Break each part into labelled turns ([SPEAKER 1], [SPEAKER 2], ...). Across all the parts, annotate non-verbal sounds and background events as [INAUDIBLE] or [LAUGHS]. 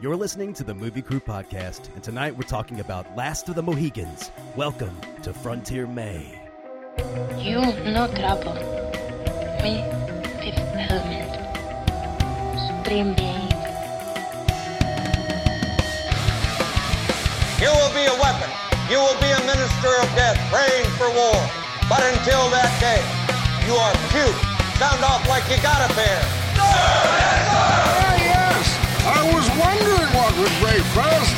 [SPEAKER 1] You're listening to the Movie Crew Podcast, and tonight we're talking about Last of the Mohicans. Welcome to Frontier May.
[SPEAKER 2] You no trouble. Me, fifth element. Supreme being.
[SPEAKER 3] You will be a weapon. You will be a minister of death, praying for war. But until that day, you are cute. Sound off like you got a pair.
[SPEAKER 4] Ah, yes! I was wondering what would break first.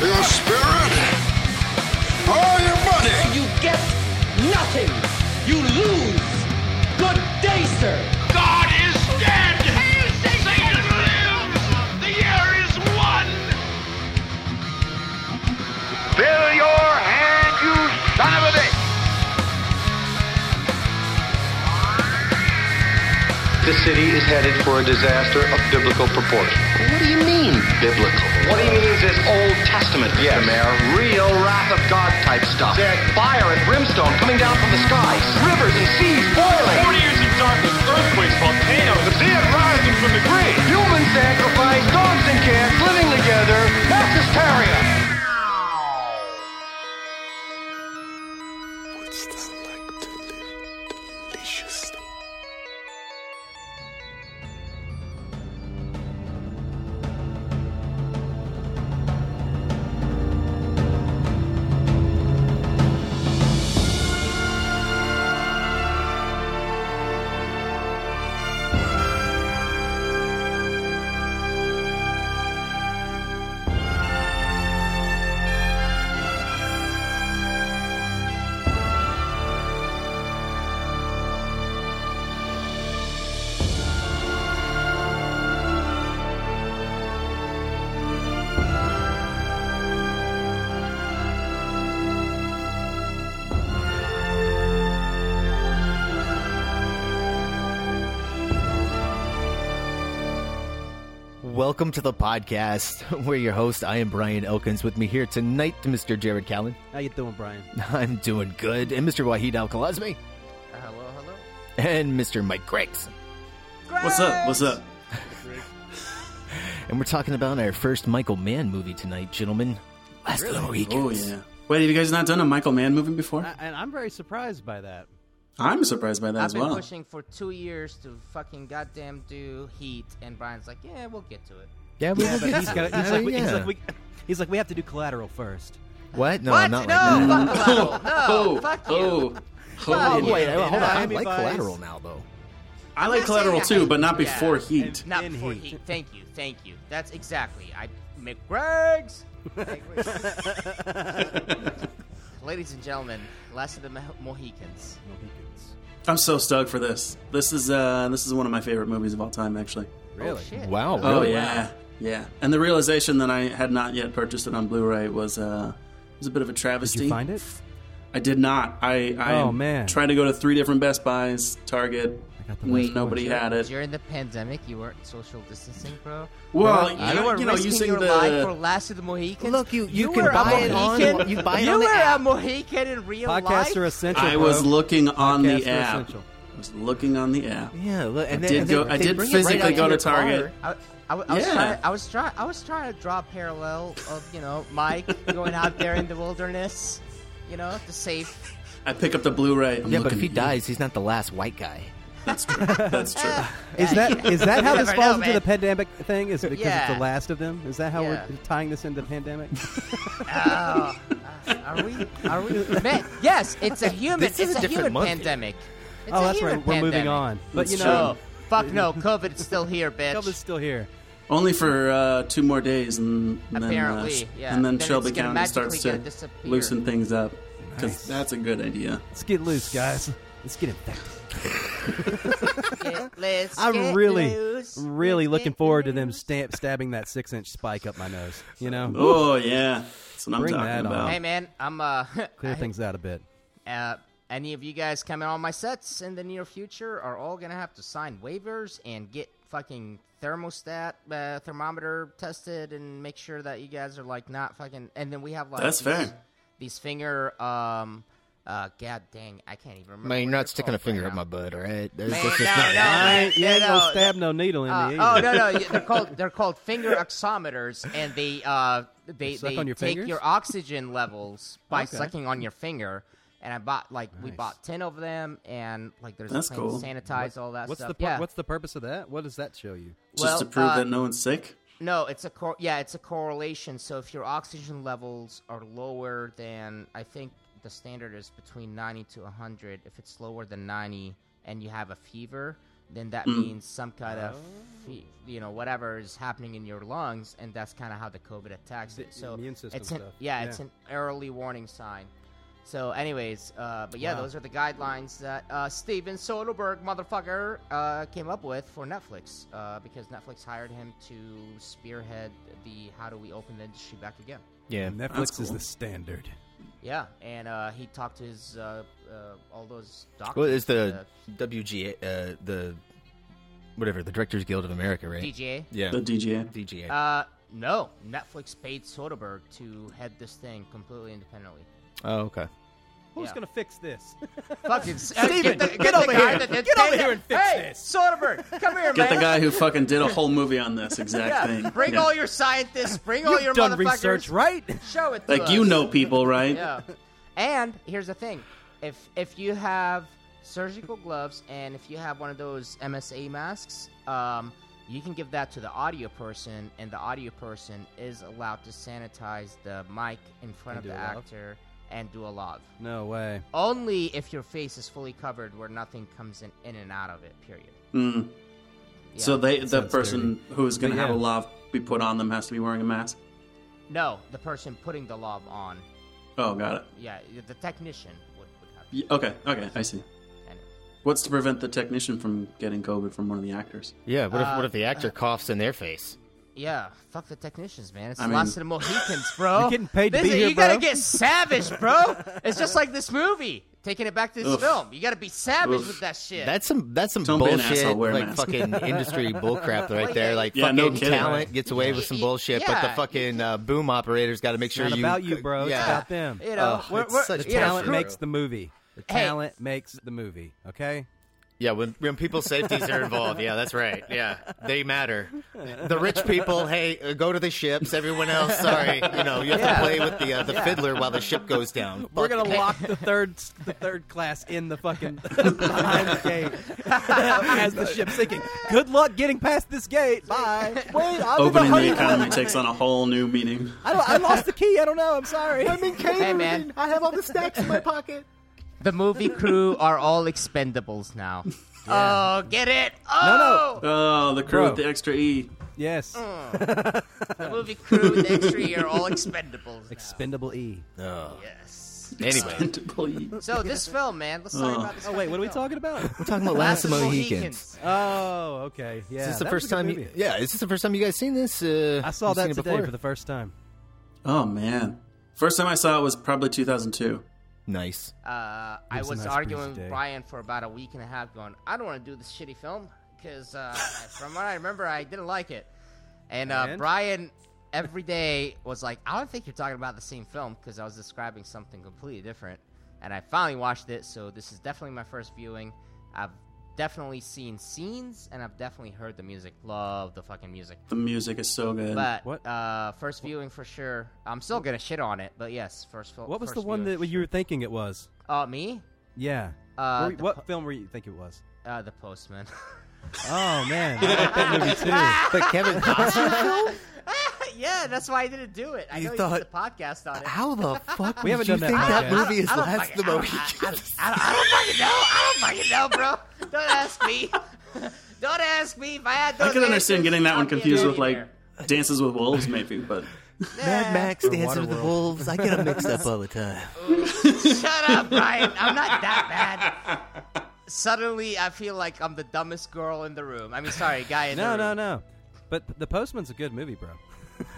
[SPEAKER 4] Your spirit or your money?
[SPEAKER 5] You get nothing. You lose. Good day, sir.
[SPEAKER 6] God is dead! Satan lives! The year is one! Fill your hand, you son of a bitch!
[SPEAKER 7] This city is headed for a disaster of biblical proportion. What do you mean, biblical? What he means is Old Testament, yes. Mayor. Real wrath of God type stuff. Fire and brimstone coming down from the skies. Rivers and seas boiling. 40 years of darkness, earthquakes, volcanoes, the dead rising from the grave. Human sacrifice, dogs and cats living together. That's hysteria.
[SPEAKER 8] Welcome to the podcast. [LAUGHS] We're your host. I am Brian Elkins. With me here tonight, Mr. Jared Callen. [LAUGHS]
[SPEAKER 1] How you doing, [LAUGHS] Brian?
[SPEAKER 8] I'm doing good. And Mr. Wahid Al Khalazmi. Uh, Hello, hello. And Mr. Mike Griggs.
[SPEAKER 9] What's up? What's up?
[SPEAKER 8] And we're talking about our first Michael Mann movie tonight, gentlemen. Last of the
[SPEAKER 9] Oh
[SPEAKER 8] Mohicans.
[SPEAKER 9] yeah. Wait, have you guys not done a Michael Mann movie before?
[SPEAKER 1] And I'm very surprised by that.
[SPEAKER 9] I'm surprised by that
[SPEAKER 10] I've
[SPEAKER 9] as
[SPEAKER 10] been
[SPEAKER 9] well.
[SPEAKER 10] pushing for two years to fucking goddamn do Heat, and Brian's like, yeah, we'll get to it.
[SPEAKER 8] Yeah, we will
[SPEAKER 1] But
[SPEAKER 8] get
[SPEAKER 1] [LAUGHS] he's,
[SPEAKER 8] to
[SPEAKER 1] got,
[SPEAKER 8] it.
[SPEAKER 1] he's,
[SPEAKER 8] Hell
[SPEAKER 1] like, we- he's
[SPEAKER 8] yeah.
[SPEAKER 1] like, we, he's like, we have to do collateral first.
[SPEAKER 8] What? No,
[SPEAKER 10] What?
[SPEAKER 8] I'm Oh, not
[SPEAKER 10] no,
[SPEAKER 8] like
[SPEAKER 10] fuck collateral. No,
[SPEAKER 8] that.
[SPEAKER 9] oh,
[SPEAKER 10] fuck you.
[SPEAKER 9] oh,
[SPEAKER 8] Oh,
[SPEAKER 9] oh.
[SPEAKER 8] wait, hold on. I
[SPEAKER 1] Miami
[SPEAKER 8] like
[SPEAKER 1] Vice.
[SPEAKER 8] collateral now, though.
[SPEAKER 9] I like Collateral too, but not
[SPEAKER 10] Yeah.
[SPEAKER 9] before Heat.
[SPEAKER 1] [LAUGHS]
[SPEAKER 10] Not
[SPEAKER 1] In
[SPEAKER 10] before
[SPEAKER 1] Heat.
[SPEAKER 10] heat. Thank you, thank you. That's exactly. I McGregs. Ladies and gentlemen, last of the Mo- Mohicans.
[SPEAKER 9] I'm so stoked for this. This is uh, this is one of my favorite movies of all time, actually.
[SPEAKER 10] Really? Oh, shit.
[SPEAKER 8] Wow.
[SPEAKER 9] Oh
[SPEAKER 8] really?
[SPEAKER 9] yeah, yeah. And the realization that I had not yet purchased it on Blu-ray was uh, was a bit of a travesty.
[SPEAKER 1] Did you find it?
[SPEAKER 9] I did not. I, I
[SPEAKER 1] Oh, man.
[SPEAKER 9] tried to go to three different Best Buys, Target.
[SPEAKER 1] got the
[SPEAKER 10] Wait,
[SPEAKER 9] nobody had it.
[SPEAKER 10] During the pandemic, you weren't social distancing, bro.
[SPEAKER 9] Well,
[SPEAKER 10] you
[SPEAKER 9] you,
[SPEAKER 10] were
[SPEAKER 9] you know,
[SPEAKER 10] risking
[SPEAKER 9] using
[SPEAKER 10] your
[SPEAKER 9] the
[SPEAKER 10] life for last of the Mohicans.
[SPEAKER 8] Look, you- you can
[SPEAKER 10] were
[SPEAKER 8] buy
[SPEAKER 10] a
[SPEAKER 8] it on-
[SPEAKER 10] Mohican-
[SPEAKER 8] you buy it on
[SPEAKER 10] were
[SPEAKER 8] the app.
[SPEAKER 10] a Mohican in real
[SPEAKER 1] Podcasts
[SPEAKER 10] life.
[SPEAKER 1] are essential.
[SPEAKER 9] I
[SPEAKER 1] bro.
[SPEAKER 9] was looking
[SPEAKER 1] Podcasts
[SPEAKER 9] on the
[SPEAKER 1] are
[SPEAKER 9] app.
[SPEAKER 1] essential.
[SPEAKER 9] I was looking on the app.
[SPEAKER 8] Yeah, look, and
[SPEAKER 9] I
[SPEAKER 8] they-
[SPEAKER 9] did
[SPEAKER 8] and they-
[SPEAKER 9] go- I
[SPEAKER 8] they
[SPEAKER 9] did
[SPEAKER 8] bring it
[SPEAKER 9] physically
[SPEAKER 8] right out
[SPEAKER 9] go
[SPEAKER 8] your
[SPEAKER 9] to Target.
[SPEAKER 8] car.
[SPEAKER 10] I, I, I was
[SPEAKER 9] Yeah.
[SPEAKER 10] trying, I was trying. I was trying to draw a parallel of you know Mike going out there in the wilderness, you know, to save.
[SPEAKER 9] I pick up the Blu-ray. I'm
[SPEAKER 8] Yeah, but if he
[SPEAKER 9] looking-
[SPEAKER 8] dies, he's not the last white guy.
[SPEAKER 9] that's true. That's
[SPEAKER 8] [LAUGHS]
[SPEAKER 9] true.
[SPEAKER 1] Is that is that [LAUGHS] how this
[SPEAKER 10] never
[SPEAKER 1] falls
[SPEAKER 10] know,
[SPEAKER 1] into the
[SPEAKER 10] man.
[SPEAKER 1] pandemic thing? Is it because it's
[SPEAKER 10] Yeah.
[SPEAKER 1] the last of them? Is that how
[SPEAKER 10] Yeah.
[SPEAKER 1] we're tying this into the [LAUGHS] pandemic?
[SPEAKER 10] Oh, uh, are we? Are we? Man, yes, it's a human.
[SPEAKER 8] This is
[SPEAKER 10] it's
[SPEAKER 8] a different
[SPEAKER 10] human
[SPEAKER 8] month.
[SPEAKER 10] pandemic.
[SPEAKER 1] [LAUGHS]
[SPEAKER 10] It's
[SPEAKER 1] oh,
[SPEAKER 10] a
[SPEAKER 1] that's
[SPEAKER 10] human
[SPEAKER 1] right. We're moving on.
[SPEAKER 10] pandemic.
[SPEAKER 1] But you
[SPEAKER 9] That's
[SPEAKER 1] know,
[SPEAKER 10] No, fuck no. COVID's still
[SPEAKER 1] [LAUGHS]
[SPEAKER 10] here, bitch.
[SPEAKER 1] COVID's still here.
[SPEAKER 9] Only for uh, two more days, and, and then uh,
[SPEAKER 10] Apparently,
[SPEAKER 9] sh-
[SPEAKER 10] yeah.
[SPEAKER 9] and then,
[SPEAKER 10] Then
[SPEAKER 9] Shelby
[SPEAKER 10] it's gonna
[SPEAKER 9] County starts
[SPEAKER 10] magically
[SPEAKER 9] to
[SPEAKER 10] gonna disappear.
[SPEAKER 9] loosen things up because that's a good idea.
[SPEAKER 1] Let's get loose, guys. Let's get infected.
[SPEAKER 10] Yeah, let's
[SPEAKER 1] I'm
[SPEAKER 10] get
[SPEAKER 1] really,
[SPEAKER 10] loose.
[SPEAKER 1] really
[SPEAKER 10] Let's
[SPEAKER 1] looking
[SPEAKER 10] get
[SPEAKER 1] forward to them
[SPEAKER 10] loose.
[SPEAKER 1] stamp stabbing that six inch spike up my nose. You know,
[SPEAKER 9] Oh yeah, that's what I'm
[SPEAKER 1] Bring
[SPEAKER 9] talking
[SPEAKER 1] that on.
[SPEAKER 9] about.
[SPEAKER 10] Hey man, I'm uh, [LAUGHS]
[SPEAKER 1] clear things out a bit.
[SPEAKER 10] uh, any of you guys coming on my sets in the near future are all gonna have to sign waivers and get fucking thermostat uh, thermometer tested and make sure that you guys are like not fucking. And then we have like
[SPEAKER 9] That's
[SPEAKER 10] these,
[SPEAKER 9] fair.
[SPEAKER 10] These finger um Uh, God dang, I can't even remember.
[SPEAKER 8] Man, you're
[SPEAKER 10] what
[SPEAKER 8] not
[SPEAKER 10] they're
[SPEAKER 8] sticking a
[SPEAKER 10] called
[SPEAKER 8] finger
[SPEAKER 10] right
[SPEAKER 8] up
[SPEAKER 10] now.
[SPEAKER 8] my butt, all right? That's,
[SPEAKER 10] Man,
[SPEAKER 8] that's just
[SPEAKER 10] no,
[SPEAKER 8] not
[SPEAKER 10] no,
[SPEAKER 8] right.
[SPEAKER 10] man.
[SPEAKER 1] ain't- you ain't gonna
[SPEAKER 10] No,
[SPEAKER 1] stab no needle in
[SPEAKER 10] Uh,
[SPEAKER 1] me
[SPEAKER 10] oh
[SPEAKER 1] either. [LAUGHS]
[SPEAKER 10] no no you- they're called they're called finger oximeters and they uh they,
[SPEAKER 1] suck
[SPEAKER 10] they
[SPEAKER 1] on your
[SPEAKER 10] take
[SPEAKER 1] fingers?
[SPEAKER 10] your oxygen levels by
[SPEAKER 1] Okay.
[SPEAKER 10] sucking on your finger and I bought like we
[SPEAKER 1] Nice.
[SPEAKER 10] bought ten of them and like there's
[SPEAKER 9] That's
[SPEAKER 10] a plan
[SPEAKER 9] cool.
[SPEAKER 10] to sanitize all that
[SPEAKER 1] What's
[SPEAKER 10] stuff
[SPEAKER 1] the pur-
[SPEAKER 10] yeah
[SPEAKER 1] what's the purpose of that? What does that show you?
[SPEAKER 9] Just
[SPEAKER 10] Well,
[SPEAKER 9] to prove
[SPEAKER 10] uh,
[SPEAKER 9] that no one's sick.
[SPEAKER 10] no it's a cor- yeah it's a correlation so if your oxygen levels are lower than I think the standard is between ninety to hundred if it's lower than ninety and you have a fever then that
[SPEAKER 1] Mm.
[SPEAKER 10] means some kind of fe-
[SPEAKER 1] Oh.
[SPEAKER 10] you know whatever is happening in your lungs and that's kind of how the covid attacks
[SPEAKER 1] The
[SPEAKER 10] it so
[SPEAKER 1] immune system
[SPEAKER 10] it's an,
[SPEAKER 1] stuff.
[SPEAKER 10] yeah,
[SPEAKER 1] Yeah.
[SPEAKER 10] it's an early warning sign so anyways uh, but yeah
[SPEAKER 1] Wow.
[SPEAKER 10] those are the guidelines that uh, steven soderbergh motherfucker uh, came up with for netflix uh, because netflix hired him to spearhead the how do we open the industry back again
[SPEAKER 8] Yeah.
[SPEAKER 1] Netflix is
[SPEAKER 9] cool.
[SPEAKER 1] the standard.
[SPEAKER 10] yeah and uh, he talked to his uh, uh, all those doctors
[SPEAKER 8] Well, it's the
[SPEAKER 10] uh,
[SPEAKER 8] WGA, uh, the whatever, the Directors Guild of America, right?
[SPEAKER 10] dga
[SPEAKER 8] Yeah.
[SPEAKER 9] The DGA.
[SPEAKER 8] DGA.
[SPEAKER 10] Uh, no, Netflix paid Soderbergh to head this thing completely independently.
[SPEAKER 8] oh, okay.
[SPEAKER 1] Who's
[SPEAKER 10] Yeah.
[SPEAKER 1] gonna fix
[SPEAKER 10] [LAUGHS]
[SPEAKER 1] this? [LAUGHS]
[SPEAKER 10] Fucking
[SPEAKER 1] Steven, get over here. Get over here and fix
[SPEAKER 10] hey,
[SPEAKER 1] this.
[SPEAKER 10] Soderbergh, come here,
[SPEAKER 9] Get
[SPEAKER 10] man.
[SPEAKER 9] the guy who fucking did a
[SPEAKER 10] [LAUGHS]
[SPEAKER 9] whole movie on this exact
[SPEAKER 10] Yeah,
[SPEAKER 9] thing.
[SPEAKER 10] bring
[SPEAKER 9] Yeah.
[SPEAKER 10] all your scientists. Bring all your
[SPEAKER 1] You've done
[SPEAKER 10] motherfuckers.
[SPEAKER 1] research, right?
[SPEAKER 10] Show it. To
[SPEAKER 9] like
[SPEAKER 10] us.
[SPEAKER 9] you know people, right?
[SPEAKER 10] Yeah. And here's the thing: if if you have surgical gloves and if you have one of those MSA masks, um, you can give that to the audio person, and the audio person is allowed to sanitize the mic in
[SPEAKER 1] And
[SPEAKER 10] front of
[SPEAKER 1] do
[SPEAKER 10] the
[SPEAKER 1] a lav?
[SPEAKER 10] actor and do a lav.
[SPEAKER 1] No way.
[SPEAKER 10] Only if your face is fully covered, where nothing comes in, in and out of it. Period.
[SPEAKER 9] Mm.
[SPEAKER 10] Yeah.
[SPEAKER 9] So they the
[SPEAKER 1] Sounds
[SPEAKER 9] person who is going to
[SPEAKER 1] But
[SPEAKER 9] have a
[SPEAKER 1] yeah.
[SPEAKER 9] lav be put on them has to be wearing a mask.
[SPEAKER 10] no, the person putting the lav on,
[SPEAKER 9] Oh, got it.
[SPEAKER 10] yeah, the technician would, would have.
[SPEAKER 9] Y- Okay, okay, I see.
[SPEAKER 10] Anyway.
[SPEAKER 9] What's to prevent the technician from getting COVID from one of the actors?
[SPEAKER 8] Yeah. What if
[SPEAKER 10] Uh,
[SPEAKER 8] what if the actor coughs in their face?
[SPEAKER 10] Yeah, fuck the technicians, man. It's
[SPEAKER 9] I
[SPEAKER 10] the
[SPEAKER 9] mean-
[SPEAKER 10] last of the Mohicans,
[SPEAKER 1] [LAUGHS]
[SPEAKER 10] bro.
[SPEAKER 1] You're getting paid to
[SPEAKER 10] This
[SPEAKER 1] be
[SPEAKER 10] is-
[SPEAKER 1] here,
[SPEAKER 10] You gotta
[SPEAKER 1] bro.
[SPEAKER 10] get
[SPEAKER 1] [LAUGHS]
[SPEAKER 10] savage, bro. It's just like this movie. Taking it back to this
[SPEAKER 9] Oof.
[SPEAKER 10] film, you gotta be savage
[SPEAKER 9] Oof.
[SPEAKER 10] with that shit.
[SPEAKER 8] That's some that's some
[SPEAKER 9] Don't be an
[SPEAKER 8] bullshit,
[SPEAKER 9] asshole, wear a
[SPEAKER 8] like
[SPEAKER 9] mask.
[SPEAKER 8] fucking
[SPEAKER 9] [LAUGHS]
[SPEAKER 8] industry bullcrap right there. Like
[SPEAKER 9] Yeah,
[SPEAKER 8] fucking
[SPEAKER 9] no kidding.
[SPEAKER 8] talent gets away with some
[SPEAKER 10] Yeah.
[SPEAKER 8] bullshit, but the fucking uh, boom operators got to make sure
[SPEAKER 1] Not
[SPEAKER 8] you
[SPEAKER 1] about you, bro.
[SPEAKER 8] Yeah.
[SPEAKER 1] It's about them.
[SPEAKER 10] you know,
[SPEAKER 8] Ugh,
[SPEAKER 10] we're,
[SPEAKER 8] it's
[SPEAKER 10] we're,
[SPEAKER 8] such
[SPEAKER 1] The
[SPEAKER 10] you know,
[SPEAKER 1] talent
[SPEAKER 8] bullshit.
[SPEAKER 1] makes the movie. The
[SPEAKER 10] Hey.
[SPEAKER 1] talent makes the movie. Okay.
[SPEAKER 8] Yeah, when when people's safeties are involved, yeah, that's right. Yeah, they matter. The rich people, hey, uh, go to the ships. Everyone else, sorry, you know, you have
[SPEAKER 10] Yeah.
[SPEAKER 8] to play with the uh, the fiddler while the ship goes down.
[SPEAKER 1] We're
[SPEAKER 8] Fuck
[SPEAKER 1] gonna
[SPEAKER 8] it.
[SPEAKER 1] lock the third the third class in the
[SPEAKER 8] [LAUGHS]
[SPEAKER 1] fucking [LAUGHS] behind the gate [LAUGHS] as the ship's sinking. Good luck getting past this gate. Bye. Wait, I'm in
[SPEAKER 9] Opening
[SPEAKER 1] the
[SPEAKER 9] the
[SPEAKER 1] honeymoon.
[SPEAKER 9] economy takes on a whole new meaning.
[SPEAKER 1] [LAUGHS] I, don't, I lost the key. I don't know. I'm sorry. I'm in
[SPEAKER 10] Hey, man.
[SPEAKER 8] I have all the snacks in my pocket.
[SPEAKER 10] the movie crew are all expendables
[SPEAKER 1] [LAUGHS]
[SPEAKER 10] now. Oh, get it?
[SPEAKER 1] no.
[SPEAKER 10] Oh,
[SPEAKER 1] [LAUGHS]
[SPEAKER 9] Oh, the crew
[SPEAKER 1] Bro.
[SPEAKER 9] with the extra E.
[SPEAKER 1] Yes.
[SPEAKER 8] Mm.
[SPEAKER 10] the movie crew with the X3 are all expendables. Now.
[SPEAKER 1] Expendable E.
[SPEAKER 10] Yes.
[SPEAKER 8] Anyway, we're
[SPEAKER 9] Expendable E.
[SPEAKER 10] So
[SPEAKER 1] [LAUGHS]
[SPEAKER 10] this film, man. Let's talk about this.
[SPEAKER 1] Oh wait, what are we talking about?
[SPEAKER 8] talking about Last of the Mohicans.
[SPEAKER 1] [LAUGHS] Oh, okay. Yeah.
[SPEAKER 8] Is this the
[SPEAKER 1] that was
[SPEAKER 8] first
[SPEAKER 1] a good
[SPEAKER 8] time? You,
[SPEAKER 1] movie.
[SPEAKER 8] yeah, is this the first time you guys seen this? Uh,
[SPEAKER 1] I saw
[SPEAKER 8] you've seen
[SPEAKER 1] that
[SPEAKER 8] it
[SPEAKER 1] today
[SPEAKER 8] before?
[SPEAKER 1] for the first time.
[SPEAKER 9] Oh man, first time I saw it was probably 2002.
[SPEAKER 8] nice.
[SPEAKER 10] Uh, I
[SPEAKER 1] Gives a
[SPEAKER 10] was
[SPEAKER 1] nice
[SPEAKER 10] arguing
[SPEAKER 1] breezy day.
[SPEAKER 10] with Brian for about a week and a half, going, I don't want to do this shitty film because uh, [LAUGHS] from what I remember, I didn't like it. And, uh,
[SPEAKER 1] And?
[SPEAKER 10] Brian every day was like, I don't think you're talking about the same film because I was describing something completely different. And I finally watched it, so this is definitely my first viewing. I've definitely seen scenes, and I've definitely heard the music. Love the fucking music.
[SPEAKER 9] The music is so good.
[SPEAKER 10] But
[SPEAKER 1] What-
[SPEAKER 10] uh, first viewing for sure. I'm still gonna shit on it, but yes, first
[SPEAKER 8] Oh,
[SPEAKER 10] film.
[SPEAKER 1] What was the one that you were thinking it was?
[SPEAKER 10] Uh, me?
[SPEAKER 1] Yeah. What
[SPEAKER 10] Uh,
[SPEAKER 1] were-
[SPEAKER 10] the
[SPEAKER 1] what film were you think it was?
[SPEAKER 10] Uh, the Postman. [LAUGHS]
[SPEAKER 1] Oh [LAUGHS] man, I like that movie too.
[SPEAKER 8] But Kevin Costner,
[SPEAKER 10] yeah, that's why I didn't do it. I
[SPEAKER 8] You
[SPEAKER 10] know
[SPEAKER 8] thought-
[SPEAKER 10] you did the podcast on it.
[SPEAKER 8] how the fuck
[SPEAKER 1] We
[SPEAKER 8] would
[SPEAKER 1] haven't
[SPEAKER 8] you
[SPEAKER 1] done that
[SPEAKER 8] think that,
[SPEAKER 1] podcast.
[SPEAKER 8] movie is
[SPEAKER 10] I don't
[SPEAKER 8] Last
[SPEAKER 10] fucking-
[SPEAKER 8] of
[SPEAKER 10] I
[SPEAKER 8] the
[SPEAKER 10] don't- I-
[SPEAKER 8] Mohicans?
[SPEAKER 10] I, don't, I don't fucking know. I don't fucking know, bro. Don't ask
[SPEAKER 8] [LAUGHS]
[SPEAKER 10] me. Don't ask me if I had those
[SPEAKER 9] I can
[SPEAKER 10] answers,
[SPEAKER 9] understand getting that one
[SPEAKER 10] I'd be a
[SPEAKER 9] confused with like
[SPEAKER 10] millionaire.
[SPEAKER 9] Dances with Wolves, maybe. But [LAUGHS]
[SPEAKER 8] Mad Max, Dances with the
[SPEAKER 1] Waterworld.
[SPEAKER 8] Wolves. I get them mixed up all the time.
[SPEAKER 10] Shut up, Brian. I'm not that bad. Suddenly, I feel like I'm the dumbest girl in the room. I mean, sorry, guy in the
[SPEAKER 1] No,
[SPEAKER 10] room.
[SPEAKER 1] no, no. But The Postman's a good movie, bro.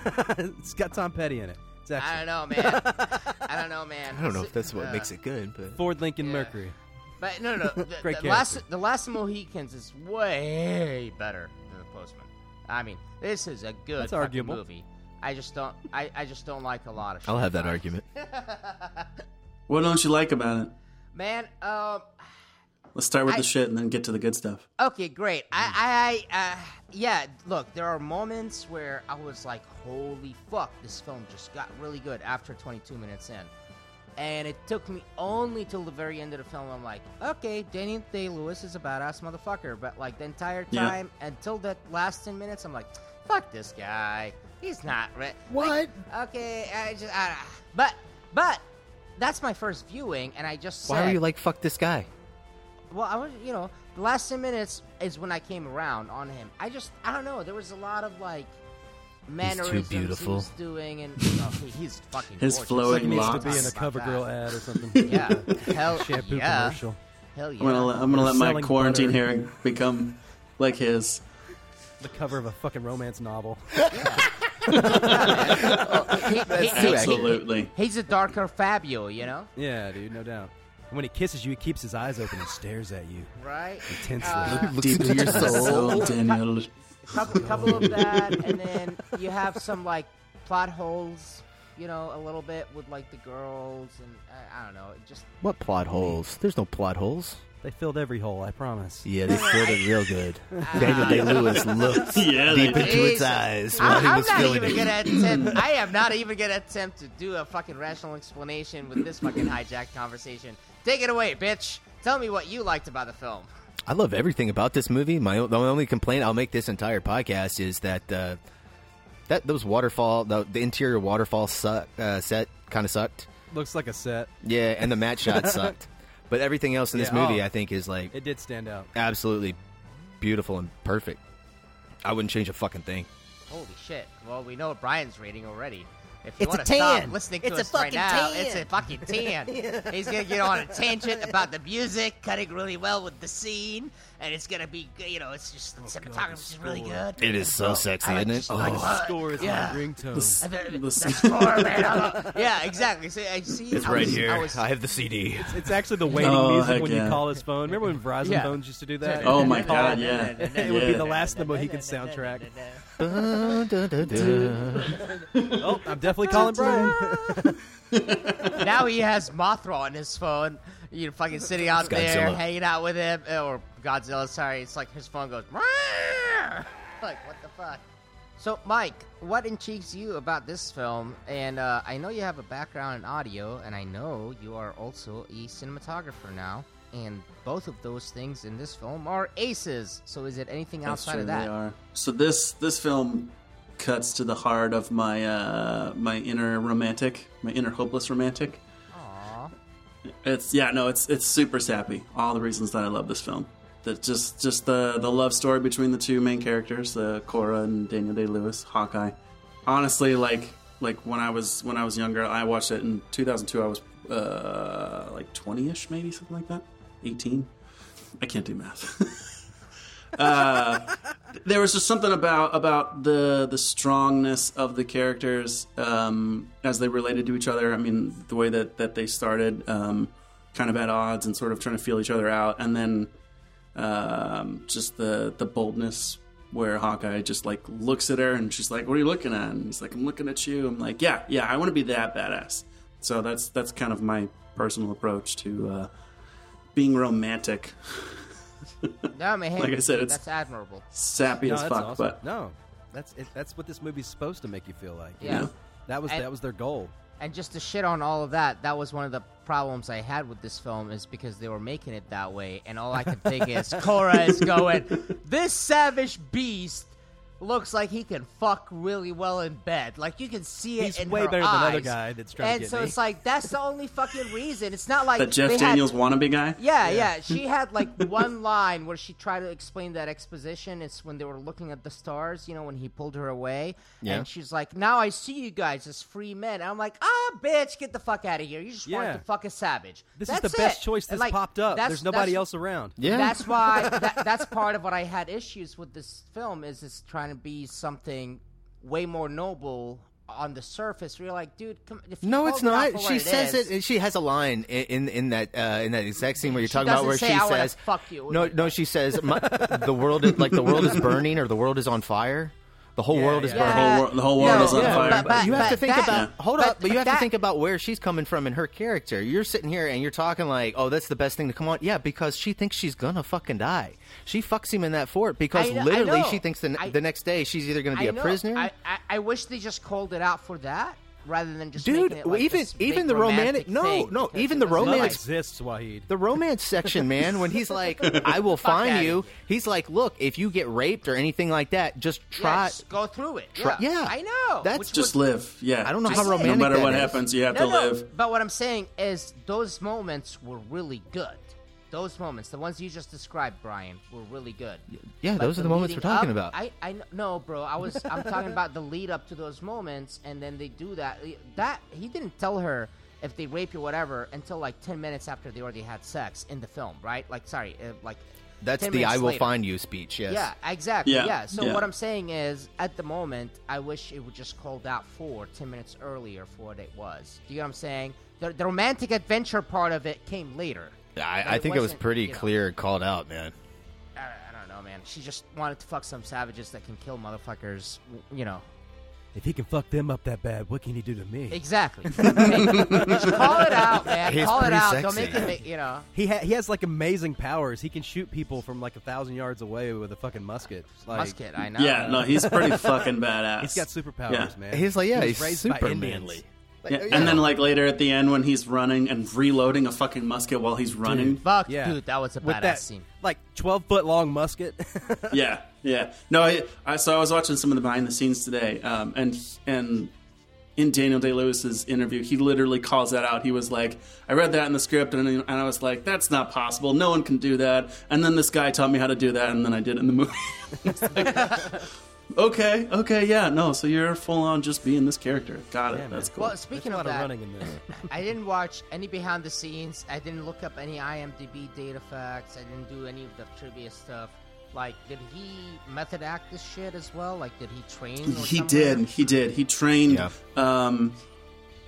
[SPEAKER 1] [LAUGHS] it's got Tom Petty in it. It's
[SPEAKER 10] I don't
[SPEAKER 1] excellent.
[SPEAKER 10] know,
[SPEAKER 8] [LAUGHS]
[SPEAKER 10] man. I don't know, man.
[SPEAKER 8] I don't know if that's what
[SPEAKER 10] Uh,
[SPEAKER 8] makes it good, but
[SPEAKER 1] Ford Lincoln
[SPEAKER 10] Yeah.
[SPEAKER 1] Mercury.
[SPEAKER 10] But no,
[SPEAKER 1] [LAUGHS]
[SPEAKER 10] no, no. The,
[SPEAKER 1] Great
[SPEAKER 10] the last
[SPEAKER 1] character.
[SPEAKER 10] the last Mohicans is way better than the Postman. I mean, this is a good
[SPEAKER 1] That's
[SPEAKER 10] fucking
[SPEAKER 1] arguable.
[SPEAKER 10] movie. I just don't. I, I just don't like a lot of. shit.
[SPEAKER 8] I'll have that argument.
[SPEAKER 9] What don't you like about it?
[SPEAKER 10] Man, um,
[SPEAKER 9] Let's start with
[SPEAKER 10] I-
[SPEAKER 9] the shit and then get to the good stuff.
[SPEAKER 10] Okay, great.
[SPEAKER 8] Mm.
[SPEAKER 10] I, I, I uh, yeah. Look, there are moments where I was like, "Holy fuck, this film just got really good." After 22 minutes in, and it took me only till the very end of the film. I'm like, "Okay, Daniel Day Lewis is a badass motherfucker," but like the entire
[SPEAKER 9] Yeah.
[SPEAKER 10] time until the last 10 minutes, I'm like, "Fuck this guy, he's not re-
[SPEAKER 8] What?
[SPEAKER 10] Like, okay, I just, I, but, but that's my first viewing, and I just
[SPEAKER 8] Why
[SPEAKER 10] said,
[SPEAKER 8] are you like fuck this guy?
[SPEAKER 10] well, I was, you know, the last ten minutes is when I came around on him. I just, I don't know. There was a lot of like mannerisms
[SPEAKER 8] beautiful.
[SPEAKER 10] he was doing, and oh, he- he's fucking.
[SPEAKER 9] His
[SPEAKER 10] gorgeous.
[SPEAKER 9] flowing
[SPEAKER 1] He needs to
[SPEAKER 9] locks.
[SPEAKER 1] be in a
[SPEAKER 10] About
[SPEAKER 1] cover
[SPEAKER 10] that.
[SPEAKER 1] girl ad or something.
[SPEAKER 10] [LAUGHS] Yeah, hell
[SPEAKER 1] [LAUGHS] Shampoo
[SPEAKER 10] yeah,
[SPEAKER 1] commercial.
[SPEAKER 10] hell yeah.
[SPEAKER 9] I'm gonna let, I'm gonna
[SPEAKER 1] We're
[SPEAKER 9] let my
[SPEAKER 1] selling
[SPEAKER 9] quarantine
[SPEAKER 1] butter.
[SPEAKER 9] hearing become like his.
[SPEAKER 1] The cover of a fucking romance novel. [LAUGHS]
[SPEAKER 10] He- he- he-
[SPEAKER 9] Absolutely.
[SPEAKER 10] he's a darker Fabio, you know,
[SPEAKER 1] Yeah, dude, no doubt. When he kisses you, he keeps his eyes open and stares at you
[SPEAKER 10] right?
[SPEAKER 1] intensely.
[SPEAKER 10] Uh.
[SPEAKER 9] Deep into your soul,
[SPEAKER 1] [LAUGHS]
[SPEAKER 9] Daniel.
[SPEAKER 10] couple, couple of that, and then you have some like plot holes, you know, a little bit with like the girls, and I, I don't know, it just
[SPEAKER 8] What plot holes? There's no plot holes.
[SPEAKER 1] they filled every hole, I promise.
[SPEAKER 8] Yeah, they filled it real good.
[SPEAKER 10] Ah.
[SPEAKER 8] Daniel Day
[SPEAKER 10] [LAUGHS]
[SPEAKER 8] Lewis looked
[SPEAKER 9] Yeah, they
[SPEAKER 8] deep into its
[SPEAKER 10] Jesus.
[SPEAKER 8] eyes while
[SPEAKER 10] I,
[SPEAKER 8] he
[SPEAKER 10] am
[SPEAKER 8] was
[SPEAKER 10] not
[SPEAKER 8] filling
[SPEAKER 10] even
[SPEAKER 8] it.
[SPEAKER 10] gonna
[SPEAKER 8] [LAUGHS]
[SPEAKER 10] attempt. I am not even gonna attempt to do a fucking rational explanation with this fucking hijacked conversation. Take it away, bitch. Tell me what you liked about the film.
[SPEAKER 8] I love everything about this movie. My o- the only complaint I'll make this entire podcast is that uh, that those waterfall the, the interior waterfall suck, uh, set kind of sucked.
[SPEAKER 1] Looks like a set.
[SPEAKER 8] Yeah, and the match shot
[SPEAKER 10] [LAUGHS]
[SPEAKER 8] sucked. But everything else in this
[SPEAKER 1] Yeah,
[SPEAKER 8] movie,
[SPEAKER 1] oh.
[SPEAKER 8] I think, is like
[SPEAKER 1] It did stand out.
[SPEAKER 8] absolutely beautiful and perfect. I wouldn't change a fucking thing.
[SPEAKER 10] Holy shit. Well, we know Brian's rating already. If
[SPEAKER 5] It's
[SPEAKER 10] you
[SPEAKER 5] a
[SPEAKER 10] want to
[SPEAKER 5] tan.
[SPEAKER 10] stop listening to
[SPEAKER 5] It's a
[SPEAKER 10] us right
[SPEAKER 5] fucking
[SPEAKER 10] now,
[SPEAKER 5] tan.
[SPEAKER 10] it's a fucking
[SPEAKER 5] [LAUGHS]
[SPEAKER 10] tan. He's gonna get on a tangent about the music, cutting really well with the scene, and it's gonna be, g- you know, it's just the
[SPEAKER 8] Oh,
[SPEAKER 10] cinematography is really good.
[SPEAKER 8] It is so sexy,
[SPEAKER 10] I
[SPEAKER 8] isn't it?
[SPEAKER 10] just like
[SPEAKER 8] Oh.
[SPEAKER 10] that.
[SPEAKER 1] Score is yeah. my ringtone.
[SPEAKER 10] I bet-
[SPEAKER 9] The
[SPEAKER 10] that score, man, I love- [LAUGHS] yeah, exactly. So I see.
[SPEAKER 8] It's
[SPEAKER 10] I
[SPEAKER 8] right
[SPEAKER 10] was-
[SPEAKER 8] here.
[SPEAKER 10] I
[SPEAKER 8] I,
[SPEAKER 10] was
[SPEAKER 8] have the CD.
[SPEAKER 1] It's actually the waiting
[SPEAKER 9] Oh,
[SPEAKER 1] music
[SPEAKER 9] heck
[SPEAKER 1] when
[SPEAKER 9] yeah.
[SPEAKER 1] you call his phone. Remember when Verizon
[SPEAKER 10] Yeah.
[SPEAKER 1] phones used to do that?
[SPEAKER 9] Oh
[SPEAKER 1] You
[SPEAKER 9] my
[SPEAKER 1] call
[SPEAKER 9] god,
[SPEAKER 1] [LAUGHS] it-
[SPEAKER 9] yeah.
[SPEAKER 1] It would be
[SPEAKER 9] Yeah.
[SPEAKER 1] the last of the Mohican soundtrack.
[SPEAKER 8] Dun-dun-dun-dun.
[SPEAKER 1] Oh, I'm definitely calling Brian.
[SPEAKER 10] [LAUGHS] now he has Mothra on his phone. You know, fucking sitting out there,
[SPEAKER 8] Godzilla.
[SPEAKER 10] hanging out with him, or Godzilla. Sorry, it's like his phone goes. "Meow." like what the fuck? So, Mike, what intrigues you about this film? And uh, I know you have a background in audio, and I know you are also a cinematographer now. And both of those things in this film are aces. So, is it anything outside
[SPEAKER 9] That's true,
[SPEAKER 10] of that?
[SPEAKER 9] They are. So this this film cuts to the heart of my uh, my inner romantic, my inner hopeless romantic.
[SPEAKER 10] Aw.
[SPEAKER 9] It's yeah, no, it's it's super sappy. All the reasons that I love this film. That just just the the love story between the two main characters, uh, Cora and Daniel Day Lewis, Hawkeye. Honestly, like like when I was when I was younger, I watched it in 2002. I was uh, like 20ish, maybe something like that, 18. I can't do math. there was just something about about the the strongness of the characters um, as they related to each other. I mean, the way that that they started, um, kind of at odds and sort of trying to feel each other out, and then um, just the the boldness where Hawkeye just like looks at her and she's like, "What are you looking at?" And he's like, "I'm looking at you." I'm like, "Yeah, yeah, I want to be that badass." So that's that's kind of my personal approach to uh, being romantic.
[SPEAKER 10] No, I mean, hey,
[SPEAKER 9] Like I said, it's-
[SPEAKER 10] that's admirable.
[SPEAKER 9] Sappy
[SPEAKER 1] No,
[SPEAKER 9] as
[SPEAKER 1] that's
[SPEAKER 9] fuck,
[SPEAKER 1] awesome.
[SPEAKER 9] but
[SPEAKER 1] No, that's it, that's what this movie's supposed to make you feel like.
[SPEAKER 10] Yeah.
[SPEAKER 9] Yeah.
[SPEAKER 1] That was
[SPEAKER 10] And-
[SPEAKER 1] that was their goal.
[SPEAKER 10] And just to shit on all of that, that was one of the problems I had with this film is because they were making it that way, and all I could
[SPEAKER 1] [LAUGHS]
[SPEAKER 10] think is Cora is going, this savage beast looks like he can fuck really well in bed. Like you can see it
[SPEAKER 1] He's
[SPEAKER 10] in
[SPEAKER 1] way
[SPEAKER 10] her
[SPEAKER 1] better than the other
[SPEAKER 10] eyes.
[SPEAKER 1] guy that's trying to
[SPEAKER 10] And
[SPEAKER 1] get
[SPEAKER 10] so
[SPEAKER 1] me.
[SPEAKER 10] it's like that's the only fucking reason. It's not like
[SPEAKER 9] that Jeff
[SPEAKER 10] they had-
[SPEAKER 9] Daniels wannabe guy.
[SPEAKER 10] yeah,
[SPEAKER 1] [LAUGHS]
[SPEAKER 10] yeah. She had like one line where she tried to explain that exposition. It's when they were looking at the stars, you know, when he pulled her away.
[SPEAKER 8] Yeah.
[SPEAKER 10] And she's like, Now I see you guys as free men. And I'm like, Ah, bitch, get the fuck out of here. You just
[SPEAKER 1] Yeah.
[SPEAKER 10] wanted to fuck a savage.
[SPEAKER 1] This
[SPEAKER 10] That's
[SPEAKER 1] is the best
[SPEAKER 10] it.
[SPEAKER 1] choice that's
[SPEAKER 10] And, like,
[SPEAKER 1] popped up.
[SPEAKER 10] that's-
[SPEAKER 1] There's nobody
[SPEAKER 10] that's- [LAUGHS]
[SPEAKER 1] else around.
[SPEAKER 8] Yeah.
[SPEAKER 1] [LAUGHS]
[SPEAKER 10] That's why that, that's part of what I had issues with this film is it's trying to be something way more noble on the surface. You're like, dude, come, if you
[SPEAKER 8] No, it's
[SPEAKER 10] called me out
[SPEAKER 8] not.
[SPEAKER 10] for what
[SPEAKER 8] She says
[SPEAKER 10] is-
[SPEAKER 8] it. and She has a line i- in in that uh, in that exact scene where you're
[SPEAKER 10] She
[SPEAKER 8] talking about
[SPEAKER 10] doesn't
[SPEAKER 8] where
[SPEAKER 10] say,
[SPEAKER 8] she
[SPEAKER 10] "I wanna
[SPEAKER 8] says,
[SPEAKER 10] fuck you."
[SPEAKER 8] No, no, she says, My, "The world is like the world is burning or the world is on fire." The whole
[SPEAKER 9] Yeah,
[SPEAKER 8] world is
[SPEAKER 9] yeah.
[SPEAKER 8] burning.
[SPEAKER 9] The whole wor- the whole world
[SPEAKER 8] No,
[SPEAKER 9] is on fire.
[SPEAKER 8] But,
[SPEAKER 9] But-
[SPEAKER 8] you have to
[SPEAKER 9] but
[SPEAKER 8] think
[SPEAKER 9] that-
[SPEAKER 8] about. Hold
[SPEAKER 9] but-
[SPEAKER 8] up, but you
[SPEAKER 9] but
[SPEAKER 8] have to
[SPEAKER 9] that-
[SPEAKER 8] think about where she's coming from in her character. You're sitting here and you're talking like, "Oh, that's the best thing to come on." Yeah, because she thinks she's gonna fucking die. She fucks him in that fort because
[SPEAKER 10] I know- I
[SPEAKER 8] literally
[SPEAKER 10] know.
[SPEAKER 8] she thinks the, ne-
[SPEAKER 10] I-
[SPEAKER 8] the next day she's either gonna be
[SPEAKER 10] I
[SPEAKER 8] a
[SPEAKER 10] know.
[SPEAKER 8] prisoner.
[SPEAKER 10] I, I, I wish they just called it out for that rather than just
[SPEAKER 8] Dude,
[SPEAKER 10] making it like
[SPEAKER 8] even
[SPEAKER 10] this
[SPEAKER 8] even
[SPEAKER 10] big
[SPEAKER 8] the romantic, no,
[SPEAKER 10] thing,
[SPEAKER 8] no,
[SPEAKER 10] because
[SPEAKER 8] even
[SPEAKER 10] it
[SPEAKER 8] the
[SPEAKER 10] doesn't
[SPEAKER 8] romance
[SPEAKER 1] exists, Wahid.
[SPEAKER 8] The romance section, man, when he's like, "I will
[SPEAKER 10] Fuck outta
[SPEAKER 8] find
[SPEAKER 10] here.
[SPEAKER 8] you," he's like, "Look, if you get raped or anything like that, just
[SPEAKER 10] Yeah,
[SPEAKER 8] [LAUGHS] try."
[SPEAKER 10] just go through it.
[SPEAKER 8] try-
[SPEAKER 10] yeah.
[SPEAKER 8] yeah.
[SPEAKER 10] I know.
[SPEAKER 8] That's
[SPEAKER 10] which
[SPEAKER 9] Just
[SPEAKER 10] would-
[SPEAKER 9] live. Yeah.
[SPEAKER 8] I don't know
[SPEAKER 9] Just
[SPEAKER 8] how romantic
[SPEAKER 9] No matter
[SPEAKER 8] that
[SPEAKER 9] what
[SPEAKER 8] is.
[SPEAKER 9] happens, you have
[SPEAKER 10] No,
[SPEAKER 9] to
[SPEAKER 10] no,
[SPEAKER 9] live.
[SPEAKER 10] But what I'm saying is those moments were really good. Those moments, the ones you just described, Brian, were really good.
[SPEAKER 8] yeah,
[SPEAKER 10] But
[SPEAKER 8] those are the moments
[SPEAKER 10] leading
[SPEAKER 8] we're talking
[SPEAKER 10] up-
[SPEAKER 8] about.
[SPEAKER 10] I, I kn- no, bro. I was I'm talking about the lead up to those moments, and then they do that. That he didn't tell her if they rape you, whatever, until like ten minutes after they already had sex in the film, right? Like, sorry, uh, like
[SPEAKER 8] That's
[SPEAKER 10] 10
[SPEAKER 8] the
[SPEAKER 10] minutes
[SPEAKER 8] "I will
[SPEAKER 10] later.
[SPEAKER 8] find you" speech. Yes.
[SPEAKER 10] Yeah, exactly.
[SPEAKER 8] Yeah,
[SPEAKER 10] Yeah. So
[SPEAKER 8] yeah.
[SPEAKER 10] what I'm saying is, at the moment, I wish it would just called out for ten minutes earlier for what it was. Do you know what I'm saying? The, the romantic adventure part of it came later. But
[SPEAKER 8] I, I think it was
[SPEAKER 10] wasn't,
[SPEAKER 8] pretty
[SPEAKER 10] you know,
[SPEAKER 8] clear and called out, man.
[SPEAKER 10] I, I don't know, man. She just wanted to fuck some savages that can kill motherfuckers. You know.
[SPEAKER 1] If he can fuck them up that bad, what can he do to me?
[SPEAKER 10] Exactly. Just call it out, man. He's Call it pretty out. Don't sexy. make it ma- you know.
[SPEAKER 1] He ha- he has like amazing powers. He can shoot people from like a thousand yards away with a fucking musket. Like,
[SPEAKER 10] Musket, I know.
[SPEAKER 9] Yeah, no, he's
[SPEAKER 8] [LAUGHS]
[SPEAKER 9] pretty fucking badass.
[SPEAKER 1] He's got superpowers,
[SPEAKER 9] Yeah.
[SPEAKER 1] man.
[SPEAKER 9] He's like, yeah,
[SPEAKER 1] He was
[SPEAKER 9] he's
[SPEAKER 1] raised by
[SPEAKER 9] super
[SPEAKER 1] Indians.
[SPEAKER 9] manly.
[SPEAKER 10] oh,
[SPEAKER 9] Yeah, And then like later at the end when he's running and reloading a fucking musket while he's running.
[SPEAKER 10] fuck,
[SPEAKER 1] yeah.
[SPEAKER 10] dude, that was a
[SPEAKER 1] With
[SPEAKER 10] badass
[SPEAKER 1] that,
[SPEAKER 10] scene.
[SPEAKER 1] Like twelve foot long musket. [LAUGHS]
[SPEAKER 9] [LAUGHS] yeah, yeah. No, I, I so I was watching some of the behind the scenes today, um, and and in Daniel Day Lewis's interview, he literally calls that out. He was like, "I read that in the script, and, and I was like, that's not possible. No one can do that." And then this guy taught me how to do that, and then I did it in the movie. [LAUGHS] It's like, okay, okay, yeah, no. So you're full on just being this character. Got it. that's cool.
[SPEAKER 10] Well, speaking
[SPEAKER 1] There's a
[SPEAKER 10] of
[SPEAKER 1] lot of
[SPEAKER 10] that,
[SPEAKER 1] running in
[SPEAKER 9] [LAUGHS]
[SPEAKER 1] this.
[SPEAKER 10] [LAUGHS] I didn't watch any behind the scenes. I didn't look up any IMDb data facts. I didn't do any of the trivia stuff. Like, did he method act this shit as well? Like, did he train? Or
[SPEAKER 9] He
[SPEAKER 10] somewhere?
[SPEAKER 9] did. He did. He trained. Um,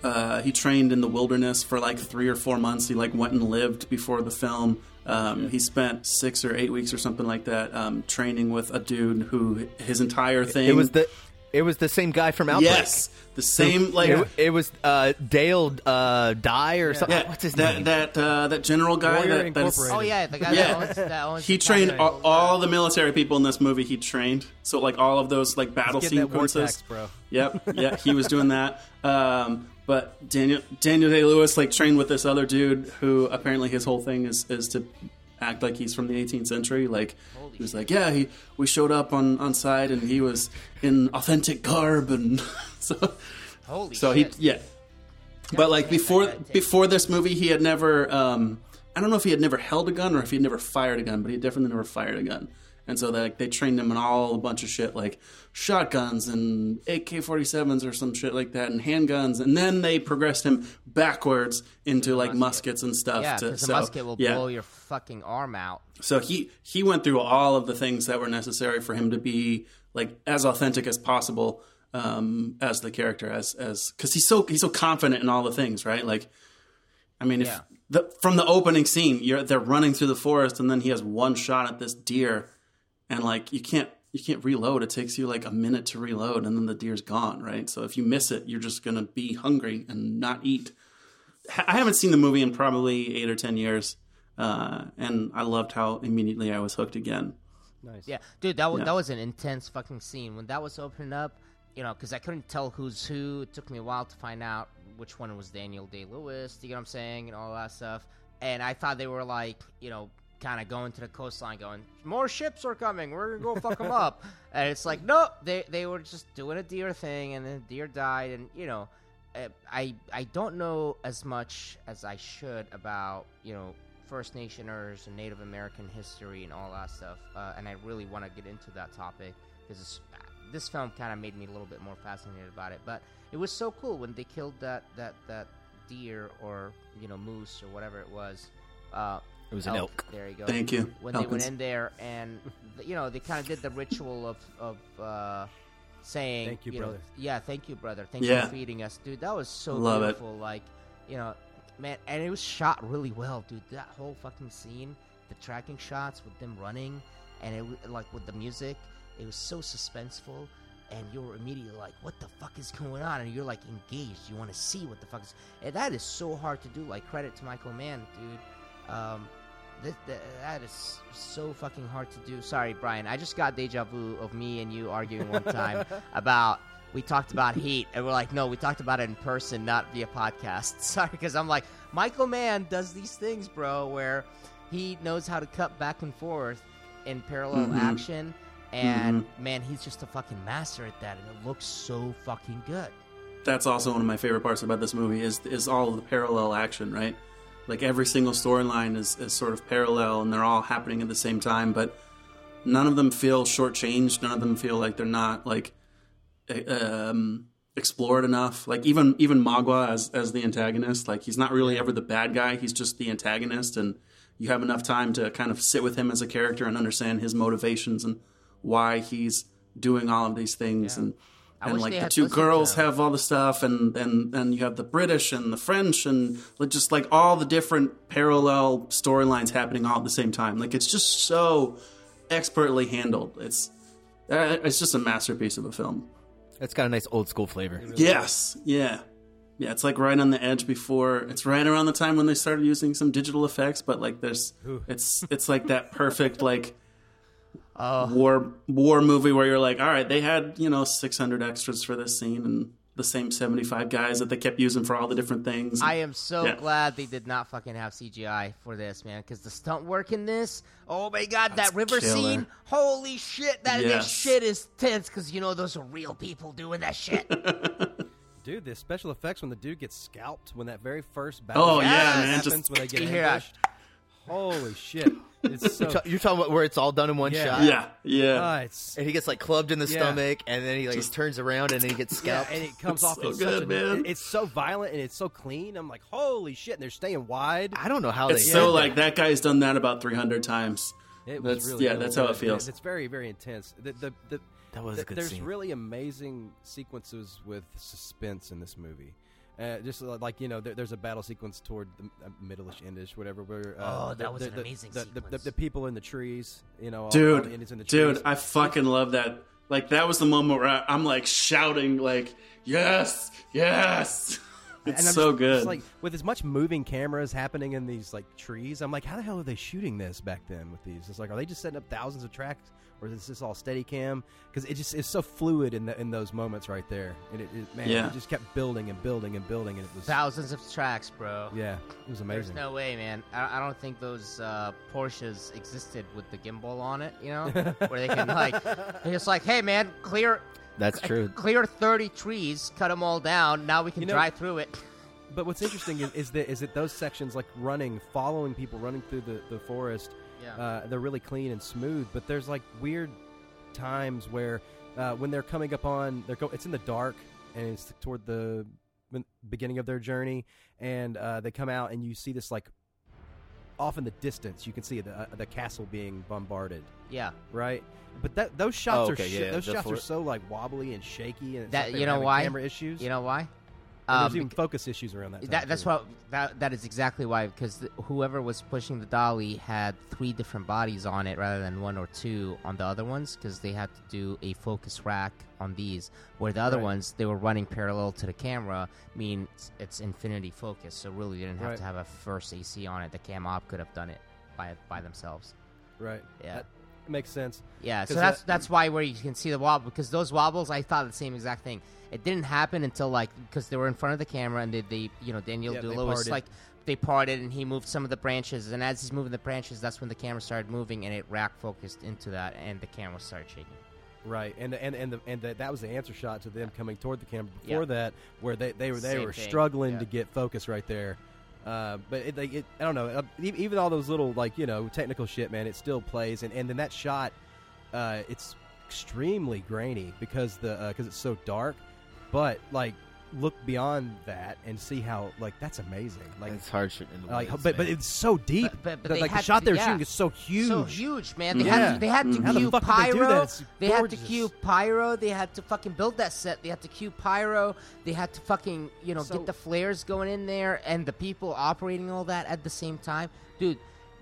[SPEAKER 9] uh, he trained in the wilderness for like three or four months. He like went and lived before the film. Um, he spent six or eight weeks or something like that um, training with a dude who his entire thing
[SPEAKER 8] It was the it was the same guy from Outbreak.
[SPEAKER 9] Yes, the same, like-
[SPEAKER 8] it, it was uh, Dale uh, Die or something.
[SPEAKER 9] Yeah,
[SPEAKER 8] What's his
[SPEAKER 9] that,
[SPEAKER 8] name?
[SPEAKER 9] That uh, that general guy.
[SPEAKER 8] Warrior
[SPEAKER 9] That, that's-
[SPEAKER 10] Oh yeah, the guy that owns that owns.
[SPEAKER 9] He
[SPEAKER 10] the
[SPEAKER 9] trained
[SPEAKER 10] company.
[SPEAKER 9] all, all the military people in this movie. He trained so like all of those like battle
[SPEAKER 1] Let's get that war
[SPEAKER 9] sequences.
[SPEAKER 1] tax, bro.
[SPEAKER 9] Yep, yeah, he was doing that. Um, but Daniel Daniel Day Lewis like trained with this other dude who apparently his whole thing is is to act like he's from the 18th century. Like he was like, yeah, he we showed up on on site and he was in authentic garb and [LAUGHS] so
[SPEAKER 10] Holy
[SPEAKER 9] so
[SPEAKER 10] shit.
[SPEAKER 9] he yeah. But like before before this movie, he had never. Um, I don't know if he had never held a gun or if he had never fired a gun, but he definitely never fired a gun. And so like they trained him in all a bunch of shit like shotguns and AK-47s or some shit like that and handguns, and then they progressed him backwards into like muskets and stuff.
[SPEAKER 10] Yeah,
[SPEAKER 9] to-
[SPEAKER 10] because
[SPEAKER 9] so,
[SPEAKER 10] a musket will
[SPEAKER 9] yeah.
[SPEAKER 10] blow your fucking arm out.
[SPEAKER 9] So he he went through all of the things that were necessary for him to be like as authentic as possible um, as the character as as because he's so he's so confident in all the things right like I mean if
[SPEAKER 10] Yeah.
[SPEAKER 9] the, from the opening scene you're they're running through the forest and then he has one shot at this deer and like you can't you can't reload it takes you like a minute to reload and then the deer's gone right so if you miss it you're just gonna be hungry and not eat ha- I haven't seen the movie in probably eight or ten years, uh, and I loved how immediately I was hooked again.
[SPEAKER 10] Yeah, dude, that was,
[SPEAKER 9] Yeah.
[SPEAKER 10] that was an intense fucking scene when that was opening up. You know, because I couldn't tell who's who. It took me a while to find out which one was Daniel Day Lewis. You know what I'm saying, and all that stuff. And I thought they were like, you know, kind of going to the coastline, going, "More ships are coming. We're gonna go fuck them
[SPEAKER 9] [LAUGHS]
[SPEAKER 10] up." And it's like, nope, they they were just doing a deer thing, and then the deer died, and you know. uh, I I don't know as much as I should about you know First Nationers and Native American history and all that stuff, uh, and I really want to get into that topic because this film kind of made me a little bit more fascinated about it. But it was so cool when they killed that that that deer or you know moose or whatever it was. Uh,
[SPEAKER 8] It was an elk.
[SPEAKER 10] There you go.
[SPEAKER 9] Thank you.
[SPEAKER 10] When they
[SPEAKER 9] Elkins.
[SPEAKER 10] went in there and you know they kind of did the ritual of of uh, saying
[SPEAKER 1] Thank you,
[SPEAKER 10] know
[SPEAKER 1] brother.
[SPEAKER 10] yeah thank you brother thank you
[SPEAKER 9] Yeah.
[SPEAKER 10] for feeding us dude that was so
[SPEAKER 9] Love it.
[SPEAKER 10] beautiful like you know man and it was shot really well dude that whole fucking scene the tracking shots with them running and it w- like with the music it was so suspenseful and you're immediately like, "What the fuck is going on?" And you're like engaged. You want to see what the fuck is. And that is so hard to do. Like credit to Michael Mann, dude. Um, th- th- that is so fucking hard to do. Sorry, Brian. I just got deja vu of me and you arguing one time about we talked about Heat, and we're like, no, we talked about it in person, not via podcast. [LAUGHS] Sorry, because I'm like, Michael Mann does these things, bro, where he knows how to cut back and forth in parallel
[SPEAKER 9] Mhm.
[SPEAKER 10] action, and man, he's just a fucking master at that, and it looks so fucking good.
[SPEAKER 9] that's also one of my favorite parts about this movie is is all of the parallel action, right? Like every single storyline is, is sort of parallel and they're all happening at the same time, but none of them feel shortchanged. None of them feel like they're not like eh, um, explored enough. Like even even Magua as as the antagonist, like he's not really ever the bad guy. He's just the antagonist, and you have enough time to kind of sit with him as a character and understand his motivations and why he's doing all of these things and.
[SPEAKER 10] I
[SPEAKER 9] and
[SPEAKER 10] wish
[SPEAKER 9] like
[SPEAKER 10] they
[SPEAKER 9] the
[SPEAKER 10] had
[SPEAKER 9] two
[SPEAKER 10] listened to
[SPEAKER 9] girls have all the stuff, and, and and you have the British and the French, and like, just like all the different parallel storylines happening all at the same time. Like it's just so expertly handled. It's uh, it's just a masterpiece of a film.
[SPEAKER 8] It's got a nice old school flavor.
[SPEAKER 9] yes, yeah, yeah. It's like right on the edge before. It's right around the time when they started using some digital effects, but like there's it's it's like that perfect
[SPEAKER 1] [LAUGHS]
[SPEAKER 9] like
[SPEAKER 1] Uh.
[SPEAKER 9] war war movie where you're like, all right, they had you know 600 extras for this scene and the same 75 guys that they kept using for all the different things.
[SPEAKER 10] I am so
[SPEAKER 9] Yeah.
[SPEAKER 10] glad they did not fucking have CGI for this, man, because the stunt work in this, oh my god,
[SPEAKER 9] That's
[SPEAKER 10] that river
[SPEAKER 9] killer.
[SPEAKER 10] scene, holy shit, that this
[SPEAKER 9] Yes.
[SPEAKER 10] shit is tense, because you know those are real people doing that shit.
[SPEAKER 1] [LAUGHS] Dude, the special effects when the dude gets scalped when that very first battle
[SPEAKER 9] Oh, yeah, man,
[SPEAKER 1] happens
[SPEAKER 9] just-
[SPEAKER 1] when they get
[SPEAKER 10] You hear that?
[SPEAKER 1] ambushed. Holy shit! [LAUGHS] It's so
[SPEAKER 8] You're, ta- you're talking about where it's all done in one
[SPEAKER 1] Yeah.
[SPEAKER 8] shot.
[SPEAKER 9] yeah, yeah.
[SPEAKER 1] Ah, it's-
[SPEAKER 8] And he gets like clubbed in the
[SPEAKER 1] Yeah.
[SPEAKER 8] stomach, and then he like turns around and then he gets
[SPEAKER 1] [LAUGHS] yeah,
[SPEAKER 8] scalped.
[SPEAKER 1] and it comes
[SPEAKER 9] It's
[SPEAKER 1] off
[SPEAKER 9] so
[SPEAKER 1] in such
[SPEAKER 9] good,
[SPEAKER 1] a,
[SPEAKER 9] man.
[SPEAKER 1] It's so violent and it's so clean. I'm like, holy shit! And they're staying wide.
[SPEAKER 8] I don't know how
[SPEAKER 9] it's
[SPEAKER 8] they.
[SPEAKER 9] so
[SPEAKER 8] did
[SPEAKER 9] like
[SPEAKER 8] that.
[SPEAKER 9] that guy's done that about 300 times.
[SPEAKER 1] It was
[SPEAKER 9] That's
[SPEAKER 1] really
[SPEAKER 9] yeah,
[SPEAKER 1] really
[SPEAKER 9] that's how
[SPEAKER 1] good.
[SPEAKER 9] it feels.
[SPEAKER 1] It's very very intense. The the, the
[SPEAKER 8] That was a
[SPEAKER 1] th-
[SPEAKER 8] good
[SPEAKER 1] There's
[SPEAKER 8] scene.
[SPEAKER 1] really amazing sequences with suspense in this movie. Uh, just li- like you know, there, there's a battle sequence toward the m- uh, middle-ish, endish, whatever. Where uh,
[SPEAKER 10] Oh, that
[SPEAKER 1] the-
[SPEAKER 10] was
[SPEAKER 1] the,
[SPEAKER 10] an
[SPEAKER 1] the-
[SPEAKER 10] amazing
[SPEAKER 1] the, the, the,
[SPEAKER 10] sequence.
[SPEAKER 1] the people in the trees, you know, all, all the
[SPEAKER 9] dude,
[SPEAKER 1] Indians in the trees.
[SPEAKER 9] dude, I fucking love that. Like that was the moment where I, I'm like shouting, like yes, yes. It's
[SPEAKER 1] and I'm
[SPEAKER 9] so
[SPEAKER 1] just,
[SPEAKER 9] good.
[SPEAKER 1] Just like with as much moving cameras happening in these like trees, I'm like, how the hell are they shooting this back then with these? It's like, are they just setting up thousands of tracks, or is this all steady cam? Because it just is so fluid in the, in those moments right there, and it, it man,
[SPEAKER 9] Yeah.
[SPEAKER 1] it just kept building and building and building, and it was
[SPEAKER 10] Thousands of tracks, bro.
[SPEAKER 1] yeah, it was
[SPEAKER 10] There's
[SPEAKER 1] amazing.
[SPEAKER 10] no way, man. I, I don't think those uh, Porsches existed with the gimbal on it,
[SPEAKER 1] [LAUGHS]
[SPEAKER 10] you know, where they can like, they're just like, hey, man, clear,
[SPEAKER 8] That's true.
[SPEAKER 10] clear thirty trees, cut them all down. Now we can
[SPEAKER 1] You know-
[SPEAKER 10] drive
[SPEAKER 1] [SNIFFS]
[SPEAKER 10] through it.
[SPEAKER 1] But what's interesting is, is that is that those sections like running, following people running through the the forest,
[SPEAKER 10] Yeah.
[SPEAKER 1] uh, they're really clean and smooth. But there's like weird times where uh, when they're coming up on they're go, it's in the dark and it's toward the ben- beginning of their journey, and uh, they come out and you see this like off in the distance, you can see the uh, the castle being bombarded,
[SPEAKER 10] Yeah.
[SPEAKER 1] right? But that those shots
[SPEAKER 8] Oh, okay,
[SPEAKER 1] are shit.
[SPEAKER 8] yeah,
[SPEAKER 1] those
[SPEAKER 8] the
[SPEAKER 1] shots are
[SPEAKER 8] fort-
[SPEAKER 1] so like wobbly and shaky, and it's
[SPEAKER 10] That-
[SPEAKER 1] like they
[SPEAKER 10] you
[SPEAKER 1] were
[SPEAKER 10] know
[SPEAKER 1] having
[SPEAKER 10] why?
[SPEAKER 1] camera issues.
[SPEAKER 10] You know why?
[SPEAKER 1] And
[SPEAKER 10] Uh,
[SPEAKER 1] there's even
[SPEAKER 10] bec-
[SPEAKER 1] focus issues around that. time,
[SPEAKER 10] that, that's
[SPEAKER 1] too.
[SPEAKER 10] why that, that is exactly why because th- whoever was pushing the dolly had three different bodies on it rather than one or two on the other ones because they had to do a focus rack on these where the other
[SPEAKER 1] Right.
[SPEAKER 10] ones they were running parallel to the camera mean it's, it's infinity focus so really they didn't have
[SPEAKER 1] Right.
[SPEAKER 10] to have a first AC on it the cam op could have done it by by themselves
[SPEAKER 1] Right.
[SPEAKER 10] Yeah.
[SPEAKER 1] That makes sense.
[SPEAKER 10] yeah so
[SPEAKER 1] 'Cause
[SPEAKER 10] that's
[SPEAKER 1] that-
[SPEAKER 10] that's why where you can see the wobble because those wobbles I thought the same exact thing it didn't happen until like because they were in front of the camera and they, they you know Daniel
[SPEAKER 1] Yeah,
[SPEAKER 10] yeah,
[SPEAKER 1] they
[SPEAKER 10] was
[SPEAKER 1] parted.
[SPEAKER 10] like they parted and he moved some of the branches and as he's moving the branches that's when the camera started moving and it rack focused into that and the camera started shaking
[SPEAKER 1] Right. And and and the, and the, that was the answer shot to them coming toward the camera before
[SPEAKER 10] Yeah.
[SPEAKER 1] that where they they were they
[SPEAKER 10] Same
[SPEAKER 1] were
[SPEAKER 10] thing,
[SPEAKER 1] struggling
[SPEAKER 10] yeah.
[SPEAKER 1] to get focus right there. Uh, but it, they- it, I don't know. uh, e- Even all those little like you know technical shit, man, it still plays. And and then that shot, uh, it's extremely grainy because the because it's so dark. But like, look beyond that and see how like that's amazing. [LAUGHS] Like
[SPEAKER 8] It's hard shit in the
[SPEAKER 1] like
[SPEAKER 8] woods,
[SPEAKER 1] but but
[SPEAKER 8] man.
[SPEAKER 1] it's so deep.
[SPEAKER 10] But- but- but
[SPEAKER 1] The-
[SPEAKER 10] they
[SPEAKER 1] like the
[SPEAKER 10] had
[SPEAKER 1] shot
[SPEAKER 10] to-
[SPEAKER 1] they're
[SPEAKER 10] yeah.
[SPEAKER 1] shooting is so huge.
[SPEAKER 10] so huge man they had
[SPEAKER 1] Yeah.
[SPEAKER 10] to, they had to
[SPEAKER 1] How the
[SPEAKER 10] cue
[SPEAKER 1] fuck did they do that?
[SPEAKER 10] pyro
[SPEAKER 1] It's
[SPEAKER 10] they had to
[SPEAKER 1] gorgeous.
[SPEAKER 10] cue pyro they had to fucking build that set they had to cue pyro they had to fucking you know
[SPEAKER 1] So-
[SPEAKER 10] get the flares going in there and the people operating all that at the same time dude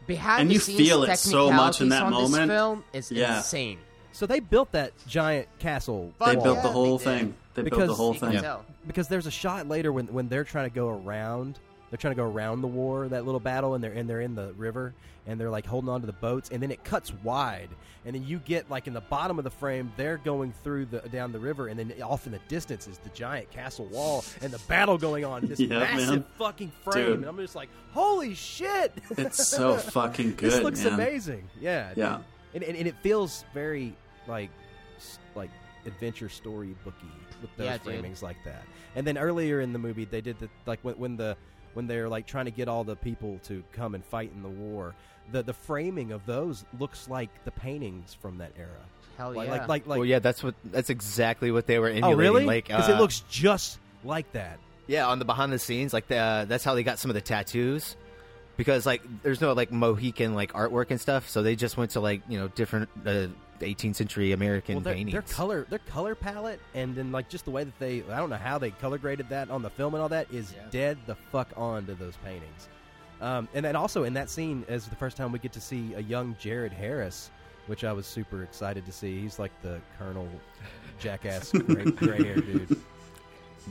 [SPEAKER 10] behind
[SPEAKER 9] And
[SPEAKER 10] the
[SPEAKER 9] you
[SPEAKER 10] scenes
[SPEAKER 9] feel it so much in
[SPEAKER 10] technicalities
[SPEAKER 9] that
[SPEAKER 10] on this
[SPEAKER 9] moment.
[SPEAKER 10] film is
[SPEAKER 9] Yeah.
[SPEAKER 10] insane
[SPEAKER 1] So they built that giant castle.
[SPEAKER 9] They
[SPEAKER 1] wall.
[SPEAKER 9] built the whole thing. They built the whole thing.
[SPEAKER 1] Because there's a shot later when, when they're trying to go around, they're trying to go around the war, that little battle, and they're and they're in the river and they're like holding on to the boats, and then it cuts wide, and then you get like in the bottom of the frame, they're going through the down the river, and then off in the distance is the giant castle wall and the battle going on in this
[SPEAKER 9] [LAUGHS] Yeah,
[SPEAKER 1] massive
[SPEAKER 9] man.
[SPEAKER 1] fucking frame,
[SPEAKER 9] Dude.
[SPEAKER 1] and I'm just like, holy shit! [LAUGHS]
[SPEAKER 9] It's so fucking
[SPEAKER 1] This
[SPEAKER 9] good,
[SPEAKER 1] looks
[SPEAKER 9] man.
[SPEAKER 1] amazing. Yeah. dude.
[SPEAKER 9] Yeah.
[SPEAKER 1] And, and and it feels very like s- like adventure story booky with those
[SPEAKER 10] Yeah, dude.
[SPEAKER 1] framings like that. And then earlier in the movie, they did the like when, when the when they're like trying to get all the people to come and fight in the war. The the framing of those looks like the paintings from that era.
[SPEAKER 10] Hell
[SPEAKER 1] like,
[SPEAKER 10] Oh, yeah.
[SPEAKER 1] Like like like.
[SPEAKER 8] well, yeah, that's what that's exactly what they were
[SPEAKER 1] oh
[SPEAKER 8] emulating.
[SPEAKER 1] really?
[SPEAKER 8] Like,
[SPEAKER 1] Because
[SPEAKER 8] uh,
[SPEAKER 1] it looks just like that.
[SPEAKER 8] Yeah, on the behind the scenes, like the, uh, that's how they got some of the tattoos, because like there's no like Mohican like artwork and stuff, so they just went to like you know different uh, 18th century American
[SPEAKER 1] Well, their,
[SPEAKER 8] paintings.
[SPEAKER 1] their color, their color palette, and then like just the way that they—I don't know how they color graded that on the film and all that—is dead the fuck on to those paintings. Um, and then also in that scene is the first time we get to see a young Jared Harris, which I was super excited to see. He's like the Colonel
[SPEAKER 8] [LAUGHS]
[SPEAKER 1] Jackass gray, gray hair dude.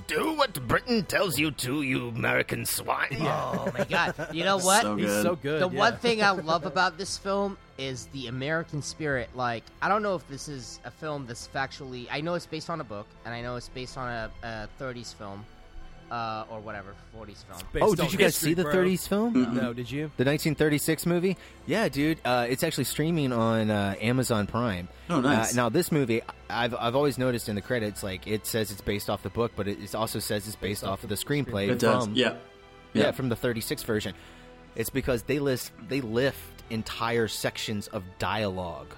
[SPEAKER 8] Do what Britain tells you to, you American swine.
[SPEAKER 1] [LAUGHS]
[SPEAKER 10] Oh my god! You know what?
[SPEAKER 9] so
[SPEAKER 1] He's
[SPEAKER 9] good.
[SPEAKER 1] so good.
[SPEAKER 10] the
[SPEAKER 1] yeah. [LAUGHS]
[SPEAKER 10] one thing I love about this film is the American spirit. Like, I don't know if this is a film that's factually. I know it's based on a book, and I know it's based on a, a 30s film, uh, or whatever, 40s film.
[SPEAKER 1] Based
[SPEAKER 8] Oh,
[SPEAKER 1] on
[SPEAKER 8] did you guys
[SPEAKER 1] history,
[SPEAKER 8] see the
[SPEAKER 1] bro.
[SPEAKER 8] 30s film?
[SPEAKER 1] No, did you?
[SPEAKER 8] The 1936 movie? Yeah, dude. Uh, it's actually streaming on uh, Amazon Prime.
[SPEAKER 9] Oh, nice.
[SPEAKER 8] Uh, now, this movie, I've, I've always noticed in the credits, like, it says it's based off the book, but it it also says it's based off of the screenplay
[SPEAKER 9] It does.
[SPEAKER 8] from,
[SPEAKER 9] Yeah.
[SPEAKER 8] yeah,
[SPEAKER 9] Yeah.
[SPEAKER 8] from the 36 version. It's because they list they lift entire sections of dialogue,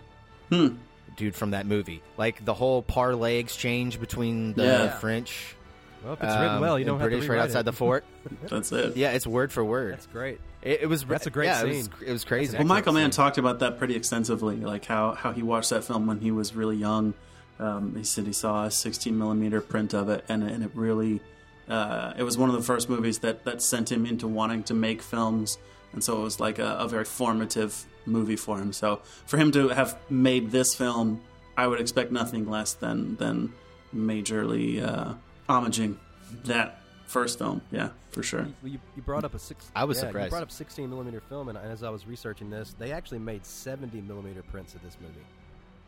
[SPEAKER 9] Hmm.
[SPEAKER 8] dude, from that movie. Like the whole parlay exchange between the
[SPEAKER 9] Yeah.
[SPEAKER 8] French,
[SPEAKER 1] Well, if it's written
[SPEAKER 8] um,
[SPEAKER 1] well, you
[SPEAKER 8] and
[SPEAKER 1] don't have
[SPEAKER 8] British
[SPEAKER 1] to
[SPEAKER 8] right
[SPEAKER 1] rewrite
[SPEAKER 8] outside
[SPEAKER 1] it. [LAUGHS]
[SPEAKER 8] the fort.
[SPEAKER 9] That's it.
[SPEAKER 8] Yeah, it's word for word.
[SPEAKER 1] That's great.
[SPEAKER 8] It, it was.
[SPEAKER 1] That's a great
[SPEAKER 8] yeah, It was,
[SPEAKER 1] scene.
[SPEAKER 8] it was crazy.
[SPEAKER 9] Well, Michael Mann talked about that pretty extensively, like how, how he watched that film when he was really young. Um, he said he saw a 16 millimeter print of it, and, and it really uh, it was one of the first movies that, that sent him into wanting to make films, and so it was like a, a very formative movie for him. So for him to have made this film, I would expect nothing less than than majorly uh, homaging that first film. Yeah, for sure.
[SPEAKER 1] Well, you, you brought up a six.
[SPEAKER 8] I was
[SPEAKER 1] yeah, You
[SPEAKER 8] surprised.
[SPEAKER 1] brought up 16 millimeter film, and as I was researching this, they actually made 70 millimeter prints of this movie.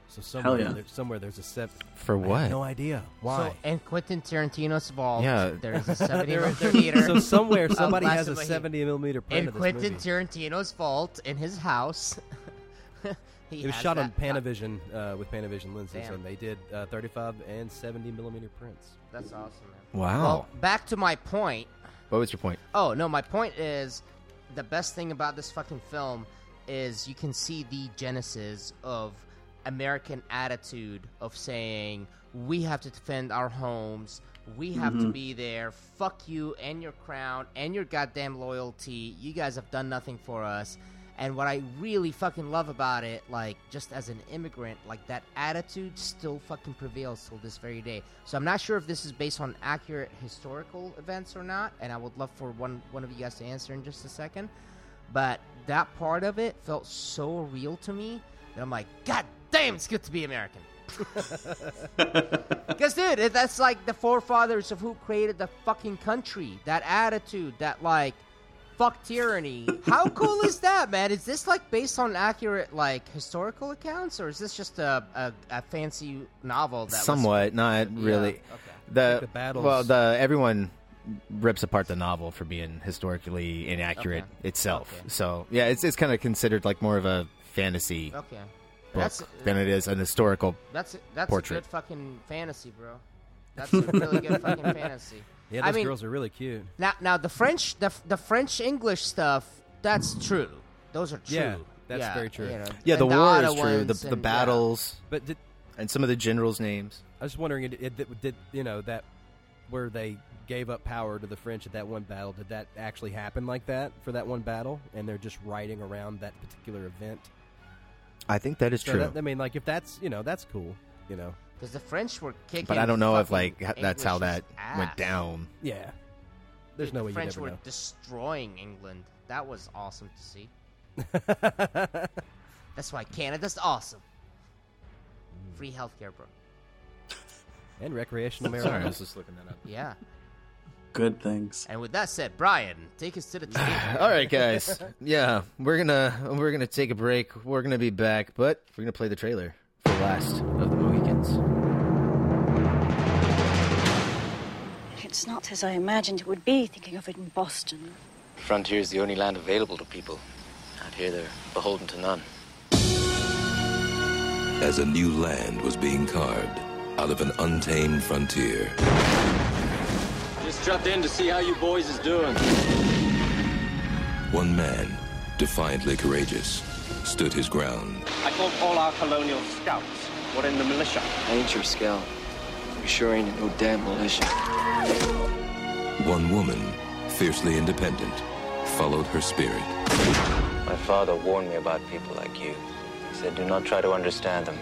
[SPEAKER 1] So somewhere,
[SPEAKER 9] yeah.
[SPEAKER 1] there, somewhere there's a seven.
[SPEAKER 8] For
[SPEAKER 1] I
[SPEAKER 8] what?
[SPEAKER 1] have no idea
[SPEAKER 10] So,
[SPEAKER 1] why.
[SPEAKER 10] and Quentin Tarantino's involved.
[SPEAKER 8] Yeah.
[SPEAKER 10] There
[SPEAKER 1] [LAUGHS]
[SPEAKER 10] is a 70
[SPEAKER 1] There-
[SPEAKER 10] room
[SPEAKER 1] there-
[SPEAKER 10] theater.
[SPEAKER 1] [LAUGHS] so somewhere,
[SPEAKER 10] [LAUGHS] of
[SPEAKER 1] somebody has
[SPEAKER 10] Last
[SPEAKER 1] a
[SPEAKER 10] of the Heat.
[SPEAKER 1] 70 millimeter print
[SPEAKER 10] In
[SPEAKER 1] of this
[SPEAKER 10] Quentin
[SPEAKER 1] movie.
[SPEAKER 10] Tarantino's vault in his house. [LAUGHS] he
[SPEAKER 1] It was
[SPEAKER 10] has
[SPEAKER 1] shot on
[SPEAKER 10] that-
[SPEAKER 1] Panavision uh, with Panavision lenses,
[SPEAKER 10] Damn.
[SPEAKER 1] and they did uh, 35 and 70 millimeter prints.
[SPEAKER 10] That's awesome, man.
[SPEAKER 1] Oh.
[SPEAKER 8] Wow.
[SPEAKER 10] Well, back to my point.
[SPEAKER 8] what was your point?
[SPEAKER 10] Oh no, my point is the best thing about this fucking film is you can see the genesis of American attitude of saying we have to defend our homes, we have to be there. Fuck you and your crown and your goddamn loyalty. You guys have done nothing for us. And what I really fucking love about it, like just as an immigrant, like that attitude still fucking prevails till this very day. So I'm not sure if this is based on accurate historical events or not, and I would love for one one of you guys to answer in just a second. But that part of it felt so real to me that I'm like, God damn, it's good to be American. Because, dude, it- that's like the forefathers of who created the fucking country. That attitude, that like, fuck tyranny.
[SPEAKER 8] [LAUGHS]
[SPEAKER 10] How cool is that, man? Is this like based on accurate like historical accounts, or is this just a a, a fancy novel? That was-
[SPEAKER 8] Somewhat, not really.
[SPEAKER 10] okay.
[SPEAKER 8] The,
[SPEAKER 1] the battles-
[SPEAKER 8] well, the everyone rips apart the novel for being historically inaccurate
[SPEAKER 10] Okay.
[SPEAKER 8] itself.
[SPEAKER 10] Okay.
[SPEAKER 8] So yeah, it's it's kind of considered like more of a fantasy book
[SPEAKER 10] okay, that's
[SPEAKER 8] than it is an historical.
[SPEAKER 10] that's that's a
[SPEAKER 8] portrait.
[SPEAKER 10] good fucking fantasy, bro. That's a really
[SPEAKER 8] [LAUGHS]
[SPEAKER 10] good fucking fantasy.
[SPEAKER 1] Yeah,
[SPEAKER 10] I
[SPEAKER 1] those
[SPEAKER 10] mean,
[SPEAKER 1] girls are really cute.
[SPEAKER 10] Now, now the French, the, the French English stuff. That's true. Those are true.
[SPEAKER 1] Yeah, that's very true.
[SPEAKER 8] Yeah, the
[SPEAKER 10] and
[SPEAKER 8] war is
[SPEAKER 10] Ottawa
[SPEAKER 8] true. The,
[SPEAKER 10] ones
[SPEAKER 8] the
[SPEAKER 10] and- yeah.
[SPEAKER 8] battles
[SPEAKER 1] But did,
[SPEAKER 8] and some of the generals' names.
[SPEAKER 1] I was just wondering, it, it, did, you know that where they gave up power to the French at that one battle? Did that actually happen like that for that one battle? And they're just riding around that particular event.
[SPEAKER 8] I think that is
[SPEAKER 1] So
[SPEAKER 8] true.
[SPEAKER 1] that- I mean, like if that's you know that's cool, you know.
[SPEAKER 10] Because the French were kicking.
[SPEAKER 8] but I don't know if like
[SPEAKER 10] fucking
[SPEAKER 8] ha- that's how that
[SPEAKER 10] English's ass.
[SPEAKER 8] went down.
[SPEAKER 1] Yeah. There's
[SPEAKER 10] Dude,
[SPEAKER 1] no
[SPEAKER 10] the
[SPEAKER 1] way you
[SPEAKER 10] French
[SPEAKER 1] never
[SPEAKER 10] were
[SPEAKER 1] know.
[SPEAKER 10] destroying England. That was awesome to see. That's why Canada's awesome.
[SPEAKER 1] Mm.
[SPEAKER 10] Free healthcare, bro.
[SPEAKER 1] [LAUGHS] and recreational marijuana.
[SPEAKER 9] Sorry, I was just looking that up.
[SPEAKER 10] Yeah.
[SPEAKER 9] Good things.
[SPEAKER 10] [LAUGHS] And with that said, Brian, take us to the tree.
[SPEAKER 8] [LAUGHS] All right, guys. yeah, we're gonna we're gonna take a break. We're gonna be back, but we're gonna play the trailer for last of the Mohicans.
[SPEAKER 11] It's not as I imagined it would be thinking of it in Boston.
[SPEAKER 12] Frontier is the only land available to people. Out here, they're beholden to none.
[SPEAKER 13] As a new land was being carved out of an untamed frontier,
[SPEAKER 14] Just dropped in to see how you boys is doing.
[SPEAKER 13] one man, defiantly courageous, stood his ground.
[SPEAKER 15] I called all our colonial scouts. We're in the militia.
[SPEAKER 12] I ain't your scout. We sure ain't in no damn militia.
[SPEAKER 13] One woman, fiercely independent, followed her spirit.
[SPEAKER 12] My father warned me about people like you. He said, do not try to understand them.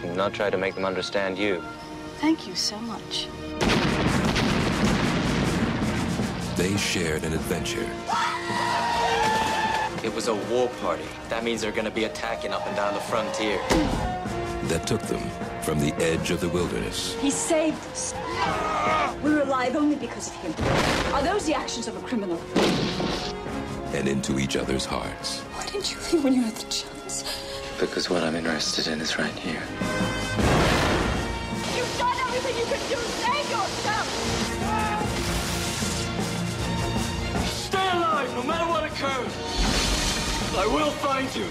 [SPEAKER 12] Do not try to make them understand you.
[SPEAKER 11] Thank you so much.
[SPEAKER 13] They shared an adventure
[SPEAKER 14] It was a war party. That means they're gonna be attacking up and down the frontier.
[SPEAKER 13] that took them from the edge of the wilderness
[SPEAKER 11] He saved us. We're alive only because of him. Are those the actions of a criminal?
[SPEAKER 13] and into each other's hearts.
[SPEAKER 11] Why didn't you leave when you had the chance?
[SPEAKER 12] Because what I'm interested in is right here.
[SPEAKER 6] You've done everything you can do. Save yourself. Stay alive, no matter what occurs. I will find you.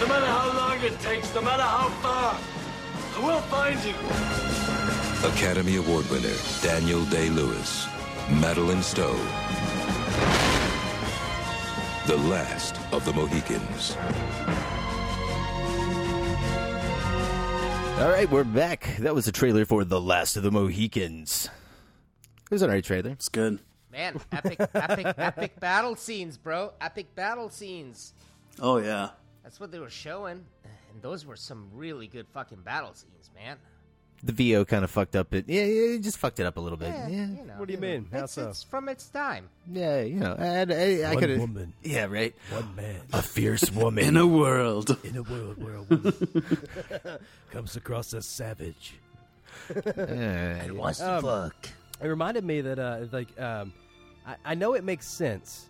[SPEAKER 6] No matter how long it takes, no matter how far, I will find you.
[SPEAKER 13] Academy Award winner Daniel Day Lewis, Madeline Stowe. The Last of the Mohicans.
[SPEAKER 8] All right, we're back. That was the trailer for the Last of the Mohicans. It was an alright trailer. It's
[SPEAKER 9] good.
[SPEAKER 10] Man, epic, epic, epic battle scenes, bro. Epic battle scenes.
[SPEAKER 9] Oh yeah.
[SPEAKER 10] That's what they were showing. And those were some really good fucking battle scenes, man.
[SPEAKER 8] The VO kind of fucked up it. Yeah, yeah, it just fucked it up a little bit. Yeah,
[SPEAKER 10] Eh, you know,
[SPEAKER 1] What do you mean? How
[SPEAKER 10] It's,
[SPEAKER 1] so?
[SPEAKER 10] it's from its time.
[SPEAKER 8] Yeah, you know, and I, I
[SPEAKER 1] One
[SPEAKER 8] could have.
[SPEAKER 1] woman.
[SPEAKER 8] Yeah, right.
[SPEAKER 1] One man.
[SPEAKER 8] A fierce woman
[SPEAKER 9] In a world.
[SPEAKER 1] In a world where a woman comes across as savage.
[SPEAKER 8] and
[SPEAKER 1] wants to fuck. Um, It reminded me that, uh, like, um, I, I know it makes sense,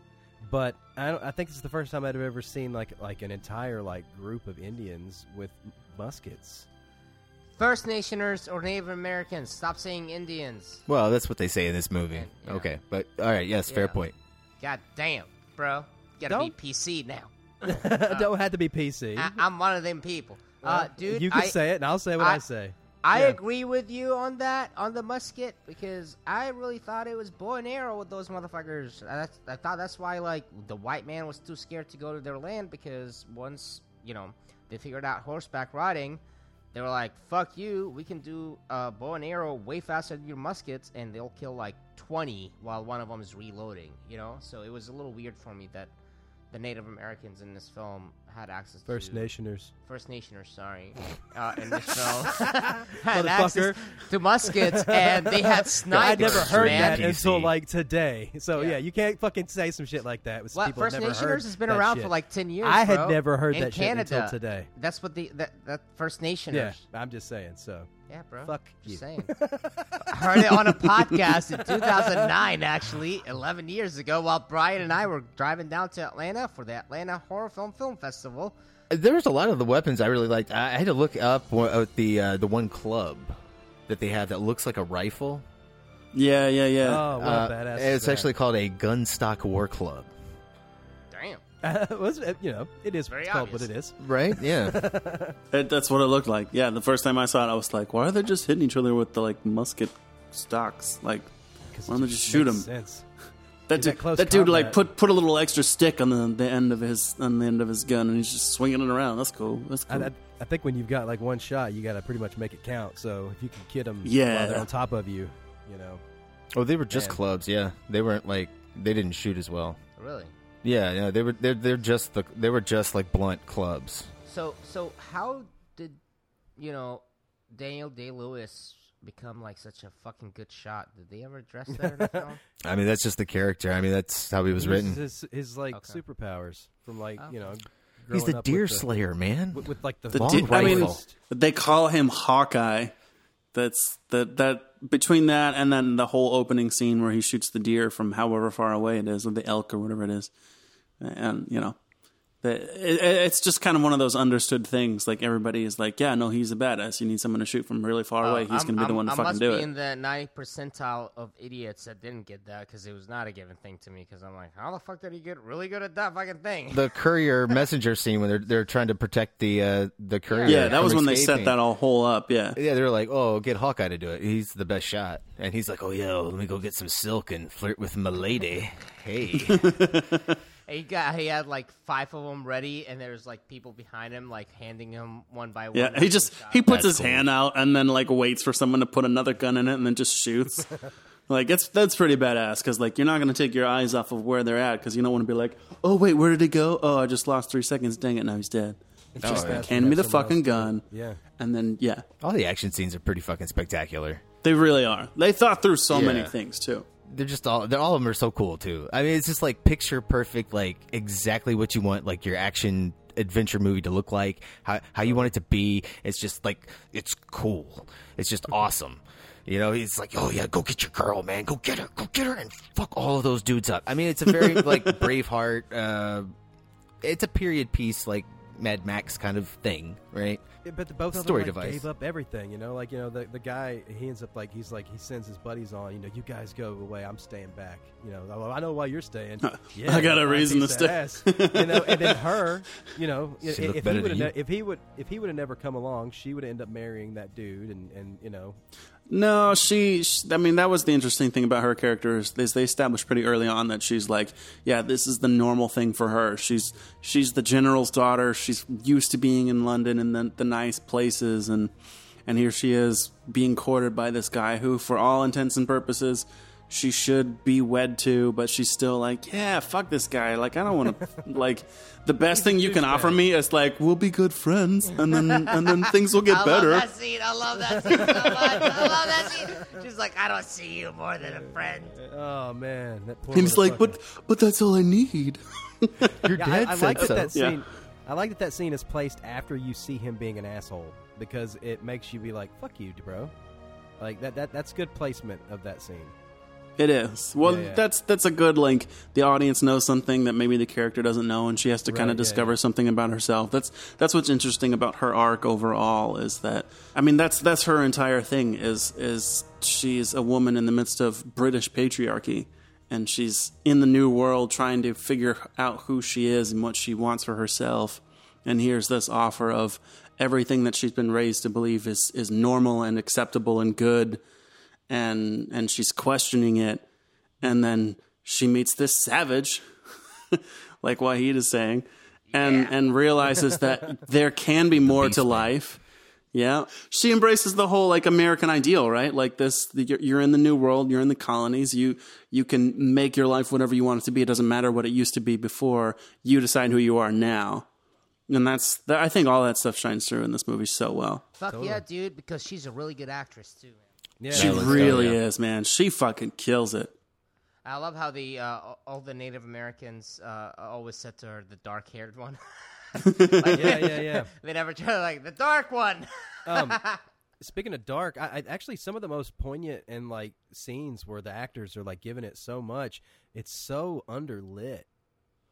[SPEAKER 1] but I, don't, I think this is the first time I've ever seen like like an entire like group of Indians with muskets. [LAUGHS]
[SPEAKER 10] First Nationers or Native Americans, stop saying Indians.
[SPEAKER 8] Well, that's what they say in this movie. Okay, but all right, yes, fair
[SPEAKER 10] Yeah.
[SPEAKER 8] point.
[SPEAKER 10] God damn, bro. You gotta be PC now.
[SPEAKER 1] don't have to be PC.
[SPEAKER 10] I, I'm one of them people. uh, dude,
[SPEAKER 1] you can
[SPEAKER 10] I-
[SPEAKER 1] say it, and I'll say what I, say.
[SPEAKER 10] I
[SPEAKER 1] Yeah.
[SPEAKER 10] agree with you on that, on the musket, because I really thought it was bow and arrow with those motherfuckers. And That's, I thought that's why, like, the white man was too scared to go to their land because once, you know, they figured out horseback riding, they were like, fuck you, we can do uh, bow and arrow way faster than your muskets, and they'll kill, like, 20 while one of them is reloading, you know? So it was a little weird for me that the Native Americans in this film had access
[SPEAKER 1] First
[SPEAKER 10] to.
[SPEAKER 1] Nationers.
[SPEAKER 10] First Nationers, sorry, uh, in this film had
[SPEAKER 1] Motherfucker.
[SPEAKER 10] access to muskets, and
[SPEAKER 1] [LAUGHS]
[SPEAKER 10] they had snipers.
[SPEAKER 1] I never heard
[SPEAKER 10] man.
[SPEAKER 1] that until like today. [LAUGHS] So yeah. you can't fucking say some shit like that. It's
[SPEAKER 10] Well,
[SPEAKER 1] people have
[SPEAKER 10] First
[SPEAKER 1] never
[SPEAKER 10] Nationers
[SPEAKER 1] heard
[SPEAKER 10] has been
[SPEAKER 1] that
[SPEAKER 10] around
[SPEAKER 1] shit.
[SPEAKER 10] for like ten years.
[SPEAKER 1] I had
[SPEAKER 10] bro.
[SPEAKER 1] never heard
[SPEAKER 10] in
[SPEAKER 1] that
[SPEAKER 10] Canada,
[SPEAKER 1] shit until today.
[SPEAKER 10] That's what the that, that First
[SPEAKER 1] Yeah,
[SPEAKER 10] Nationers.
[SPEAKER 1] I'm just saying. So
[SPEAKER 10] Yeah, bro.
[SPEAKER 1] Fuck
[SPEAKER 10] Just
[SPEAKER 1] you. [LAUGHS]
[SPEAKER 10] saying. I heard it on a podcast in 2009, actually, 11 years ago, while Brian and I were driving down to Atlanta for the Atlanta Horror Film Film Festival.
[SPEAKER 8] There was a lot of the weapons I really liked. I I had to look up wha- uh, the uh, the one club that they have that looks like a rifle.
[SPEAKER 9] Yeah, yeah, yeah.
[SPEAKER 1] Oh, what a
[SPEAKER 8] Uh,
[SPEAKER 1] badass is
[SPEAKER 8] It's
[SPEAKER 1] that?
[SPEAKER 8] actually called a gunstock war club.
[SPEAKER 1] [LAUGHS]
[SPEAKER 10] Damn.
[SPEAKER 1] Was- uh, you know, it is it's called what it is.
[SPEAKER 8] Right? [LAUGHS] Yeah.
[SPEAKER 9] It, that's what it looked like. Yeah, the first time I saw it, I was like, why are they just hitting each other with the like musket stocks? Like, why don't they just shoot
[SPEAKER 1] makes
[SPEAKER 9] him?
[SPEAKER 1] sense. Dude,
[SPEAKER 9] That dude,
[SPEAKER 1] that close
[SPEAKER 9] that, dude, like
[SPEAKER 1] combat.
[SPEAKER 9] put put a little extra stick on the, the end of his on the end of his gun, and he's just swinging it around. That's cool. That's cool.
[SPEAKER 1] I, I, I think when you've got like one shot, you got to pretty much make it count. So if you can kid them
[SPEAKER 9] Yeah.
[SPEAKER 1] while they're on top of you, you know.
[SPEAKER 8] oh, they were just
[SPEAKER 1] Man.
[SPEAKER 8] clubs. Yeah, they weren't like they didn't shoot as well.
[SPEAKER 10] Really?
[SPEAKER 8] Yeah, yeah, they were they're they're just the they were just like blunt clubs.
[SPEAKER 10] So so how did you know Daniel Day Lewis become like such a fucking good shot? Did they ever address that in the
[SPEAKER 9] [LAUGHS]
[SPEAKER 10] film?
[SPEAKER 8] I mean, that's just the character. I mean, that's how he was
[SPEAKER 1] He
[SPEAKER 8] written.
[SPEAKER 1] uses His, his, like superpowers from like
[SPEAKER 10] Oh.
[SPEAKER 1] you know
[SPEAKER 8] He's
[SPEAKER 1] uh, growing
[SPEAKER 8] the
[SPEAKER 1] up with
[SPEAKER 8] deer slayer, man.
[SPEAKER 1] With, with, like the,
[SPEAKER 9] The
[SPEAKER 8] long
[SPEAKER 9] di- I
[SPEAKER 8] rifle.
[SPEAKER 9] mean, they call him Hawkeye. That's that that between that and then the whole opening scene where he shoots the deer from however far away it is, or the elk or whatever it is, and you know, the, it, it- it's just kind of one of those understood things. Like everybody is like, yeah, no, he's a badass. You need someone to shoot from really far away. He's
[SPEAKER 10] Uh, I'm-
[SPEAKER 9] going to be the
[SPEAKER 10] I'm-
[SPEAKER 9] one to
[SPEAKER 10] I
[SPEAKER 9] fucking
[SPEAKER 10] must
[SPEAKER 9] do
[SPEAKER 10] be
[SPEAKER 9] it.
[SPEAKER 10] in the 90 percentile of idiots that didn't get that because it was not a given thing to me. Because I'm like, how the fuck did he get really good at that fucking thing? [LAUGHS]
[SPEAKER 8] the courier messenger scene when they're they're trying to protect the uh, the courier.
[SPEAKER 9] yeah, that
[SPEAKER 8] from
[SPEAKER 9] was when they set
[SPEAKER 8] escaping.
[SPEAKER 9] that all whole up. Yeah,
[SPEAKER 8] Yeah, they're like, oh, get Hawkeye to do it. He's the best shot. And he's like, oh, yo, let me go get some silk and flirt with my lady. Hey. Oh,
[SPEAKER 10] He got he had like five of them ready, and there's like people behind him like handing him one by one.
[SPEAKER 9] yeah. He just he puts his hand out and then like waits for someone to put another gun in it and then just
[SPEAKER 8] [LAUGHS]
[SPEAKER 9] shoots. like it's that's pretty badass because like you're not going to take your eyes off of where they're at because you don't want to be like, oh wait, where did he go? Oh, I just lost three seconds. Dang it, now he's dead.
[SPEAKER 8] It's
[SPEAKER 9] Just
[SPEAKER 8] just that-
[SPEAKER 9] hand me the
[SPEAKER 8] that's someone
[SPEAKER 9] fucking
[SPEAKER 8] else.
[SPEAKER 9] gun.
[SPEAKER 8] Yeah.
[SPEAKER 9] and then yeah,
[SPEAKER 8] All the action scenes are pretty fucking spectacular.
[SPEAKER 9] they really are. They thought through so many
[SPEAKER 8] Yeah.
[SPEAKER 9] things too.
[SPEAKER 8] They're just all, they're, all of them are so cool, too. I mean, it's just like picture perfect, like exactly what you want, like your action adventure movie to look like, how, how you want it to be. It's just like, it's cool. It's just awesome. You know, he's like, oh, yeah, go get your girl, man. Go get her. Go get her and fuck all of those dudes up. I mean, it's
[SPEAKER 1] [LAUGHS]
[SPEAKER 8] a very, like, Braveheart, uh, it's a period piece, like Mad Max kind of thing, right?
[SPEAKER 1] Yeah, but the both
[SPEAKER 8] Story
[SPEAKER 1] of them like,
[SPEAKER 8] device.
[SPEAKER 1] gave up everything, you know. Like you know, the, the guy he ends up like he's like he sends his buddies on. You know, you guys go away. I'm staying back. You know, "Well, I know why you're staying.
[SPEAKER 9] [LAUGHS] I got a
[SPEAKER 1] I'm
[SPEAKER 9] reason to
[SPEAKER 1] piece of
[SPEAKER 9] stay."
[SPEAKER 1] ass," you know, and then her, you
[SPEAKER 9] [LAUGHS]
[SPEAKER 1] know,
[SPEAKER 9] She
[SPEAKER 1] if,
[SPEAKER 9] looked
[SPEAKER 1] if
[SPEAKER 9] better
[SPEAKER 1] he
[SPEAKER 9] than
[SPEAKER 1] would
[SPEAKER 9] you.
[SPEAKER 1] have if he would if he would have never come along, she would end up marrying that dude, and and you know,
[SPEAKER 9] No, she, sh I mean, that was the interesting thing about her character is, is they established pretty early on that she's like, yeah, this is the normal thing for her. She's she's the general's daughter. She's used to being in London and the, the nice places, and and here she is being courted by this guy who, for all intents and purposes, she should be wed to, but she's still like, yeah, fuck this guy. Like, I don't
[SPEAKER 10] [LAUGHS]
[SPEAKER 9] want to. like, the best thing you can offer me is like, we'll be good friends, and then and then things will get
[SPEAKER 10] I
[SPEAKER 9] better.
[SPEAKER 10] Love that scene. I love that scene. so much. I love that scene. She's like, I don't see you more than a friend.
[SPEAKER 1] oh man, that poor.
[SPEAKER 9] And he's like,
[SPEAKER 1] motherfucker.
[SPEAKER 9] but but that's all I need. Your
[SPEAKER 1] Yeah, I, I like that that scene. I like that that scene is placed after you see him being an asshole because it makes you be like, "Fuck you, bro." Like that. that that's good placement of that scene.
[SPEAKER 9] [LAUGHS] It is. Well,
[SPEAKER 1] Yeah, yeah.
[SPEAKER 9] that's that's a good like the audience knows something that maybe the character doesn't know, and she has to kind
[SPEAKER 1] Right,
[SPEAKER 9] of
[SPEAKER 1] yeah,
[SPEAKER 9] discover something about herself. That's that's what's interesting about her arc overall is that I mean that's that's her entire thing is is she's a woman in the midst of British patriarchy, and she's in the new world trying to figure out who she is and what she wants for herself. And here's this offer of everything that she's been raised to believe is is normal and acceptable and good and and she's questioning it and then she meets this savage [LAUGHS] like Wahid is saying and and realizes that there can be more to life yeah she embraces the whole like american ideal right like this the- you're you're in the new world you're in the colonies you you can make your life whatever you want it to be it doesn't matter what it used to be before you decide who you are now and that's that, i think all that stuff shines through in this movie so well
[SPEAKER 10] Fuck yeah, dude, because she's a really good actress too.
[SPEAKER 9] she really is man she fucking kills it
[SPEAKER 10] I love how the uh, all the Native Americans uh, always said to her the dark haired one. [LAUGHS]
[SPEAKER 1] Yeah,
[SPEAKER 9] [LAUGHS]
[SPEAKER 1] yeah, yeah.
[SPEAKER 10] They never try like the dark one.
[SPEAKER 1] um, speaking of dark, I, I actually some of the most poignant and like scenes where the actors are like giving it so much. It's so underlit,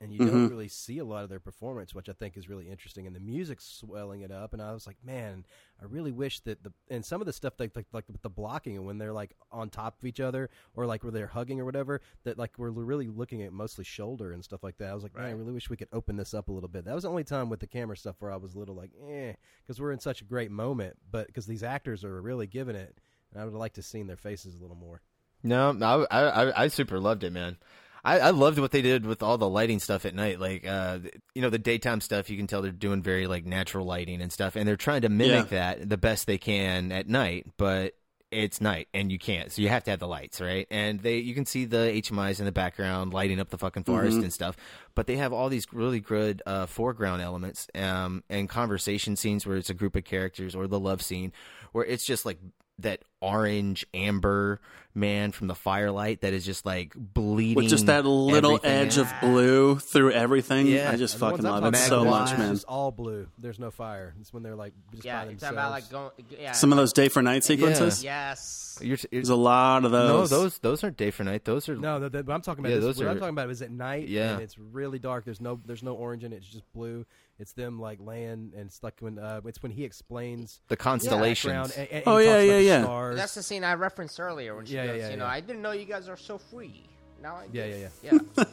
[SPEAKER 1] and you don't
[SPEAKER 9] Mhm.
[SPEAKER 1] really see a lot of their performance, which I think is really interesting. And the music's swelling it up, and I was like, man, I really wish that the and some of the stuff like like, like with the blocking and when they're like on top of each other or like where they're hugging or whatever that like we're really looking at mostly shoulder and stuff like that. I was like, man, I really wish we could open this up a little bit. That was the only time with the camera stuff where I was a little like, eh, because we're in such a great moment, but because these actors are really giving it, and I would like to see their faces a little more.
[SPEAKER 8] No, no, I, I I super loved it, man. I, I loved what they did with all the lighting stuff at night. Like, uh, th- you know, the daytime stuff, you can tell they're doing very like natural lighting and stuff, and they're trying to mimic that the best they can at night. But it's night, and you can't, so you have to have the lights, right? And they, you can see the HMIs in the background lighting up the fucking forest
[SPEAKER 9] Mhm.
[SPEAKER 8] and stuff. But they have all these really good uh, foreground elements um, and conversation scenes where it's a group of characters, or the love scene where it's just like that orange amber man from the firelight that is just like bleeding
[SPEAKER 9] With just that little
[SPEAKER 8] everything
[SPEAKER 9] edge
[SPEAKER 8] out.
[SPEAKER 9] of blue through everything.
[SPEAKER 8] Yeah.
[SPEAKER 9] I just
[SPEAKER 8] The ones
[SPEAKER 9] fucking
[SPEAKER 8] I'm
[SPEAKER 9] love it
[SPEAKER 8] talking
[SPEAKER 9] so
[SPEAKER 8] about
[SPEAKER 9] much,
[SPEAKER 8] is
[SPEAKER 9] man.
[SPEAKER 1] It's all blue. There's no fire. It's when they're like just
[SPEAKER 10] Yeah,
[SPEAKER 1] by
[SPEAKER 10] you're
[SPEAKER 1] themselves.
[SPEAKER 10] talking about like going. Yeah,
[SPEAKER 9] Some of those day for night sequences.
[SPEAKER 10] Yes.
[SPEAKER 9] There's a lot of those.
[SPEAKER 8] No, those those aren't day for night. Those are
[SPEAKER 1] no, the, the, what I'm talking about.
[SPEAKER 8] Yeah,
[SPEAKER 1] this,
[SPEAKER 8] those
[SPEAKER 1] what I'm
[SPEAKER 8] are-
[SPEAKER 1] talking about is at night.
[SPEAKER 8] Yeah.
[SPEAKER 1] and it's really dark. There's no there's no orange in it. It's just blue. It's them like laying, and it's like when uh, it's when he explains
[SPEAKER 8] The constellations.
[SPEAKER 1] background and- and- and
[SPEAKER 8] Oh,
[SPEAKER 1] he
[SPEAKER 8] yeah,
[SPEAKER 1] talks about
[SPEAKER 8] yeah,
[SPEAKER 1] the
[SPEAKER 8] yeah.
[SPEAKER 1] stars.
[SPEAKER 10] That's the scene I referenced earlier when she
[SPEAKER 1] Yeah, yeah,
[SPEAKER 10] goes,
[SPEAKER 1] yeah,
[SPEAKER 10] you know,
[SPEAKER 1] yeah.
[SPEAKER 10] I didn't know you guys are so free. Now I
[SPEAKER 1] Yeah,
[SPEAKER 10] do.
[SPEAKER 1] yeah, [LAUGHS]
[SPEAKER 10] yeah.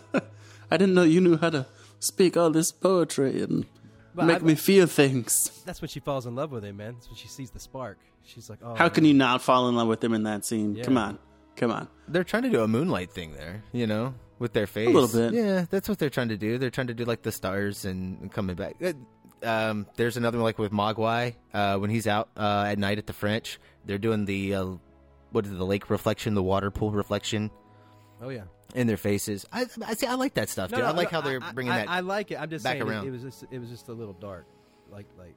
[SPEAKER 9] I didn't know you knew how to speak all this poetry and
[SPEAKER 1] But
[SPEAKER 9] make
[SPEAKER 1] I've-
[SPEAKER 9] me feel things.
[SPEAKER 1] That's when she falls in love with him, man. That's when she sees the spark. She's like, oh,
[SPEAKER 9] How can you not fall in love with him in that scene?
[SPEAKER 1] Yeah.
[SPEAKER 9] Come on, come on.
[SPEAKER 8] They're trying to do a moonlight thing there, you know, with their face.
[SPEAKER 9] little bit.
[SPEAKER 8] Yeah, that's what they're trying to do. They're trying to do like the stars and and coming back. Uh, Um, there's another one like with Mogwai uh, when he's out uh, at night at the French. They're doing the uh, what is it, the lake reflection, the water pool reflection
[SPEAKER 1] Oh yeah.
[SPEAKER 8] in their faces. I, I see. I like that stuff, dude. I like how they're
[SPEAKER 1] I-
[SPEAKER 8] bringing
[SPEAKER 1] I,
[SPEAKER 8] that.
[SPEAKER 1] I, like it. I'm just
[SPEAKER 8] back
[SPEAKER 1] saying it-
[SPEAKER 8] around.
[SPEAKER 1] It, was just it was just a little dark. Like like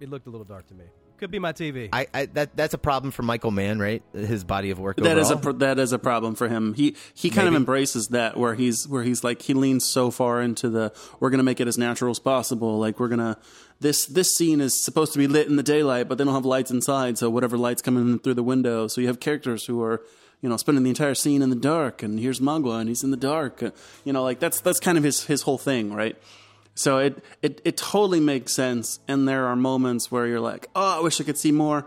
[SPEAKER 1] it looked a little dark to me. Could be my TV.
[SPEAKER 8] I, I that that's a problem for Michael Mann, right? His body of work.
[SPEAKER 9] That is a
[SPEAKER 8] overall.
[SPEAKER 9] pro- that is a problem for him. He he kind
[SPEAKER 8] Maybe.
[SPEAKER 9] of embraces that where he's where he's like he leans so far into the we're gonna make it as natural as possible. Like we're gonna this this scene is supposed to be lit in the daylight, but they don't have lights inside, so whatever lights coming in through the window. So you have characters who are you know spending the entire scene in the dark, and here's Magua, and he's in the dark. Uh, You know, like that's that's kind of his his whole thing, right? So it, it it totally makes sense, and there are moments where you're like, oh, I wish I could see more.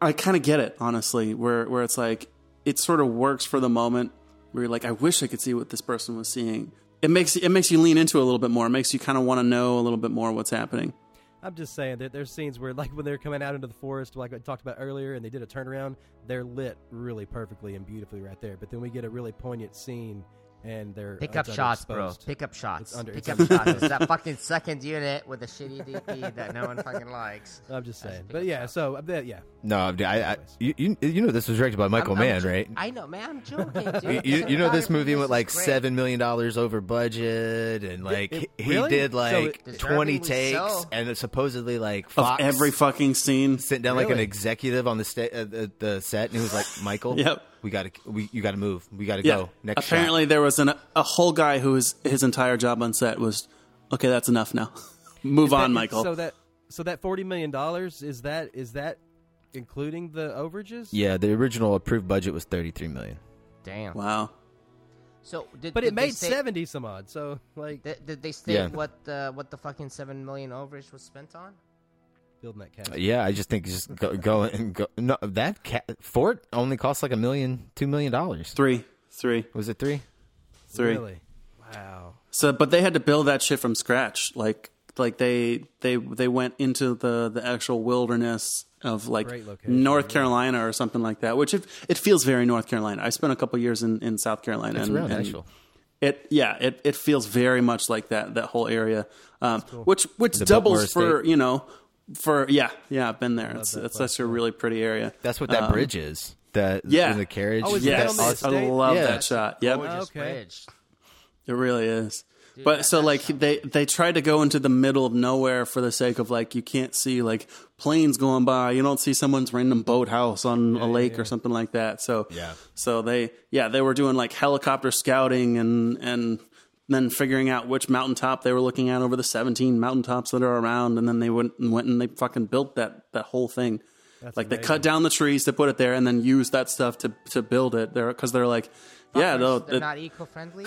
[SPEAKER 9] I kind of get it, honestly, where where it's like it sort of works for the moment, where you're like, I wish I could see what this person was seeing. It makes it makes you lean into it a little bit more. It makes you kind of want to know a little bit more what's happening.
[SPEAKER 1] I'm just saying that there's scenes where, like, when they're coming out into the forest, like I talked about earlier, and they did a turnaround, they're lit really perfectly and beautifully right there. But then we get a really poignant scene, and they're
[SPEAKER 10] Pick
[SPEAKER 1] it's
[SPEAKER 10] up shots, bro.
[SPEAKER 1] underexposed.
[SPEAKER 10] Pick up shots.
[SPEAKER 1] It's under-
[SPEAKER 10] Pick
[SPEAKER 1] it's
[SPEAKER 10] up
[SPEAKER 1] underexposed.
[SPEAKER 10] shots. It's that fucking second unit with a shitty DP that no one fucking likes.
[SPEAKER 1] I'm just saying, but yeah. So uh, that, yeah,
[SPEAKER 8] no. dude, I, I you you you know this was directed by Michael
[SPEAKER 10] I'm
[SPEAKER 8] Mann,
[SPEAKER 10] jo-
[SPEAKER 8] right?
[SPEAKER 10] I know, man. I'm joking,
[SPEAKER 8] [LAUGHS] You,
[SPEAKER 10] dude.
[SPEAKER 8] you, you know this movie went
[SPEAKER 10] is
[SPEAKER 8] like
[SPEAKER 10] great.
[SPEAKER 8] seven million dollars over budget, and like
[SPEAKER 10] it-
[SPEAKER 8] he
[SPEAKER 10] really?
[SPEAKER 8] did
[SPEAKER 10] So
[SPEAKER 8] like
[SPEAKER 10] it- Deservingly
[SPEAKER 8] twenty takes,
[SPEAKER 10] so.
[SPEAKER 8] and it's supposedly like
[SPEAKER 9] Of
[SPEAKER 8] Fox
[SPEAKER 9] every fucking scene,
[SPEAKER 8] sent down like an
[SPEAKER 9] Really?
[SPEAKER 8] executive on the sta- uh, the, the set, and he
[SPEAKER 9] [LAUGHS]
[SPEAKER 8] was like, "Michael,
[SPEAKER 9] Yep.
[SPEAKER 8] we got to we you got to move, we got to go next." shot."
[SPEAKER 9] Apparently, there was an, a whole guy who was his entire job on set was, okay, that's enough now. [LAUGHS] Move
[SPEAKER 1] Is
[SPEAKER 9] on,
[SPEAKER 1] that-
[SPEAKER 9] Michael.
[SPEAKER 1] So that so that forty million dollars is that is that including the overages?
[SPEAKER 8] yeah, the original approved budget was thirty three million.
[SPEAKER 10] Damn.
[SPEAKER 9] Wow.
[SPEAKER 10] So, did,
[SPEAKER 1] But
[SPEAKER 10] did
[SPEAKER 1] it
[SPEAKER 10] they
[SPEAKER 1] made
[SPEAKER 10] say-
[SPEAKER 1] seventy some odd. So like,
[SPEAKER 10] Did, did they state
[SPEAKER 8] Yeah.
[SPEAKER 10] what the what the fucking seven million overage was spent on?
[SPEAKER 1] building that cash.
[SPEAKER 8] Yeah, I just think just go, go [LAUGHS] and go. No, that ca- Fort only cost like a million, two million dollars.
[SPEAKER 9] Three, three.
[SPEAKER 8] Was it three?
[SPEAKER 9] Three.
[SPEAKER 1] Really? Wow.
[SPEAKER 9] So, but they had to build that shit from scratch. Like, like they they they went into the the actual wilderness of like
[SPEAKER 1] Great location,
[SPEAKER 9] North Carolina or something like that. Which it, it feels very North Carolina. I spent a couple years in in South Carolina.
[SPEAKER 8] It's
[SPEAKER 9] and,
[SPEAKER 8] around
[SPEAKER 9] and
[SPEAKER 8] Nashville.
[SPEAKER 9] It yeah it, it feels very much like that that whole area, um, which which
[SPEAKER 8] The Biltmore
[SPEAKER 9] doubles
[SPEAKER 8] Estate.
[SPEAKER 9] for you know for yeah yeah I've been there. It's it's such a really pretty area.
[SPEAKER 8] That's what that
[SPEAKER 9] Um,
[SPEAKER 8] bridge is. That
[SPEAKER 9] Yeah,
[SPEAKER 8] in the carriage.
[SPEAKER 9] Oh, is it
[SPEAKER 8] That-
[SPEAKER 9] down the Yes. estate? I love that shot. Yep.
[SPEAKER 10] Gorgeous
[SPEAKER 9] Okay.
[SPEAKER 10] bridge.
[SPEAKER 9] It really is. but so like they they try to go into the middle of nowhere for the sake of like you can't see like planes going by. You don't see someone's random boathouse on a lake or something like that. So
[SPEAKER 8] Yeah.
[SPEAKER 9] So they yeah they were doing like helicopter scouting and and then figuring out which mountaintop they were looking at over the 17 mountaintops that are around and then they went and went and they fucking built that that whole thing
[SPEAKER 1] That's
[SPEAKER 9] like they
[SPEAKER 1] amazing.
[SPEAKER 9] cut down the trees to put it there and then use that stuff to to build it there because they're like yeah
[SPEAKER 10] Fuckers,
[SPEAKER 9] no
[SPEAKER 10] they're
[SPEAKER 9] it-
[SPEAKER 10] not eco friendly.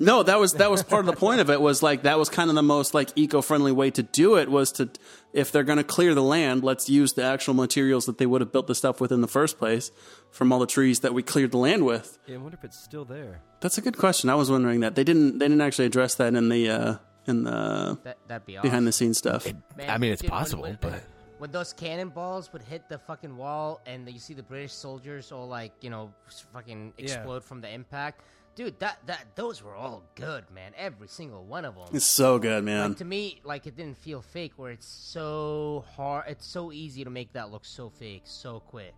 [SPEAKER 9] no, that was that was part of the point of it was like that was kind of the most like eco-friendly way to do it was to if they're going to clear the land, let's use the actual materials that they would have built the stuff with in the first place from all the trees that we cleared the land with.
[SPEAKER 1] Yeah, I wonder if it's still there.
[SPEAKER 9] That's a good question. I was wondering that. They didn't they didn't actually address that in the uh in the
[SPEAKER 10] That- that'd be
[SPEAKER 9] behind
[SPEAKER 10] awesome.
[SPEAKER 9] the scenes stuff.
[SPEAKER 10] Man, dude, when- when- when those cannonballs would hit the fucking wall, and you see the British soldiers all like you know s- fucking
[SPEAKER 9] Yeah.
[SPEAKER 10] explode from the impact, dude. That that those were all good, man. Every single one of them.
[SPEAKER 9] It's so good, man.
[SPEAKER 10] Like, to me, like it didn't feel fake. Where it's so hard, it's so easy to make that look so fake so quick.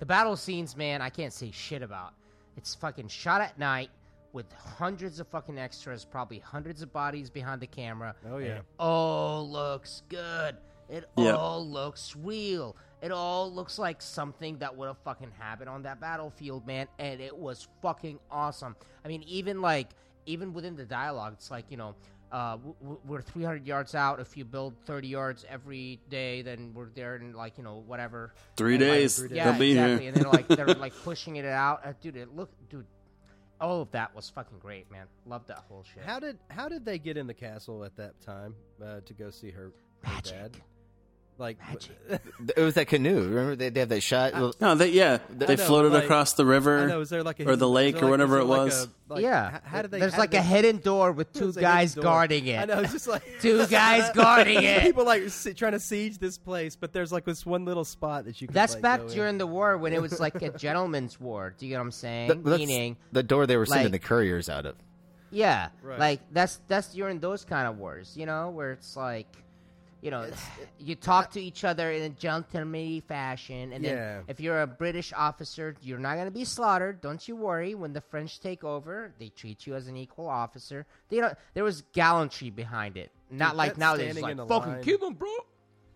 [SPEAKER 10] The battle scenes, man, I can't say shit about. It's fucking shot at night with hundreds of fucking extras, probably hundreds of bodies behind the camera.
[SPEAKER 1] Oh yeah.
[SPEAKER 10] All looks good. It
[SPEAKER 9] Yeah.
[SPEAKER 10] all looks real. It all looks like something that would have fucking happened on that battlefield, man. And it was fucking awesome. I mean, even like, even within the dialogue, it's like, you know, uh, w- w- we're 300 yards out. If you build 30 yards every day, then we're there in like, you know, whatever.
[SPEAKER 9] Three
[SPEAKER 10] And, like,
[SPEAKER 9] days.
[SPEAKER 10] Yeah,
[SPEAKER 9] They'll be here.
[SPEAKER 10] exactly. And then like, they're like pushing it out. Uh, dude, it look, dude, all of that was fucking great, man. Love that whole shit.
[SPEAKER 1] How did how did they get in the castle at that time uh, to go see her, her dad? Like
[SPEAKER 8] It was that canoe. Remember they, they have that shot.
[SPEAKER 9] [LAUGHS]
[SPEAKER 10] Uh,
[SPEAKER 9] No, they yeah,
[SPEAKER 1] I
[SPEAKER 9] they
[SPEAKER 1] know,
[SPEAKER 9] floated
[SPEAKER 1] like-
[SPEAKER 9] across the
[SPEAKER 1] [LAUGHS]
[SPEAKER 9] river
[SPEAKER 1] I know, is there like a
[SPEAKER 9] or the
[SPEAKER 1] hidden-
[SPEAKER 9] lake
[SPEAKER 1] is there
[SPEAKER 9] or
[SPEAKER 1] like-
[SPEAKER 9] whatever
[SPEAKER 1] is
[SPEAKER 9] it
[SPEAKER 1] there like
[SPEAKER 9] was.
[SPEAKER 1] a- like,
[SPEAKER 10] yeah,
[SPEAKER 1] h- how did they?
[SPEAKER 10] There's
[SPEAKER 1] how
[SPEAKER 10] like
[SPEAKER 1] did
[SPEAKER 10] a
[SPEAKER 1] they-
[SPEAKER 10] hidden
[SPEAKER 1] [LAUGHS]
[SPEAKER 10] door with two
[SPEAKER 1] It's a
[SPEAKER 10] guys
[SPEAKER 1] hidden door.
[SPEAKER 10] guarding it.
[SPEAKER 1] I know, it's just like
[SPEAKER 10] [LAUGHS]
[SPEAKER 1] [LAUGHS]
[SPEAKER 10] two guys guarding it.
[SPEAKER 1] People like si- trying to siege this place, but there's like this one little spot that you. Can,
[SPEAKER 10] That's
[SPEAKER 1] like,
[SPEAKER 10] back
[SPEAKER 1] go in.
[SPEAKER 10] during the war when it was like a gentleman's war. Do you get what I'm saying?
[SPEAKER 8] Th- that's
[SPEAKER 10] Meaning,
[SPEAKER 8] the door they were sending
[SPEAKER 10] like-
[SPEAKER 8] the couriers out of.
[SPEAKER 10] yeah,
[SPEAKER 1] Right.
[SPEAKER 10] like that's that's during those kind of wars, you know, where it's like, you know, it's, you talk to each other in a gentlemanly fashion, and
[SPEAKER 1] Yeah.
[SPEAKER 10] then if you're a British officer, you're not gonna be slaughtered. Don't you worry. When the French take over, they treat you as an equal officer. They don't. There was gallantry behind it, not
[SPEAKER 1] Dude,
[SPEAKER 10] like
[SPEAKER 1] that's
[SPEAKER 10] nowadays.
[SPEAKER 1] standing
[SPEAKER 10] Like
[SPEAKER 1] in a
[SPEAKER 10] fucking
[SPEAKER 1] line.
[SPEAKER 10] keep 'em, bro.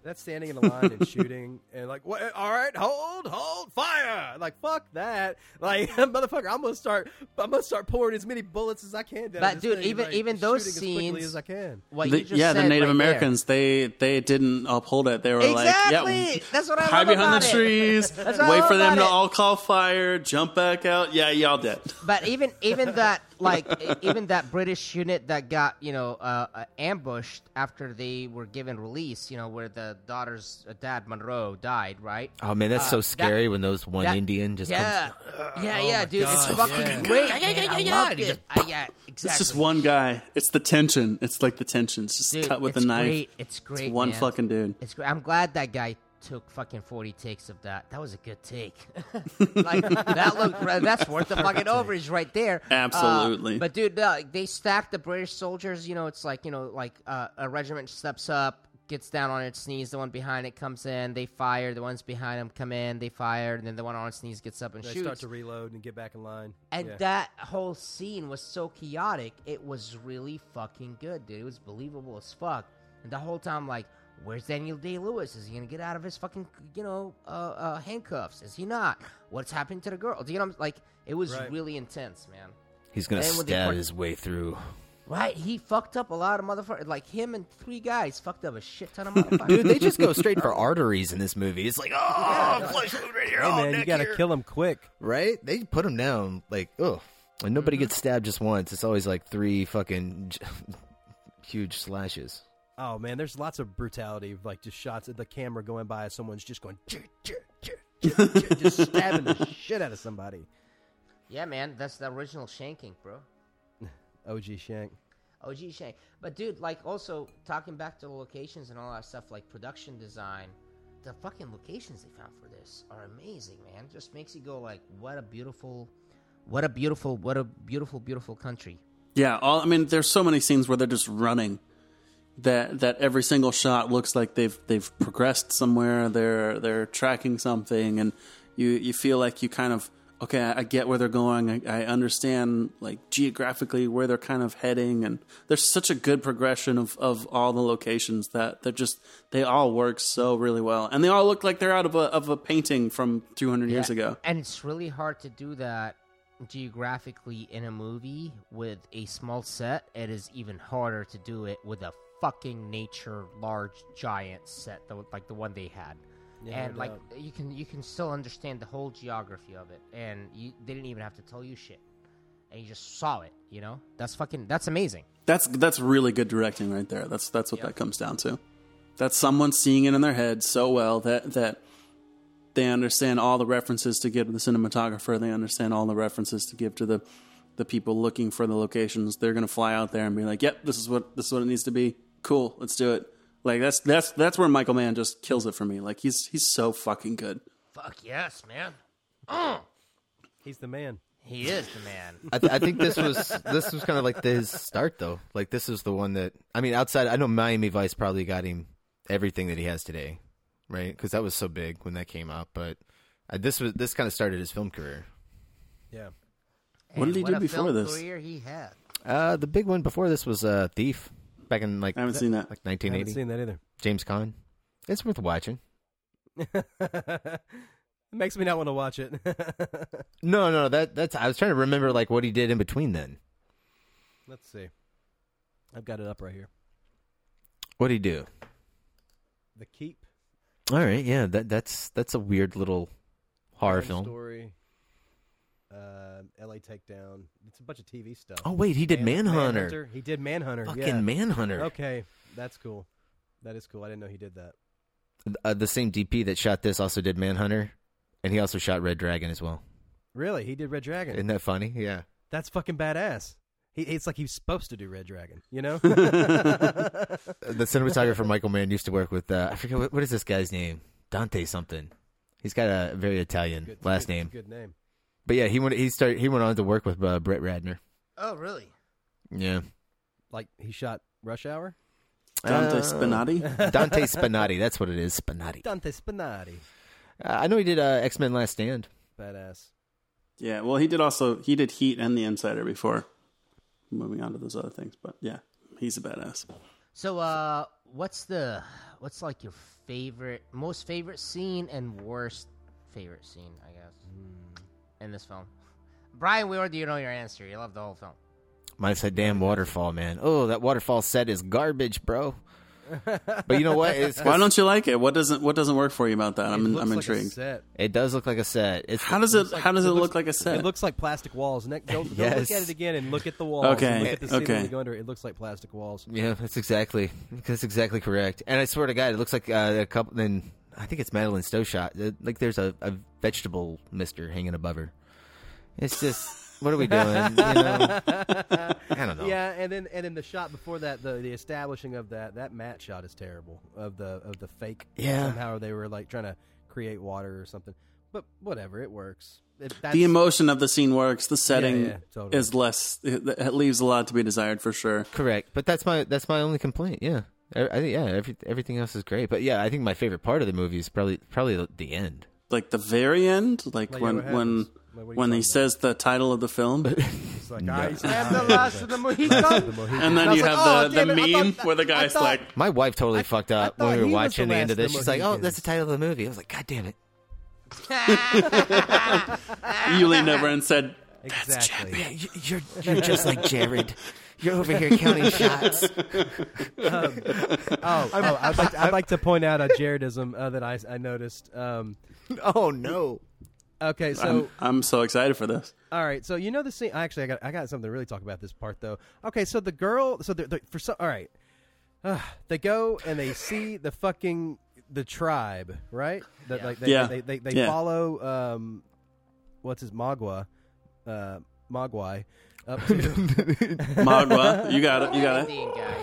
[SPEAKER 1] That's standing in a line and shooting [LAUGHS] and like, what? All right, hold, hold, fire! Like, fuck that! Like, [LAUGHS] motherfucker, I'm gonna start, I'm gonna start pouring as many bullets as I can down.
[SPEAKER 10] But
[SPEAKER 1] this
[SPEAKER 10] dude,
[SPEAKER 1] thing,
[SPEAKER 10] even
[SPEAKER 1] like,
[SPEAKER 10] even those
[SPEAKER 1] shooting as quickly
[SPEAKER 10] scenes,
[SPEAKER 1] as I can.
[SPEAKER 10] What
[SPEAKER 9] The-
[SPEAKER 10] you just
[SPEAKER 9] yeah,
[SPEAKER 10] said
[SPEAKER 9] the Native
[SPEAKER 10] right there.
[SPEAKER 9] Americans they they didn't uphold it. They were like,
[SPEAKER 10] Exactly!
[SPEAKER 9] yeah,
[SPEAKER 10] That's what I
[SPEAKER 9] hide
[SPEAKER 10] love
[SPEAKER 9] behind
[SPEAKER 10] about
[SPEAKER 9] the
[SPEAKER 10] it.
[SPEAKER 9] trees,
[SPEAKER 10] [LAUGHS] That's what I
[SPEAKER 9] wait
[SPEAKER 10] love
[SPEAKER 9] for them
[SPEAKER 10] about
[SPEAKER 9] to
[SPEAKER 10] it.
[SPEAKER 9] all call fire, jump back out. Yeah, y'all dead.
[SPEAKER 10] But even even that like e- even that British unit that got you know uh, uh, ambushed after they were given release, you know, where the daughter's uh, dad Monroe died, right?
[SPEAKER 8] Oh man, that's
[SPEAKER 10] Uh,
[SPEAKER 8] so
[SPEAKER 10] that-
[SPEAKER 8] scary when those one
[SPEAKER 10] that-
[SPEAKER 8] Indian just [SNIFFS]
[SPEAKER 10] yeah, yeah,
[SPEAKER 1] oh
[SPEAKER 10] yeah,
[SPEAKER 1] my
[SPEAKER 10] dude, it's
[SPEAKER 1] God,
[SPEAKER 10] fucking
[SPEAKER 1] yeah.
[SPEAKER 10] great. man. I
[SPEAKER 1] Yeah,
[SPEAKER 10] loved
[SPEAKER 1] yeah,
[SPEAKER 10] it. I, yeah, exactly.
[SPEAKER 9] It's just one guy. It's the tension. It's like the tension. It's just
[SPEAKER 10] Dude,
[SPEAKER 9] cut with
[SPEAKER 10] it's
[SPEAKER 9] a knife.
[SPEAKER 10] Great. It's great.
[SPEAKER 9] one
[SPEAKER 10] man.
[SPEAKER 9] fucking dude.
[SPEAKER 10] It's great. I'm glad that guy took fucking 40 takes of that. That was a good take. [LAUGHS] like that look uh, that's worth the fucking overage right there. Uh,
[SPEAKER 9] Absolutely.
[SPEAKER 10] but dude, no, like, they stack the British soldiers, you know, it's like, you know, like uh, a regiment steps up, gets down on its knees, the one behind it comes in, they fire, the ones behind them come in, they fire, and then the one on its knees gets up and
[SPEAKER 1] They
[SPEAKER 10] shoots.
[SPEAKER 1] start to reload and get back in line.
[SPEAKER 10] And
[SPEAKER 1] Yeah.
[SPEAKER 10] that whole scene was so chaotic. It was really fucking good, dude. It was believable as fuck. And the whole time, like, where's Daniel Day Lewis? Is he gonna get out of his fucking, you know, uh, uh, handcuffs? Is he not? What's happening to the girl? Do you know? What I'm, like, it was
[SPEAKER 8] Right.
[SPEAKER 10] really intense, man.
[SPEAKER 8] he's gonna
[SPEAKER 10] And when they
[SPEAKER 8] stab
[SPEAKER 10] fuck-
[SPEAKER 8] his way through.
[SPEAKER 10] Right, he fucked up a lot of motherfuckers. Like him and three guys fucked up a shit ton of motherfuckers.
[SPEAKER 8] Dude, they just go straight for arteries in this movie. It's like, oh
[SPEAKER 10] [LAUGHS]
[SPEAKER 1] Hey man, you gotta kill him quick,
[SPEAKER 8] right? They put him down like, oh, and nobody
[SPEAKER 10] Mm-hmm.
[SPEAKER 8] gets stabbed just once. It's always like three fucking j- [LAUGHS] huge slashes.
[SPEAKER 1] Oh man, there's lots of brutality, of, like just shots of the camera going by, and someone's just going, "Chir, chir, chir, chir, chir," just stabbing the shit out of somebody.
[SPEAKER 10] yeah, man, that's the original shanking, bro.
[SPEAKER 1] OG Shank.
[SPEAKER 10] OG Shane. But dude, like also talking back to the locations and all that stuff, like production design, the fucking locations they found for this are amazing, man. Just makes you go like, what a beautiful, what a beautiful, what a beautiful, beautiful country.
[SPEAKER 9] Yeah, all I mean, there's so many scenes where they're just running. That that every single shot looks like they've they've progressed somewhere. They're they're tracking something, and you you feel like you kind of okay. I I get where they're going. I, I understand like geographically where they're kind of heading, and there's such a good progression of of all the locations that they're just they all work so really well, and they all look like they're out of a of a painting from 200 years
[SPEAKER 10] Yeah,
[SPEAKER 9] ago.
[SPEAKER 10] And it's really hard to do that geographically in a movie with a small set. It is even harder to do it with a fucking nature large giant set that like the one they had.
[SPEAKER 1] Yeah, no
[SPEAKER 10] and like
[SPEAKER 1] doubt.
[SPEAKER 10] you can you can still understand the whole geography of it and you they didn't even have to tell you shit. And you just saw it, you know? That's fucking that's amazing.
[SPEAKER 9] That's that's really good directing right there. That's that's what that comes down to. That's someone seeing it in their head so well that that they understand all the references to give to the cinematographer. They understand all the references to give to the the people looking for the locations. They're gonna fly out there and be like, "Yep, this is what this is what it needs to be. Cool, let's do it." Like that's that's that's where Michael Mann just kills it for me. Like he's he's so fucking good.
[SPEAKER 10] Fuck yes, man.
[SPEAKER 1] He's the man.
[SPEAKER 10] He is the man.
[SPEAKER 8] I, th- I think this was this was kind of like the, his start though. Like this is the one that I mean, outside I know Miami Vice probably got him everything that he has today, right? Because that was so big when that came out. But uh, this was this kind of started his film career.
[SPEAKER 1] Yeah.
[SPEAKER 9] [LAUGHS] What
[SPEAKER 10] And
[SPEAKER 9] did he do
[SPEAKER 10] a
[SPEAKER 9] before
[SPEAKER 10] film
[SPEAKER 9] this?
[SPEAKER 10] Career he had.
[SPEAKER 8] Uh, the big one before this was uh, Thief back in like
[SPEAKER 9] I haven't seen that.
[SPEAKER 8] like 1980.
[SPEAKER 1] I haven't seen that either.
[SPEAKER 8] James Caan. It's worth watching.
[SPEAKER 1] It [LAUGHS] makes me not want to watch it. [LAUGHS]
[SPEAKER 8] No, no, that that's. I was trying to remember like what he did in between. Then
[SPEAKER 1] Let's see. I've got it up right here.
[SPEAKER 8] what did he do?
[SPEAKER 1] The Keep
[SPEAKER 8] All right, yeah, that that's that's a weird little horror
[SPEAKER 1] Crime
[SPEAKER 8] film.
[SPEAKER 1] story. Uh, L.A. Takedown. It's a bunch of TV stuff.
[SPEAKER 8] Oh, wait, he did Manhunter.
[SPEAKER 1] He did Manhunter.
[SPEAKER 8] Fucking
[SPEAKER 1] yeah.
[SPEAKER 8] Manhunter.
[SPEAKER 1] Okay, that's cool. That is cool. I didn't know he did that.
[SPEAKER 8] Uh, the same DP that shot this also did Manhunter, and he also shot Red Dragon as well.
[SPEAKER 1] Really, he did Red Dragon.
[SPEAKER 8] Isn't that funny? Yeah.
[SPEAKER 1] That's fucking badass. He, it's like he's supposed to do Red Dragon, you
[SPEAKER 8] [LAUGHS]
[SPEAKER 1] know?
[SPEAKER 8] the
[SPEAKER 1] [LAUGHS]
[SPEAKER 8] cinematographer Michael Mann used to work with. Uh, I forget what, what is this guy's name. Dante something. He's got a very Italian
[SPEAKER 1] Good-
[SPEAKER 8] last
[SPEAKER 1] good-
[SPEAKER 8] name.
[SPEAKER 1] Good name.
[SPEAKER 8] But yeah, he went. He started. He went on to work with uh, Brett Radner.
[SPEAKER 10] Oh, really?
[SPEAKER 8] Yeah.
[SPEAKER 1] Like he shot Rush Hour.
[SPEAKER 9] Dante
[SPEAKER 8] Uh,
[SPEAKER 9] Spinotti?
[SPEAKER 8] [LAUGHS] Dante Spinotti. That's what it is. Spinotti.
[SPEAKER 1] Dante Spinotti,
[SPEAKER 8] Uh, I know he did uh, X Men Last Stand.
[SPEAKER 1] badass.
[SPEAKER 9] Yeah, well, he did also he did Heat and The Insider before moving on to those other things, but yeah, he's a badass.
[SPEAKER 10] So, uh, what's the what's like your favorite, most favorite scene and worst favorite scene? I guess
[SPEAKER 9] Hmm.
[SPEAKER 10] in this film. Brian, we already know your answer. You love the whole film.
[SPEAKER 8] Mine's that damn waterfall, man. Oh, that waterfall set is garbage, bro. But you know what?
[SPEAKER 9] [LAUGHS]
[SPEAKER 8] It's,
[SPEAKER 9] Why don't you like it? What doesn't what doesn't work for you about that? I'm I'm intrigued.
[SPEAKER 8] It does look like a set. It's,
[SPEAKER 9] How does it how does it,
[SPEAKER 1] looks-
[SPEAKER 9] look like a set?
[SPEAKER 1] It looks like plastic walls. Nick, don't, don't
[SPEAKER 8] Yes.
[SPEAKER 1] look at it again and look at the walls. and
[SPEAKER 9] Okay,
[SPEAKER 1] Look at the ceiling
[SPEAKER 9] okay.
[SPEAKER 1] and go under it. It looks like plastic walls.
[SPEAKER 8] Yeah, that's exactly that's exactly correct. And I swear to God, it looks like uh, a couple. Then I think it's Madeline Stowe shot. uh, Like there's a, a vegetable mister hanging above her. It's just what are we doing? you know? I don't know.
[SPEAKER 1] Yeah, and then and then the shot before that, the, the establishing of that that mat shot is terrible of the of the fake.
[SPEAKER 8] Yeah.
[SPEAKER 1] somehow they were like trying to create water or something, but whatever, it works. It, that's,
[SPEAKER 9] the emotion of the scene works. The setting
[SPEAKER 1] yeah, totally.
[SPEAKER 9] is less. It, it leaves a lot to be desired for sure.
[SPEAKER 8] Correct. But that's my that's my only complaint. Yeah. I, I think yeah, every, everything else is great. But yeah, I think my favorite part of the movie is probably probably the end.
[SPEAKER 9] Like the very end, like,
[SPEAKER 8] Like, yeah, what
[SPEAKER 9] when when
[SPEAKER 8] happens? Like, what are you
[SPEAKER 9] when he
[SPEAKER 8] talking
[SPEAKER 9] says the title of the film,
[SPEAKER 1] It's like,
[SPEAKER 8] No.
[SPEAKER 1] "I am
[SPEAKER 10] And
[SPEAKER 1] the
[SPEAKER 10] the last
[SPEAKER 9] [LAUGHS]
[SPEAKER 10] of the Mohicans.
[SPEAKER 9] and then you have the, the meme where the guy's like,
[SPEAKER 8] My wife totally fucked up
[SPEAKER 1] thought
[SPEAKER 8] when we
[SPEAKER 1] he
[SPEAKER 8] were
[SPEAKER 1] was
[SPEAKER 8] watching
[SPEAKER 1] the
[SPEAKER 8] the end of
[SPEAKER 1] last
[SPEAKER 8] this.
[SPEAKER 1] of
[SPEAKER 8] She's
[SPEAKER 1] the
[SPEAKER 8] like, "Oh,
[SPEAKER 1] Mohicans."
[SPEAKER 8] that's the title of the movie." I was like, "God damn it!"
[SPEAKER 9] you leaned over and said,
[SPEAKER 1] exactly.
[SPEAKER 8] Yeah, you- you're [LAUGHS] you're just like Jared. You're over here counting shots.
[SPEAKER 1] Um, oh, oh, I'd like
[SPEAKER 9] [LAUGHS]
[SPEAKER 1] to, I'd like to point out a Jaredism uh, that I I noticed. Um,
[SPEAKER 10] [LAUGHS]
[SPEAKER 8] oh no.
[SPEAKER 1] Okay, so
[SPEAKER 9] I'm, I'm so excited for this."
[SPEAKER 1] All right, so you know the scene. Actually, I got I got something to really talk about this part though. Okay, so the girl. So they're, they're- for some. All right, Ugh, they go and they see the fucking the tribe, right? The, Like they,
[SPEAKER 9] Yeah.
[SPEAKER 1] they they, they
[SPEAKER 9] Yeah.
[SPEAKER 1] follow. Um, what's his Magua, uh, Mogwai. Up to, [LAUGHS]
[SPEAKER 9] Magua, you got it, you got it.
[SPEAKER 10] Indian guy.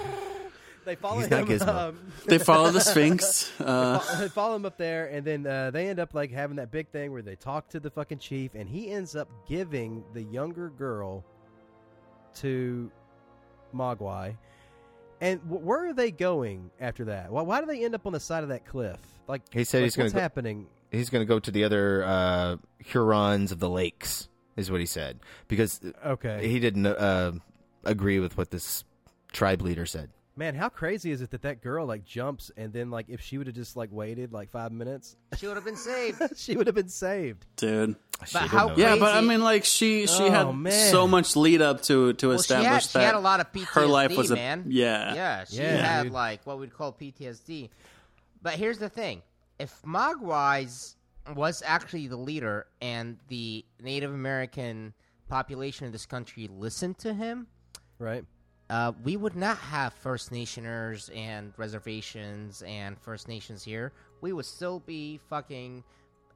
[SPEAKER 1] they follow
[SPEAKER 8] He's
[SPEAKER 1] him.
[SPEAKER 8] not Gizmo.
[SPEAKER 1] Um,
[SPEAKER 9] They follow the Sphinx. Uh,
[SPEAKER 1] fo- [LAUGHS] they follow him up there, and then uh, they end up like having that big thing where they talk to the fucking chief, and he ends up giving the younger girl to Mogwai. And wh- where are they going after that? Why, why do they end up on the side of that cliff? Like
[SPEAKER 8] He said
[SPEAKER 1] like,
[SPEAKER 8] he's gonna
[SPEAKER 1] what's
[SPEAKER 8] go-
[SPEAKER 1] happening?
[SPEAKER 8] He's going to go to the other uh, Hurons of the lakes, is what he said, because
[SPEAKER 1] Okay,
[SPEAKER 8] he didn't uh, agree with what this tribe leader said.
[SPEAKER 1] man, how crazy is it that that girl like jumps, and then like if she would have just like waited like five minutes, [LAUGHS]
[SPEAKER 10] She would have
[SPEAKER 9] [LAUGHS]
[SPEAKER 10] been saved.
[SPEAKER 1] she would have been saved.
[SPEAKER 9] dude.
[SPEAKER 10] But how?
[SPEAKER 9] Yeah, but I
[SPEAKER 10] crazy-
[SPEAKER 9] mean, like she she
[SPEAKER 1] Oh,
[SPEAKER 9] had
[SPEAKER 1] man.
[SPEAKER 9] so much lead up to to
[SPEAKER 10] Well, she had-
[SPEAKER 9] establish
[SPEAKER 10] she
[SPEAKER 9] that
[SPEAKER 10] had a lot of
[SPEAKER 9] her life
[SPEAKER 10] PTSD,
[SPEAKER 9] was a
[SPEAKER 10] man.
[SPEAKER 9] yeah
[SPEAKER 10] Yeah, she
[SPEAKER 1] Yeah,
[SPEAKER 10] had
[SPEAKER 1] dude.
[SPEAKER 10] like what we'd call PTSD. But here's the thing: if Mogwai's was actually the leader, and the Native American population of this country listened to him,
[SPEAKER 1] Right?
[SPEAKER 10] uh, we would not have First Nationers and reservations and First Nations here. We would still be fucking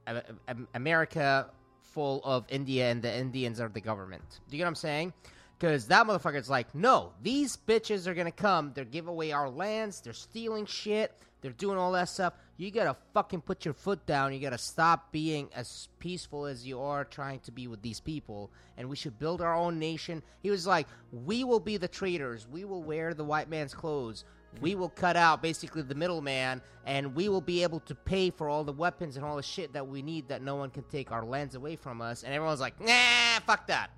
[SPEAKER 10] uh, um, America full of India, and the Indians are the government. Do you get what I'm saying? Because that motherfucker's like, no, these bitches are gonna come. They're giving away our lands. They're stealing shit. They're doing all that stuff. You gotta fucking put your foot down. You gotta stop being as peaceful as you are trying to be with these people. And we should build our own nation. He was like, we will be the traitors. We will wear the white man's clothes. We will cut out basically the middleman, and we will be able to pay for all the weapons and all the shit that we need that no one can take our lands away from us. And everyone's like, nah, fuck that.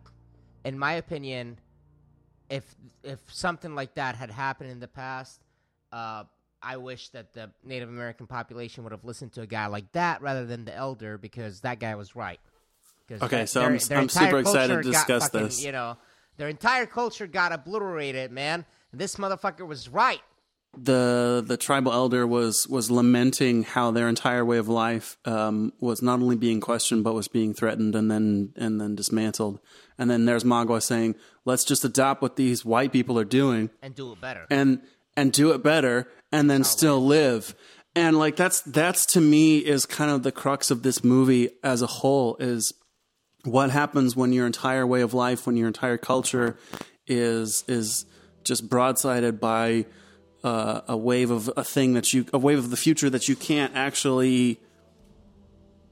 [SPEAKER 10] In my opinion, if if something like that had happened in the past, uh, I wish that the Native American population would have listened to a guy like that rather than the elder because that guy was right. 'Cause
[SPEAKER 9] Okay,
[SPEAKER 10] their-
[SPEAKER 9] so
[SPEAKER 10] their-
[SPEAKER 9] I'm-
[SPEAKER 10] their
[SPEAKER 9] I'm super
[SPEAKER 10] entire
[SPEAKER 9] excited to
[SPEAKER 10] culture got
[SPEAKER 9] discuss
[SPEAKER 10] fucking,
[SPEAKER 9] this.
[SPEAKER 10] You know, their entire culture got obliterated, man. And this motherfucker was right.
[SPEAKER 9] the the tribal elder was was lamenting how their entire way of life um, was not only being questioned but was being threatened and then and then dismantled. And then there's Magua saying, "Let's just adopt what these white people are doing
[SPEAKER 10] and do it better."
[SPEAKER 9] and and do it better and then still live." And like that's that's to me is kind of the crux of this movie as a whole is what happens when your entire way of life, when your entire culture is is just broadsided by uh, a wave of a thing that you a wave of the future that you can't actually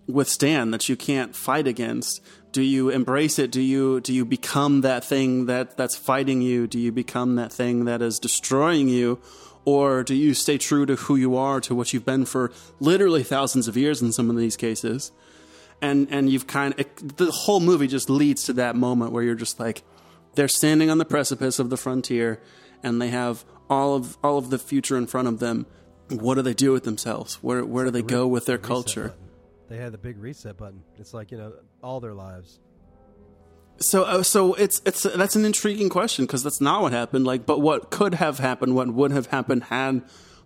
[SPEAKER 9] withstand, that you can't fight against. Do you embrace it? Do you do you become that thing that that's fighting you? Do you become that thing that is destroying you? Or do you stay true to who you are, to what you've been for literally thousands of years in some of these cases? and and you've kind of it, the whole movie just leads to that moment where you're just like they're standing on the precipice of the frontier and they have all of all of the future in front of them what do they do with themselves where where do they go with their
[SPEAKER 1] Reset
[SPEAKER 9] culture
[SPEAKER 1] button. They had the big reset button. It's like you know all their lives.
[SPEAKER 9] so uh, so it's it's that's an intriguing question because that's not what happened like but what could have happened what would have happened had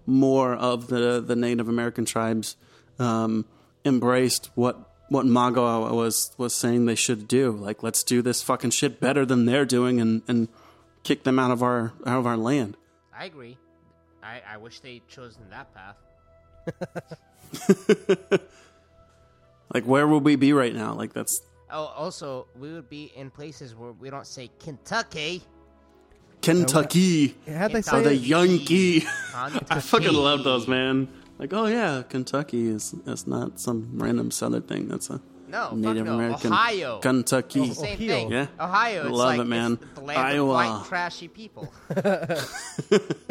[SPEAKER 9] more of the the native american tribes um embraced what what Magua was was saying they should do like let's do this fucking shit better than they're doing and and kick them out of our out of our land
[SPEAKER 10] I agree. I, I wish they chosen that path.
[SPEAKER 9] like where would we be right now like that's
[SPEAKER 10] Oh, also, we would be in places where we don't say Kentucky.
[SPEAKER 9] Kentucky
[SPEAKER 10] How'd they
[SPEAKER 9] or
[SPEAKER 10] say
[SPEAKER 9] the
[SPEAKER 10] it?
[SPEAKER 9] Yankee [LAUGHS] [LAUGHS] I
[SPEAKER 10] Kentucky.
[SPEAKER 9] fucking love those man like oh yeah Kentucky is that's not some random southern thing that's a
[SPEAKER 10] No, fuck
[SPEAKER 9] Native
[SPEAKER 10] no.
[SPEAKER 9] American
[SPEAKER 10] Ohio.
[SPEAKER 9] Kentucky
[SPEAKER 10] It's the same thing.
[SPEAKER 9] yeah I
[SPEAKER 10] Ohio. It's
[SPEAKER 9] love
[SPEAKER 10] like,
[SPEAKER 9] it man
[SPEAKER 10] It's the land
[SPEAKER 9] Iowa
[SPEAKER 10] of white
[SPEAKER 1] [LAUGHS]
[SPEAKER 10] trashy people.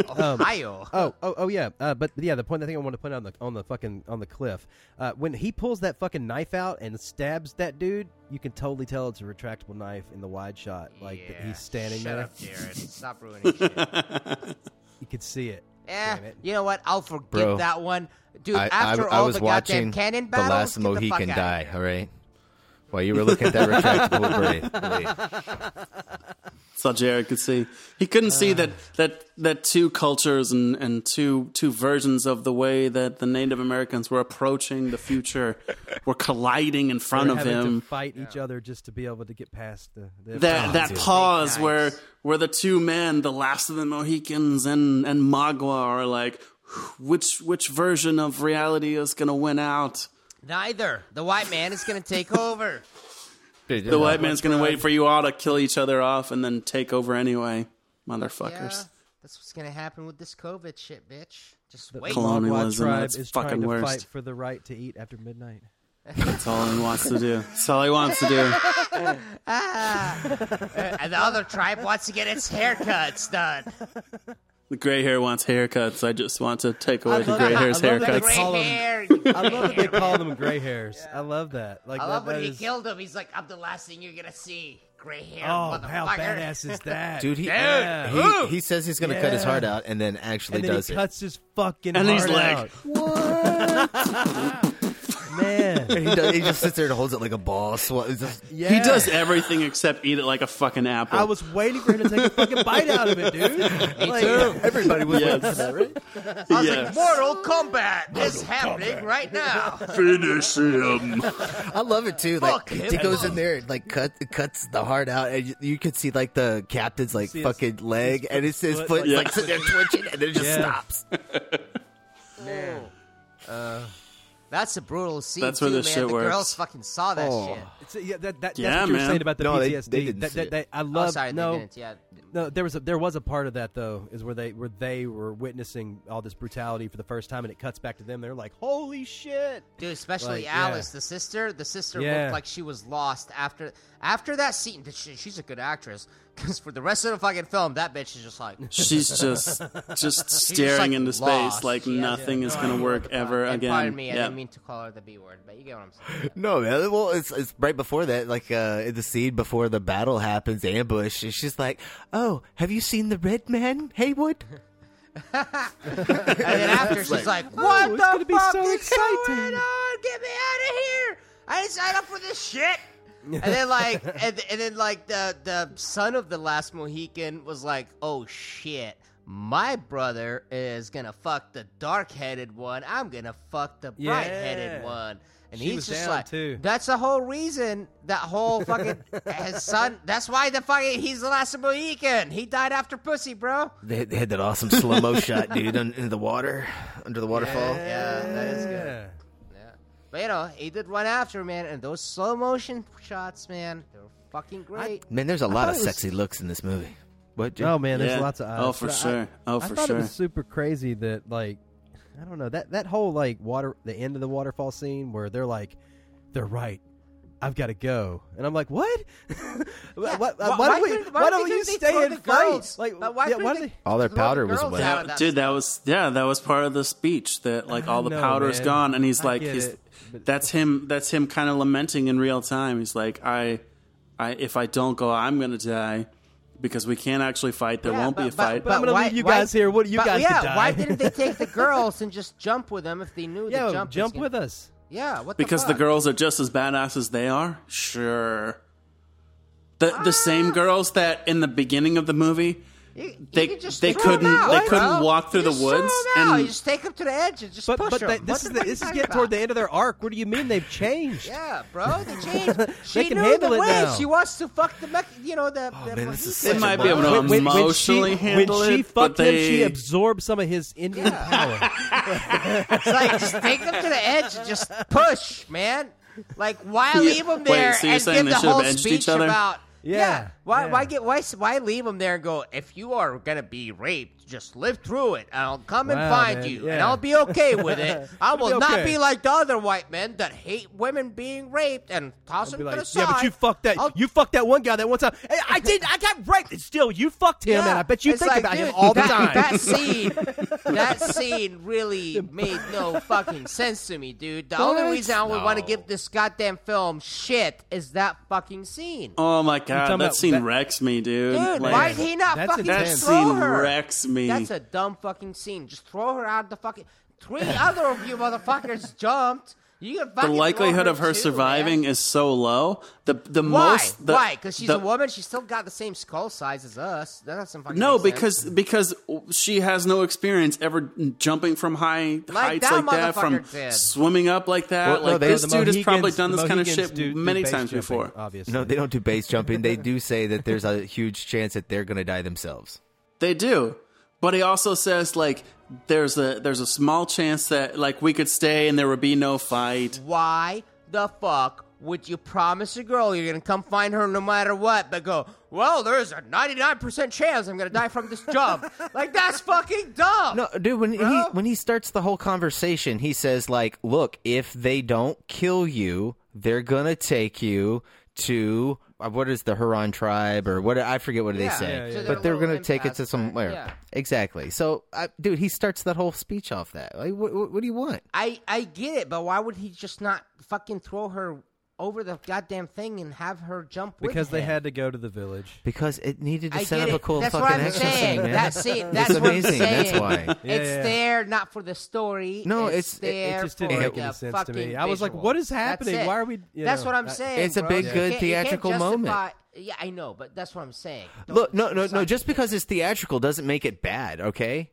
[SPEAKER 1] Um,
[SPEAKER 10] Ohio.
[SPEAKER 1] oh, oh, oh, yeah. Uh, but yeah, the point I think I want to point out on the on the fucking on the cliff uh, when he pulls that fucking knife out and stabs that dude, you can totally tell it's a retractable knife in the wide shot. Like that he's standing
[SPEAKER 10] Shut
[SPEAKER 1] there.
[SPEAKER 10] up, Jared. Stop ruining
[SPEAKER 9] [LAUGHS]
[SPEAKER 10] shit.
[SPEAKER 1] you could see it.
[SPEAKER 10] Eh, you know what? I'll forget
[SPEAKER 8] Bro.
[SPEAKER 10] that one, dude.
[SPEAKER 8] I,
[SPEAKER 10] after
[SPEAKER 8] I,
[SPEAKER 10] all
[SPEAKER 8] I was
[SPEAKER 10] the
[SPEAKER 8] watching
[SPEAKER 10] goddamn cannon
[SPEAKER 8] the
[SPEAKER 10] battles,
[SPEAKER 8] last
[SPEAKER 10] get
[SPEAKER 8] Mohican
[SPEAKER 10] the fuck
[SPEAKER 8] die. All right, while you were looking at that
[SPEAKER 10] [LAUGHS]
[SPEAKER 8] retractable blade.
[SPEAKER 9] so Jared could see he couldn't see that
[SPEAKER 10] Ah.
[SPEAKER 9] that that two cultures and and two two versions of the way that the Native Americans were approaching the
[SPEAKER 10] [LAUGHS]
[SPEAKER 9] future were colliding in front
[SPEAKER 1] They're
[SPEAKER 9] of
[SPEAKER 1] having
[SPEAKER 9] him
[SPEAKER 1] to fight each other just to be able to get past the, the
[SPEAKER 9] that
[SPEAKER 1] Oh,
[SPEAKER 9] that
[SPEAKER 1] dude.
[SPEAKER 9] pause where where the two men, the last of the Mohicans and and Magua, are like, which which version of reality is going to win out?
[SPEAKER 10] Neither. The white man is going to take
[SPEAKER 9] [LAUGHS]
[SPEAKER 10] over.
[SPEAKER 9] the white man's going to wait for you all to kill each other off and then take over anyway, motherfuckers.
[SPEAKER 10] That's what's going to happen with this COVID shit, bitch. Just wait.
[SPEAKER 9] Colonialism,
[SPEAKER 1] Wild tribe
[SPEAKER 9] that's
[SPEAKER 1] is
[SPEAKER 9] fucking
[SPEAKER 1] trying to
[SPEAKER 9] worst.
[SPEAKER 1] fight for the right to eat after
[SPEAKER 10] [LAUGHS]
[SPEAKER 1] midnight.
[SPEAKER 9] That's all he wants to do. That's all he wants to do.
[SPEAKER 10] Ah. and the other tribe wants to get its haircuts done.
[SPEAKER 9] The gray hair wants haircuts. I just want to take away the
[SPEAKER 1] love
[SPEAKER 9] gray
[SPEAKER 1] that-
[SPEAKER 9] hair's
[SPEAKER 1] I love that they
[SPEAKER 9] haircuts.
[SPEAKER 1] call them-
[SPEAKER 10] Hair.
[SPEAKER 1] I love that they call them gray hairs. I love that. Like
[SPEAKER 10] I
[SPEAKER 1] that-
[SPEAKER 10] love when
[SPEAKER 1] that
[SPEAKER 10] he
[SPEAKER 1] is-
[SPEAKER 10] killed him. He's like, I'm the last thing you're going to see. Gray hair.
[SPEAKER 1] Oh,
[SPEAKER 10] motherfucker.
[SPEAKER 1] how badass is that,
[SPEAKER 8] [LAUGHS] Dude, he,
[SPEAKER 1] Yeah.
[SPEAKER 8] he, he says he's going to cut his
[SPEAKER 1] Yeah.
[SPEAKER 8] heart out and then actually
[SPEAKER 1] and then
[SPEAKER 8] does
[SPEAKER 1] he
[SPEAKER 8] it.
[SPEAKER 1] cuts his fucking
[SPEAKER 8] And
[SPEAKER 1] heart
[SPEAKER 8] he's like,
[SPEAKER 1] out. man.
[SPEAKER 8] [LAUGHS] And he, does, he just sits there and holds it like a ball. So
[SPEAKER 10] [LAUGHS]
[SPEAKER 8] it's just,
[SPEAKER 9] He does everything except eat it like a fucking apple.
[SPEAKER 1] I was waiting for him to take a fucking bite out of it,
[SPEAKER 8] [LAUGHS]
[SPEAKER 1] dude. Like-
[SPEAKER 8] Everybody was waiting for
[SPEAKER 9] Yes.
[SPEAKER 8] that, right?
[SPEAKER 10] I was
[SPEAKER 9] Yes.
[SPEAKER 10] like, [LAUGHS] Mortal Kombat is happening right
[SPEAKER 9] [LAUGHS]
[SPEAKER 10] now. [LAUGHS]
[SPEAKER 9] Finish him.
[SPEAKER 8] I love it too. Like
[SPEAKER 10] Fuck him.
[SPEAKER 8] he goes in there and like cut cuts the heart out, and you, you could see like the captain's like
[SPEAKER 1] See his-
[SPEAKER 8] fucking leg,
[SPEAKER 1] his
[SPEAKER 8] and it's his
[SPEAKER 1] foot,
[SPEAKER 8] foot
[SPEAKER 1] like-
[SPEAKER 8] like sitting there twitching, and then it just
[SPEAKER 1] Yeah.
[SPEAKER 8] stops.
[SPEAKER 10] Man. Uh, that's a brutal scene.
[SPEAKER 9] That's where
[SPEAKER 10] too,
[SPEAKER 9] this
[SPEAKER 10] man.
[SPEAKER 9] shit
[SPEAKER 10] the
[SPEAKER 9] works.
[SPEAKER 10] girls fucking saw that
[SPEAKER 1] Oh.
[SPEAKER 10] shit.
[SPEAKER 1] It's- yeah, that- that-
[SPEAKER 9] Yeah,
[SPEAKER 1] that's what you
[SPEAKER 9] man.
[SPEAKER 1] were saying about the
[SPEAKER 8] No, they-
[SPEAKER 1] PTSD.
[SPEAKER 8] they didn't
[SPEAKER 1] that,
[SPEAKER 8] see
[SPEAKER 1] that-
[SPEAKER 8] it.
[SPEAKER 1] that- I love.
[SPEAKER 10] Oh, sorry, they
[SPEAKER 1] no,
[SPEAKER 10] didn't, yeah.
[SPEAKER 1] no, there was a, there was a part of that though, is where they where they were witnessing all this brutality for the first time, and it cuts back to them. They're like, "Holy shit!"
[SPEAKER 10] Dude, especially
[SPEAKER 1] Like, yeah.
[SPEAKER 10] Alice, the sister. The sister
[SPEAKER 1] Yeah.
[SPEAKER 10] looked like she was lost after after that scene. th- she- she's a good actress [LAUGHS] because for the rest of the fucking film, that bitch is just like
[SPEAKER 9] She's just just
[SPEAKER 10] She's
[SPEAKER 9] staring
[SPEAKER 10] like,
[SPEAKER 9] into space
[SPEAKER 10] lost.
[SPEAKER 9] like
[SPEAKER 10] She has
[SPEAKER 9] nothing
[SPEAKER 10] no
[SPEAKER 9] is going
[SPEAKER 10] idea
[SPEAKER 9] to
[SPEAKER 10] what
[SPEAKER 9] work
[SPEAKER 10] the fuck.
[SPEAKER 9] ever
[SPEAKER 10] And
[SPEAKER 9] again.
[SPEAKER 10] Pardon me, I
[SPEAKER 9] Yeah.
[SPEAKER 10] didn't mean to call her the B word, but you get what I'm saying.
[SPEAKER 8] No, man. Well, it's it's right before that, like uh, in the scene before the battle happens, ambush. And she's like, "Oh, have you seen the red man, Haywood?"
[SPEAKER 10] and
[SPEAKER 9] [LAUGHS]
[SPEAKER 10] then after
[SPEAKER 5] It's
[SPEAKER 10] she's like,
[SPEAKER 5] like,
[SPEAKER 10] "What
[SPEAKER 5] "Oh, it's
[SPEAKER 10] the
[SPEAKER 5] gonna be
[SPEAKER 10] fuck
[SPEAKER 5] so
[SPEAKER 10] is going
[SPEAKER 5] exciting."
[SPEAKER 10] on? Get me out of here! I didn't sign up for this shit." and
[SPEAKER 1] [LAUGHS]
[SPEAKER 10] then like, and, and then like the the son of the last Mohican was like, "Oh shit." My brother is gonna fuck the dark-headed one. I'm gonna fuck the
[SPEAKER 1] Yeah.
[SPEAKER 10] bright-headed one, and
[SPEAKER 1] She
[SPEAKER 10] he's
[SPEAKER 1] was
[SPEAKER 10] just
[SPEAKER 1] down,
[SPEAKER 10] like,
[SPEAKER 1] too.
[SPEAKER 10] "That's the whole reason
[SPEAKER 1] [LAUGHS]
[SPEAKER 10] that whole fucking his son. That's why the fucking he's the last Mohican. He died after pussy, bro."
[SPEAKER 8] They, they had that awesome slow mo shot, dude, un, in the water, under the waterfall.
[SPEAKER 10] Yeah, that is good. Yeah. But you know, he did one after, man, and those slow motion shots, man, they're fucking great.
[SPEAKER 8] Man, there's
[SPEAKER 10] a
[SPEAKER 8] a lot of sexy looks in this movie. What? Jim?
[SPEAKER 1] Oh man, there's lots of eyes.
[SPEAKER 9] Oh, for
[SPEAKER 1] But I-
[SPEAKER 9] sure. Oh,
[SPEAKER 1] I
[SPEAKER 9] for
[SPEAKER 1] thought it was
[SPEAKER 9] sure.
[SPEAKER 1] super crazy that like I don't know that that whole like water the end of the waterfall scene where they're like they're right. I've got to go, and I'm like, what? [LAUGHS] Why- why,
[SPEAKER 10] why-
[SPEAKER 1] why don't
[SPEAKER 10] why
[SPEAKER 1] we?
[SPEAKER 10] couldn't- why
[SPEAKER 1] Why
[SPEAKER 10] couldn't
[SPEAKER 1] don't you
[SPEAKER 10] they
[SPEAKER 1] stay
[SPEAKER 10] throw
[SPEAKER 1] and
[SPEAKER 10] the
[SPEAKER 1] fight?
[SPEAKER 10] girls?
[SPEAKER 1] Like,
[SPEAKER 10] But why
[SPEAKER 1] yeah,
[SPEAKER 10] couldn't
[SPEAKER 1] why
[SPEAKER 10] they
[SPEAKER 1] do they?
[SPEAKER 8] All their powder Oh, was
[SPEAKER 10] girls
[SPEAKER 8] wet.
[SPEAKER 10] out of that
[SPEAKER 9] dude that was yeah that was part of the speech that like all the
[SPEAKER 1] know,
[SPEAKER 9] powder is
[SPEAKER 1] man.
[SPEAKER 9] gone and he's
[SPEAKER 1] I
[SPEAKER 9] like
[SPEAKER 1] get
[SPEAKER 9] he's
[SPEAKER 1] it,
[SPEAKER 9] that's him that's him kind of lamenting in real time he's like i i if i don't go i'm gonna die because we can't actually fight there won't be a fight
[SPEAKER 1] but- I'm gonna leave you guys here. What, you
[SPEAKER 10] but
[SPEAKER 1] guys could
[SPEAKER 10] yeah,
[SPEAKER 1] die. [LAUGHS]
[SPEAKER 10] Why didn't they take the girls and just jump with them if they knew
[SPEAKER 1] Yeah,
[SPEAKER 10] the jump?
[SPEAKER 1] jump
[SPEAKER 10] was
[SPEAKER 1] with us.
[SPEAKER 10] Yeah, what
[SPEAKER 9] because the
[SPEAKER 10] the, fuck?
[SPEAKER 9] girls are just as badass as they are sure the the same girls that in the beginning of the movie
[SPEAKER 10] You-
[SPEAKER 9] they
[SPEAKER 10] you could just
[SPEAKER 9] they
[SPEAKER 10] throw 'em
[SPEAKER 9] couldn't
[SPEAKER 10] out,
[SPEAKER 9] they
[SPEAKER 10] bro.
[SPEAKER 9] couldn't walk through
[SPEAKER 10] You
[SPEAKER 9] the
[SPEAKER 10] just throw
[SPEAKER 9] woods
[SPEAKER 10] 'em out.
[SPEAKER 9] and
[SPEAKER 10] you just take them to the edge and just
[SPEAKER 1] But,
[SPEAKER 10] push
[SPEAKER 1] but
[SPEAKER 10] them.
[SPEAKER 1] they- this is the, this is getting toward the end of their arc. What do you mean they've changed?
[SPEAKER 10] Yeah, bro,
[SPEAKER 1] [LAUGHS]
[SPEAKER 10] they changed. She
[SPEAKER 1] can
[SPEAKER 10] knew
[SPEAKER 1] handle
[SPEAKER 10] the
[SPEAKER 1] it
[SPEAKER 10] way
[SPEAKER 1] now. Oh,
[SPEAKER 10] she wants to fuck the mech. You know the. the
[SPEAKER 8] man, this is
[SPEAKER 10] Mohican.
[SPEAKER 9] They might be able to
[SPEAKER 1] When- when- when she-
[SPEAKER 9] emotionally handle
[SPEAKER 1] when she
[SPEAKER 9] it, but
[SPEAKER 1] fucked him,
[SPEAKER 9] they
[SPEAKER 1] she absorbed some of his Indian power.
[SPEAKER 10] It's like just take them to the edge and just push, man. Like why leave them
[SPEAKER 9] Wait,
[SPEAKER 10] there
[SPEAKER 9] so you're
[SPEAKER 10] and
[SPEAKER 9] saying
[SPEAKER 10] give
[SPEAKER 9] they
[SPEAKER 10] the
[SPEAKER 9] should have
[SPEAKER 10] whole
[SPEAKER 9] edged
[SPEAKER 10] speech
[SPEAKER 9] each other?
[SPEAKER 10] about yeah,
[SPEAKER 1] Yeah,
[SPEAKER 10] why
[SPEAKER 1] yeah.
[SPEAKER 10] why get why why leave them there and go if you are gonna be raped just live through it and I'll come and
[SPEAKER 1] Wow,
[SPEAKER 10] find
[SPEAKER 1] man,
[SPEAKER 10] you and
[SPEAKER 1] yeah.
[SPEAKER 10] I'll be okay with
[SPEAKER 1] [LAUGHS]
[SPEAKER 10] it. I
[SPEAKER 1] It'll
[SPEAKER 10] will
[SPEAKER 1] be
[SPEAKER 10] not
[SPEAKER 1] okay.
[SPEAKER 10] be like the other white men that hate women being raped and toss
[SPEAKER 1] I'd
[SPEAKER 10] them
[SPEAKER 1] be
[SPEAKER 10] to
[SPEAKER 1] like,
[SPEAKER 10] the side.
[SPEAKER 1] yeah, but you fucked that.
[SPEAKER 10] I'll-
[SPEAKER 1] You fucked that one guy that one time. Hey, I did. I got raped. And still, you fucked him,
[SPEAKER 10] Yeah.
[SPEAKER 1] and I bet you
[SPEAKER 10] It's
[SPEAKER 1] think
[SPEAKER 10] like,
[SPEAKER 1] about him
[SPEAKER 10] dude,
[SPEAKER 1] all
[SPEAKER 10] [LAUGHS]
[SPEAKER 1] the
[SPEAKER 10] that,
[SPEAKER 1] time.
[SPEAKER 10] That scene, that scene really made no fucking sense to me, dude. The
[SPEAKER 1] What?
[SPEAKER 10] only reason I would want to
[SPEAKER 8] No.
[SPEAKER 10] give this goddamn film shit is that fucking scene.
[SPEAKER 9] Oh my
[SPEAKER 1] talking
[SPEAKER 9] god, that
[SPEAKER 1] about
[SPEAKER 9] scene
[SPEAKER 1] that-
[SPEAKER 9] wrecks me, dude.
[SPEAKER 10] Dude,
[SPEAKER 9] Like,
[SPEAKER 10] why did he not
[SPEAKER 1] That's
[SPEAKER 10] fucking
[SPEAKER 9] that
[SPEAKER 1] intense.
[SPEAKER 10] just throw
[SPEAKER 9] scene
[SPEAKER 10] her?
[SPEAKER 9] wrecks me.
[SPEAKER 10] That's a dumb fucking scene. Just throw her out the fucking. Three other of you motherfuckers jumped. You can
[SPEAKER 9] the
[SPEAKER 10] fucking throw
[SPEAKER 9] likelihood
[SPEAKER 10] her
[SPEAKER 9] of her
[SPEAKER 10] too,
[SPEAKER 9] surviving
[SPEAKER 10] Man.
[SPEAKER 9] is so low. The the
[SPEAKER 10] Why?
[SPEAKER 9] most the,
[SPEAKER 10] Why? Because she's
[SPEAKER 9] the-
[SPEAKER 10] a woman. She's still got the same skull size as us. That doesn't fucking
[SPEAKER 9] No,
[SPEAKER 10] make sense.
[SPEAKER 9] because because she has no experience ever jumping from high heights
[SPEAKER 10] that
[SPEAKER 9] like that, from
[SPEAKER 10] motherfucker did.
[SPEAKER 9] swimming up like that.
[SPEAKER 8] Well, no,
[SPEAKER 9] like
[SPEAKER 8] they-
[SPEAKER 9] this
[SPEAKER 1] The
[SPEAKER 9] dude has probably
[SPEAKER 1] Mohicans-
[SPEAKER 9] done this
[SPEAKER 1] the
[SPEAKER 9] kind of
[SPEAKER 1] Mohicans
[SPEAKER 9] shit
[SPEAKER 1] do- do
[SPEAKER 9] many
[SPEAKER 1] base
[SPEAKER 9] times
[SPEAKER 1] jumping,
[SPEAKER 9] before.
[SPEAKER 1] Obviously,
[SPEAKER 8] No, they don't do base jumping. They do say that there's a huge chance that they're going to die themselves.
[SPEAKER 9] They do. But he also says like there's a there's a small chance that like we could stay and there would be no fight.
[SPEAKER 10] why the fuck would you promise a girl you're gonna come find her no matter what, but go, well, there's a 99% chance I'm gonna die from this
[SPEAKER 8] [LAUGHS]
[SPEAKER 10] jump? like, that's fucking dumb!
[SPEAKER 8] No, dude. When he
[SPEAKER 10] Bro?
[SPEAKER 8] when he starts the whole conversation, he says like, "Look, if they don't kill you, they're gonna take you to uh, what is the Huron tribe or what? I forget what they
[SPEAKER 10] Yeah,
[SPEAKER 8] say,
[SPEAKER 10] yeah, yeah. To their
[SPEAKER 8] but they're
[SPEAKER 10] little
[SPEAKER 8] gonna take it to
[SPEAKER 10] impasse,
[SPEAKER 8] somewhere.
[SPEAKER 10] yeah.
[SPEAKER 8] Exactly. So, I, dude, he starts that whole speech off that. Like, what, what, what do you want?
[SPEAKER 10] I, I get it, but why would he just not fucking throw her over the goddamn thing and have her jump with
[SPEAKER 1] because they
[SPEAKER 10] him?
[SPEAKER 1] had to go to the village.
[SPEAKER 8] Because it needed to
[SPEAKER 10] I
[SPEAKER 8] set
[SPEAKER 10] get
[SPEAKER 8] up a
[SPEAKER 10] it.
[SPEAKER 8] cool
[SPEAKER 10] that's
[SPEAKER 8] fucking
[SPEAKER 10] what I'm
[SPEAKER 8] action
[SPEAKER 10] saying.
[SPEAKER 8] scene, man.
[SPEAKER 10] That's it. That's
[SPEAKER 8] it's
[SPEAKER 10] what I'm
[SPEAKER 8] amazing.
[SPEAKER 10] saying. [LAUGHS]
[SPEAKER 8] That's why.
[SPEAKER 1] Yeah,
[SPEAKER 10] it's
[SPEAKER 1] yeah.
[SPEAKER 10] there not for the story.
[SPEAKER 8] No,
[SPEAKER 10] it's,
[SPEAKER 8] it's- it- it
[SPEAKER 10] there
[SPEAKER 1] just didn't
[SPEAKER 10] for
[SPEAKER 1] make
[SPEAKER 10] the
[SPEAKER 1] any sense to me.
[SPEAKER 10] fucking
[SPEAKER 1] I was like,
[SPEAKER 10] visual.
[SPEAKER 1] what is
[SPEAKER 10] That's
[SPEAKER 1] happening?
[SPEAKER 10] it.
[SPEAKER 1] Why are we- you
[SPEAKER 10] That's
[SPEAKER 1] know,
[SPEAKER 10] what I'm
[SPEAKER 1] I-
[SPEAKER 10] saying.
[SPEAKER 8] It's a
[SPEAKER 10] bro.
[SPEAKER 8] big,
[SPEAKER 10] You
[SPEAKER 8] good
[SPEAKER 10] can't- you can't
[SPEAKER 8] theatrical moment.
[SPEAKER 10] justify- Yeah, I know, but that's what I'm saying. Don't-
[SPEAKER 8] Look, no, no,
[SPEAKER 10] it's
[SPEAKER 8] no.
[SPEAKER 10] like-
[SPEAKER 8] Just because it's theatrical doesn't make it bad. Okay.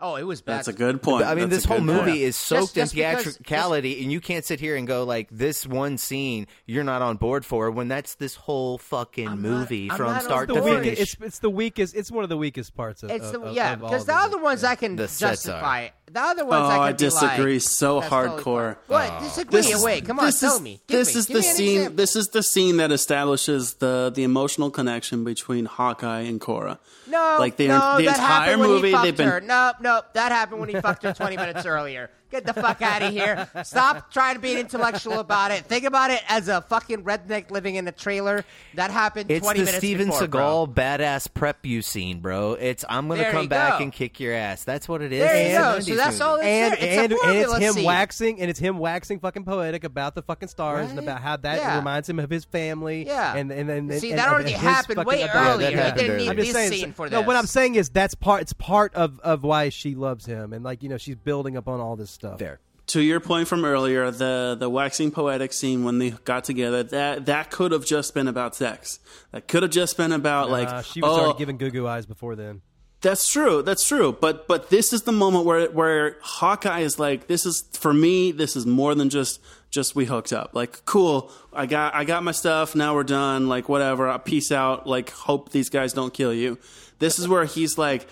[SPEAKER 10] oh, it was bad.
[SPEAKER 9] That's a good point.
[SPEAKER 8] I mean,
[SPEAKER 9] That's
[SPEAKER 8] this
[SPEAKER 9] a
[SPEAKER 8] whole
[SPEAKER 9] good
[SPEAKER 8] movie
[SPEAKER 9] point.
[SPEAKER 8] is
[SPEAKER 10] Just-
[SPEAKER 8] soaked
[SPEAKER 10] just
[SPEAKER 8] in
[SPEAKER 10] because-
[SPEAKER 8] theatricality, and you can't sit here and go like, "This one scene you're not on board for," when that's this whole fucking
[SPEAKER 10] I'm not-
[SPEAKER 8] movie
[SPEAKER 10] I'm
[SPEAKER 8] from
[SPEAKER 10] not on
[SPEAKER 8] start to
[SPEAKER 10] board.
[SPEAKER 1] weakest,
[SPEAKER 8] finish.
[SPEAKER 1] it's, it's the weakest. It's one of the weakest parts of.
[SPEAKER 10] It's the
[SPEAKER 1] of- of-
[SPEAKER 10] yeah,
[SPEAKER 1] of all
[SPEAKER 10] because the
[SPEAKER 1] of
[SPEAKER 10] other ones I can
[SPEAKER 8] The sets are.
[SPEAKER 10] justify. The other ones
[SPEAKER 9] Oh,
[SPEAKER 10] I can
[SPEAKER 9] I
[SPEAKER 10] be like,
[SPEAKER 9] disagree so
[SPEAKER 10] that's totally
[SPEAKER 9] hardcore.
[SPEAKER 10] fine. What disagree away? Come on,
[SPEAKER 9] this
[SPEAKER 10] tell
[SPEAKER 9] is-
[SPEAKER 10] me. Give
[SPEAKER 9] This
[SPEAKER 10] me-
[SPEAKER 9] is
[SPEAKER 10] give
[SPEAKER 9] the
[SPEAKER 10] me an
[SPEAKER 9] scene.
[SPEAKER 10] example.
[SPEAKER 9] This is the scene that establishes the the emotional connection between Hawkeye and Korra.
[SPEAKER 10] No,
[SPEAKER 9] like the,
[SPEAKER 10] no,
[SPEAKER 9] the entire
[SPEAKER 10] that happened when
[SPEAKER 9] movie
[SPEAKER 10] he fucked
[SPEAKER 9] they've been.
[SPEAKER 10] her. No, no, that happened when he fucked her 20 minutes earlier. Get the fuck out of here. Stop trying to be intellectual about it. Think about it as a fucking redneck living in a trailer. That happened
[SPEAKER 8] It's
[SPEAKER 10] 20
[SPEAKER 8] the
[SPEAKER 10] minutes
[SPEAKER 8] Steven
[SPEAKER 10] before,
[SPEAKER 8] Seagal
[SPEAKER 10] bro.
[SPEAKER 8] badass prep you scene, bro. It's I'm gonna
[SPEAKER 10] There
[SPEAKER 8] come
[SPEAKER 10] you
[SPEAKER 8] back
[SPEAKER 10] go.
[SPEAKER 8] and kick your ass. That's what it is.
[SPEAKER 10] There you
[SPEAKER 8] It's a
[SPEAKER 10] go. So
[SPEAKER 8] 90s
[SPEAKER 10] that's
[SPEAKER 8] movie.
[SPEAKER 10] all it's
[SPEAKER 1] and
[SPEAKER 10] there. It's a
[SPEAKER 1] and, and it's
[SPEAKER 10] formula
[SPEAKER 1] him
[SPEAKER 10] scene.
[SPEAKER 1] waxing and it's him waxing fucking poetic about the fucking stars and about how that
[SPEAKER 10] Yeah.
[SPEAKER 1] reminds him of his family.
[SPEAKER 10] Yeah.
[SPEAKER 1] and and, and
[SPEAKER 10] See,
[SPEAKER 1] and-
[SPEAKER 10] that
[SPEAKER 1] and
[SPEAKER 10] already
[SPEAKER 1] his
[SPEAKER 10] happened
[SPEAKER 1] fucking
[SPEAKER 10] way
[SPEAKER 1] ability.
[SPEAKER 10] earlier. He didn't need
[SPEAKER 1] I'm just
[SPEAKER 10] this
[SPEAKER 1] saying,
[SPEAKER 10] scene for
[SPEAKER 1] No, what
[SPEAKER 10] this.
[SPEAKER 1] I'm saying is that's part. It's part of of why she loves him, and like you know, she's building up on all this stuff. There.
[SPEAKER 9] to your point from earlier, the the waxing poetic scene when they got together, that that could have just been about sex. That could have just been about like
[SPEAKER 1] Uh, she was already
[SPEAKER 9] oh,
[SPEAKER 1] giving goo goo eyes before then.
[SPEAKER 9] That's true. That's true. But but this is the moment where where Hawkeye is like, this is for me. This is more than just just we hooked up. Like, cool. I got I got my stuff. Now we're done. Like, whatever. Uh, Peace out. Like, hope these guys don't kill you. This is where he's like,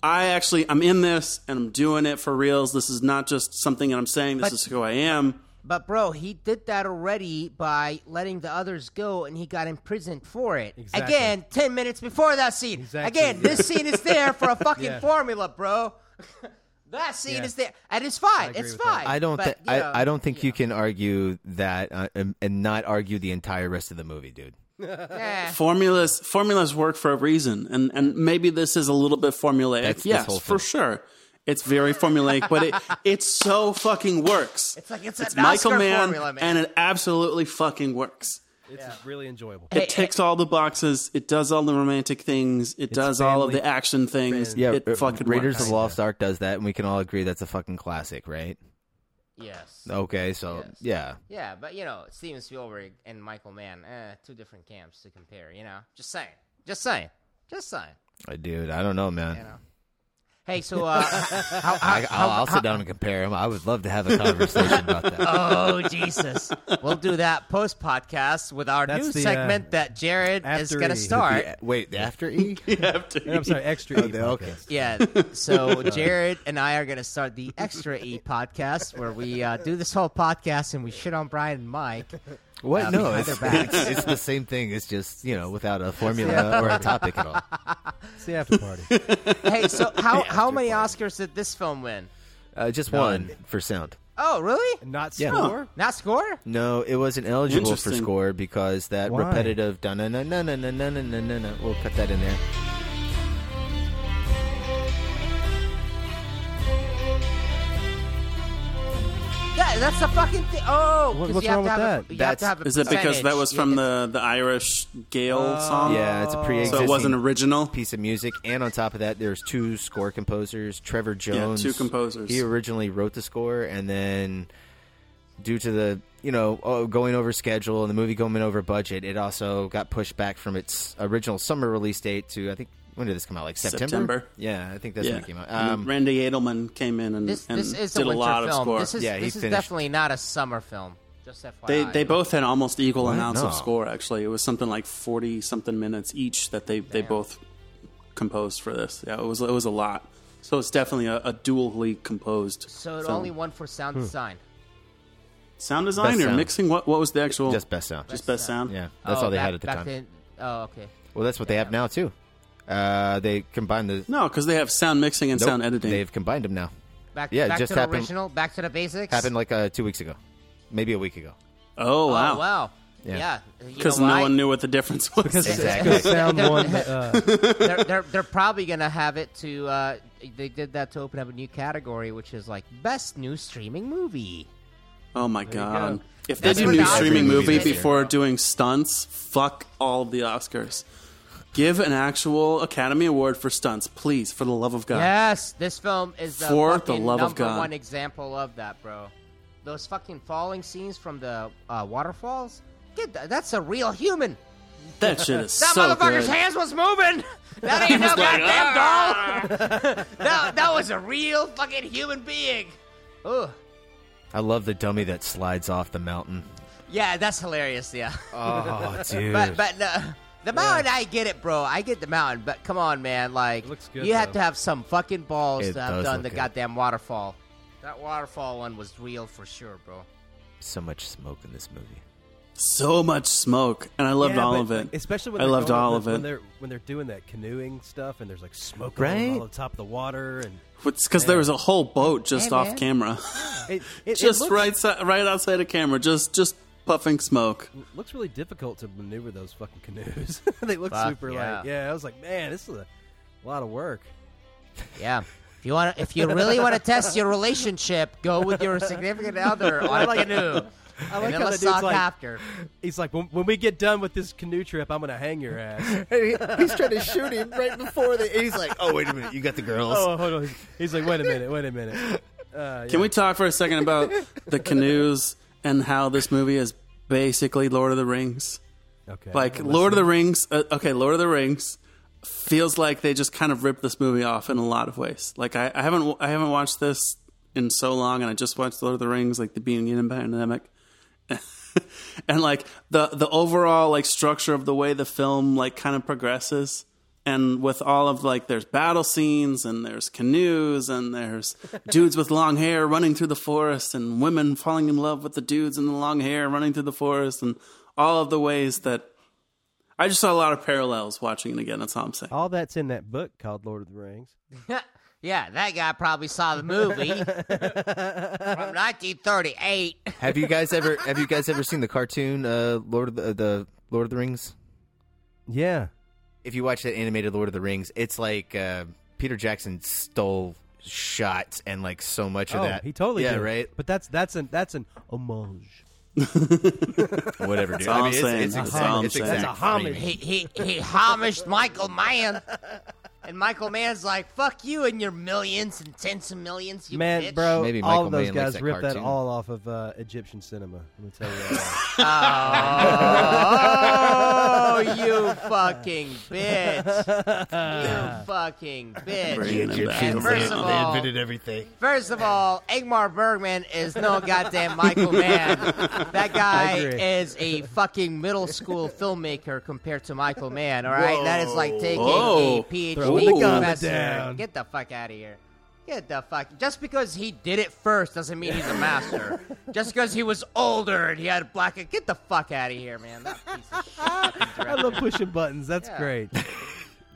[SPEAKER 9] I actually I'm in this and I'm doing it for reals. This is not just something that I'm saying. This
[SPEAKER 10] But-
[SPEAKER 9] is who I am.
[SPEAKER 10] But bro, he did that already by letting the others go, and he got imprisoned for it.
[SPEAKER 9] Exactly.
[SPEAKER 10] Again, ten minutes before that scene. Again, this scene is there
[SPEAKER 8] [LAUGHS]
[SPEAKER 10] for a fucking
[SPEAKER 8] Yeah.
[SPEAKER 10] formula, bro. [LAUGHS] that scene
[SPEAKER 8] Yeah.
[SPEAKER 10] is there, and it's fine.
[SPEAKER 8] agree
[SPEAKER 10] It's
[SPEAKER 8] with that.
[SPEAKER 10] fine.
[SPEAKER 8] I don't.
[SPEAKER 10] But,
[SPEAKER 8] Th-
[SPEAKER 10] you know,
[SPEAKER 8] I, I don't think you can argue that uh, and, and not argue the entire rest of the movie, dude.
[SPEAKER 10] yeah.
[SPEAKER 9] Formulas formulas work for a reason, and and maybe this is a little bit formulaic.
[SPEAKER 8] That's this
[SPEAKER 9] yes,
[SPEAKER 8] whole
[SPEAKER 9] for sure, it's very formulaic, but it it so fucking works.
[SPEAKER 10] It's like it's,
[SPEAKER 9] It's
[SPEAKER 10] an
[SPEAKER 9] Michael
[SPEAKER 10] Oscar
[SPEAKER 9] Mann,
[SPEAKER 10] formula, man.
[SPEAKER 9] and it absolutely fucking works.
[SPEAKER 1] It's really enjoyable.
[SPEAKER 9] it ticks all the boxes. It does all the romantic things. It does all of the action things.
[SPEAKER 8] Yeah,
[SPEAKER 9] it
[SPEAKER 8] uh,
[SPEAKER 9] fucking
[SPEAKER 8] Raiders
[SPEAKER 9] works.
[SPEAKER 8] of the Lost Ark does that, and we can all agree that's a fucking classic, right?
[SPEAKER 10] Yes.
[SPEAKER 8] Okay, so yeah,
[SPEAKER 10] Yeah, but you know, Steven Spielberg and Michael Mann, eh, two different camps to compare. You know, just saying, just saying, just saying.
[SPEAKER 8] Uh, dude, I don't know, man.
[SPEAKER 10] Hey, so uh,
[SPEAKER 8] [LAUGHS]
[SPEAKER 10] how, how,
[SPEAKER 8] I,
[SPEAKER 10] how-
[SPEAKER 8] I'll, I'll
[SPEAKER 10] how-
[SPEAKER 8] sit down and compare them. I would love to have a conversation about [LAUGHS] that.
[SPEAKER 10] Oh Jesus! We'll do that post podcast with our
[SPEAKER 8] That's
[SPEAKER 10] new
[SPEAKER 8] the, uh,
[SPEAKER 10] segment that Jared is
[SPEAKER 8] After
[SPEAKER 10] going to
[SPEAKER 8] E.
[SPEAKER 10] start.
[SPEAKER 8] The- wait, the after E? [LAUGHS] Oh,
[SPEAKER 9] after
[SPEAKER 1] I'm sorry, extra
[SPEAKER 9] [LAUGHS]
[SPEAKER 1] E.
[SPEAKER 8] okay.
[SPEAKER 10] Yeah.
[SPEAKER 8] [LAUGHS]
[SPEAKER 10] So Jared and I are going to start the Extra E podcast where we uh, do this whole podcast and we shit on Brian and Mike.
[SPEAKER 8] What?
[SPEAKER 10] uh,
[SPEAKER 8] no,
[SPEAKER 10] behind
[SPEAKER 8] it's,
[SPEAKER 10] their backs.
[SPEAKER 8] it's, it's the same thing. It's just you know without a
[SPEAKER 10] Yeah.
[SPEAKER 8] formula or a topic at all.
[SPEAKER 1] It's the after party.
[SPEAKER 10] hey, so how how many Oscars did this film win?
[SPEAKER 8] [LAUGHS] Uh, just one for sound.
[SPEAKER 10] Oh, really?
[SPEAKER 1] Not
[SPEAKER 8] Yeah. score?
[SPEAKER 10] Not score?
[SPEAKER 8] No, it wasn't eligible for
[SPEAKER 10] Interesting.
[SPEAKER 8] score because that
[SPEAKER 10] Why?
[SPEAKER 8] repetitive dun na na na na na na na na na. We'll cut that in there.
[SPEAKER 10] Yeah, that's the fucking thing. Oh, 'cause you have to have A, you have to have a
[SPEAKER 9] Is it because that
[SPEAKER 10] percentage.
[SPEAKER 9] was
[SPEAKER 10] You
[SPEAKER 9] from
[SPEAKER 10] have to-
[SPEAKER 9] the, the Irish Gael
[SPEAKER 10] Oh.
[SPEAKER 9] song?
[SPEAKER 8] Yeah, it's a pre-existing
[SPEAKER 9] So it wasn't original
[SPEAKER 8] piece of music. And on top of that, there's two score composers, Trevor Jones.
[SPEAKER 9] two composers.
[SPEAKER 8] He originally wrote the score, and then due to the you know oh, going over schedule and the movie going over budget, it also got pushed back from its original summer release date to I think when did this come out? Like September.
[SPEAKER 9] September.
[SPEAKER 8] Yeah, I think that's when
[SPEAKER 9] Yeah.
[SPEAKER 8] it came out.
[SPEAKER 9] And
[SPEAKER 8] Um,
[SPEAKER 9] Randy Edelman came in and,
[SPEAKER 10] This,
[SPEAKER 9] and
[SPEAKER 10] this is
[SPEAKER 9] did a,
[SPEAKER 10] winter
[SPEAKER 9] lot
[SPEAKER 10] film.
[SPEAKER 9] of score.
[SPEAKER 10] This is,
[SPEAKER 9] yeah,
[SPEAKER 10] this is definitely not a summer film. Just FYI.
[SPEAKER 9] They they both had almost equal
[SPEAKER 8] What?
[SPEAKER 9] amounts
[SPEAKER 8] No.
[SPEAKER 9] of score. Actually, it was something like forty something minutes each that they, they both composed for this. Yeah, it was it was a lot. So it's definitely a, a dually composed.
[SPEAKER 10] so it
[SPEAKER 9] film.
[SPEAKER 10] only won for sound
[SPEAKER 9] Hmm.
[SPEAKER 10] design.
[SPEAKER 9] sound design
[SPEAKER 8] Best
[SPEAKER 9] or
[SPEAKER 8] sound.
[SPEAKER 9] mixing. What what was the actual?
[SPEAKER 8] Just best sound.
[SPEAKER 9] Just best sound.
[SPEAKER 8] Yeah, that's
[SPEAKER 10] Oh,
[SPEAKER 8] all they
[SPEAKER 10] back-
[SPEAKER 8] had at the
[SPEAKER 10] back
[SPEAKER 8] time.
[SPEAKER 10] then- oh, okay.
[SPEAKER 8] Well, that's what they have now too. Uh, they combined the
[SPEAKER 9] no because they have sound mixing and
[SPEAKER 8] Nope,
[SPEAKER 9] sound editing.
[SPEAKER 8] They've combined them now.
[SPEAKER 10] Back,
[SPEAKER 8] yeah, it
[SPEAKER 10] back
[SPEAKER 8] just
[SPEAKER 10] to the
[SPEAKER 8] happened.
[SPEAKER 10] original. Back to the basics.
[SPEAKER 8] Happened like uh, two weeks ago, maybe a week ago.
[SPEAKER 9] Oh wow!
[SPEAKER 10] Oh, wow.
[SPEAKER 8] Yeah.
[SPEAKER 10] Yeah. you
[SPEAKER 9] Because
[SPEAKER 10] know
[SPEAKER 9] no
[SPEAKER 10] why?
[SPEAKER 9] one knew what the
[SPEAKER 8] [LAUGHS]
[SPEAKER 9] difference was.
[SPEAKER 10] [LAUGHS]
[SPEAKER 8] Because it's Exactly. gonna sound
[SPEAKER 9] [LAUGHS]
[SPEAKER 10] They're-
[SPEAKER 8] one, uh,
[SPEAKER 10] they're, they're, they're probably gonna have it to. Uh, they did that to open up a new category, which is like best new streaming movie.
[SPEAKER 9] Oh my
[SPEAKER 10] you
[SPEAKER 9] god!
[SPEAKER 10] go.
[SPEAKER 9] If they
[SPEAKER 10] That's
[SPEAKER 9] do
[SPEAKER 10] what
[SPEAKER 9] new
[SPEAKER 10] the
[SPEAKER 9] streaming
[SPEAKER 10] Oscars
[SPEAKER 9] movie
[SPEAKER 10] did this
[SPEAKER 9] before doing stunts, fuck all of the Oscars. Give an actual Academy Award for stunts, please, for the love of God.
[SPEAKER 10] Yes, this film is the
[SPEAKER 9] For the
[SPEAKER 10] fucking
[SPEAKER 9] love of
[SPEAKER 10] number
[SPEAKER 9] God.
[SPEAKER 10] one example of that, bro. Those fucking falling scenes from the uh, waterfalls. Get that, that's a real human.
[SPEAKER 9] That
[SPEAKER 1] [LAUGHS]
[SPEAKER 9] shit is
[SPEAKER 10] that
[SPEAKER 9] so
[SPEAKER 10] motherfucker's
[SPEAKER 9] good.
[SPEAKER 10] hands was moving. That ain't no
[SPEAKER 9] like,
[SPEAKER 10] goddamn doll. [LAUGHS] that, that was a real fucking human being. Ugh.
[SPEAKER 8] I love the dummy that slides off the mountain.
[SPEAKER 10] Yeah, that's hilarious. Yeah.
[SPEAKER 8] [LAUGHS] Oh, dude.
[SPEAKER 10] But but uh, the mountain, I get it, bro. I get the mountain. But come on, man. Like
[SPEAKER 1] good,
[SPEAKER 10] you have
[SPEAKER 1] though.
[SPEAKER 10] to have some fucking balls
[SPEAKER 8] It
[SPEAKER 10] to have
[SPEAKER 8] does
[SPEAKER 10] done
[SPEAKER 8] look
[SPEAKER 10] the
[SPEAKER 8] good.
[SPEAKER 10] goddamn waterfall. That waterfall one was real for sure, bro.
[SPEAKER 8] So much smoke in this movie.
[SPEAKER 9] so much smoke, and I loved
[SPEAKER 1] Yeah,
[SPEAKER 9] all
[SPEAKER 1] but,
[SPEAKER 9] of
[SPEAKER 1] like,
[SPEAKER 9] it.
[SPEAKER 1] Especially when
[SPEAKER 9] I
[SPEAKER 1] they're
[SPEAKER 9] loved
[SPEAKER 1] going-
[SPEAKER 9] all
[SPEAKER 1] when-
[SPEAKER 9] of
[SPEAKER 1] When
[SPEAKER 9] it.
[SPEAKER 1] they're when they're doing that canoeing stuff and there's like smoke
[SPEAKER 9] Right?
[SPEAKER 1] going all on top of the water and
[SPEAKER 9] Because there was a whole boat just
[SPEAKER 1] Yeah,
[SPEAKER 9] off
[SPEAKER 1] man.
[SPEAKER 9] camera,
[SPEAKER 1] it, it- it
[SPEAKER 9] [LAUGHS] just
[SPEAKER 1] looks,
[SPEAKER 9] right si- right outside of camera, just just puffing smoke.
[SPEAKER 1] looks really difficult to maneuver those fucking canoes. [LAUGHS] they look
[SPEAKER 10] Fuck,
[SPEAKER 1] super
[SPEAKER 10] yeah.
[SPEAKER 1] like yeah. I was like, man, this is a lot of work.
[SPEAKER 10] Yeah. If you want, if you really want to test your relationship, go with your significant other
[SPEAKER 1] [LAUGHS]
[SPEAKER 10] on
[SPEAKER 1] I
[SPEAKER 10] Oh, a
[SPEAKER 1] like-
[SPEAKER 10] canoe.
[SPEAKER 1] I
[SPEAKER 10] and
[SPEAKER 1] like
[SPEAKER 10] then
[SPEAKER 1] how
[SPEAKER 10] let's
[SPEAKER 1] the dude's
[SPEAKER 10] sock
[SPEAKER 1] like,
[SPEAKER 10] after.
[SPEAKER 1] He's like, when, when we get done with this canoe trip, I'm gonna hang your
[SPEAKER 8] [LAUGHS]
[SPEAKER 1] ass.
[SPEAKER 8] he's trying to shoot him right before the. He's like, "Oh wait a minute, you got the girls."
[SPEAKER 1] Oh, hold on. He's like, wait a minute, wait a minute. Uh,
[SPEAKER 9] Can we talk for a second about
[SPEAKER 1] [LAUGHS]
[SPEAKER 9] the canoes and how this movie is basically Lord of the Rings?
[SPEAKER 1] Okay.
[SPEAKER 9] Like
[SPEAKER 1] I'm
[SPEAKER 9] Lord of the Rings. Uh, okay, Lord of the Rings feels like they just kind of ripped this movie off in a lot of ways. Like I, I haven't I haven't watched this in so long, and I just watched Lord of the Rings, like the beginning and pandemic. and like the the overall like structure of the way the film like kind of progresses and with all of like there's battle scenes and there's canoes and
[SPEAKER 10] [LAUGHS]
[SPEAKER 9] there's dudes with long hair running through the forest and women falling in love with the dudes in the long hair running through the forest and all of the ways that I just saw a lot of parallels watching it again. That's all I'm saying.
[SPEAKER 1] All that's in that book called Lord of the Rings.
[SPEAKER 10] [LAUGHS] yeah, that guy probably saw
[SPEAKER 1] [LAUGHS]
[SPEAKER 10] the movie from 1938.
[SPEAKER 8] Have you guys ever? Have you guys ever seen the cartoon uh, Lord of the, the Lord of the Rings?
[SPEAKER 1] Yeah.
[SPEAKER 8] If you watch that animated Lord of the Rings, it's like uh, Peter Jackson stole shots and like so much of
[SPEAKER 1] oh,
[SPEAKER 8] that.
[SPEAKER 1] he totally
[SPEAKER 8] yeah,
[SPEAKER 1] did.
[SPEAKER 8] right.
[SPEAKER 1] [LAUGHS] But that's that's an that's an homage.
[SPEAKER 8] Whatever, dude.
[SPEAKER 9] That's all
[SPEAKER 8] I
[SPEAKER 9] I'm
[SPEAKER 8] mean, it's,
[SPEAKER 9] saying.
[SPEAKER 8] it's,
[SPEAKER 9] That's
[SPEAKER 8] exact-
[SPEAKER 9] all I'm
[SPEAKER 8] it's
[SPEAKER 9] saying.
[SPEAKER 8] exact
[SPEAKER 9] That's a homage.
[SPEAKER 8] framing.
[SPEAKER 10] He he he homaged Michael Mann, and Michael Mann's like, "Fuck you and your millions and tens of millions, you
[SPEAKER 1] Man,
[SPEAKER 10] bitch."
[SPEAKER 1] bro,
[SPEAKER 8] Maybe
[SPEAKER 1] all
[SPEAKER 8] Michael
[SPEAKER 1] of those
[SPEAKER 8] Mann likes
[SPEAKER 1] guys
[SPEAKER 8] that
[SPEAKER 1] ripped that
[SPEAKER 8] cartoon.
[SPEAKER 1] all off of uh, Egyptian cinema. I'm gonna tell you.
[SPEAKER 8] [LAUGHS]
[SPEAKER 10] Oh, you fucking
[SPEAKER 1] [LAUGHS]
[SPEAKER 10] bitch! You fucking
[SPEAKER 8] Bringing
[SPEAKER 10] bitch!
[SPEAKER 8] it back.
[SPEAKER 10] And first of
[SPEAKER 8] They
[SPEAKER 10] all,
[SPEAKER 8] invented everything.
[SPEAKER 10] First of all, Ingmar Bergman is no goddamn Michael Mann. That guy
[SPEAKER 8] I agree.
[SPEAKER 10] is a fucking middle school filmmaker compared to Michael Mann. All right, that is like taking
[SPEAKER 9] Whoa.
[SPEAKER 10] a PhD
[SPEAKER 9] Throwing the gauntlet
[SPEAKER 10] professor.
[SPEAKER 9] down.
[SPEAKER 10] Get the fuck out of here. Get the fuck. Just because he did it first doesn't mean he's a master. Just because he was older and he had black. Get the fuck out of here, man. That piece of shit.
[SPEAKER 1] [LAUGHS] I love pushing buttons. That's
[SPEAKER 10] Yeah.
[SPEAKER 1] great.
[SPEAKER 10] But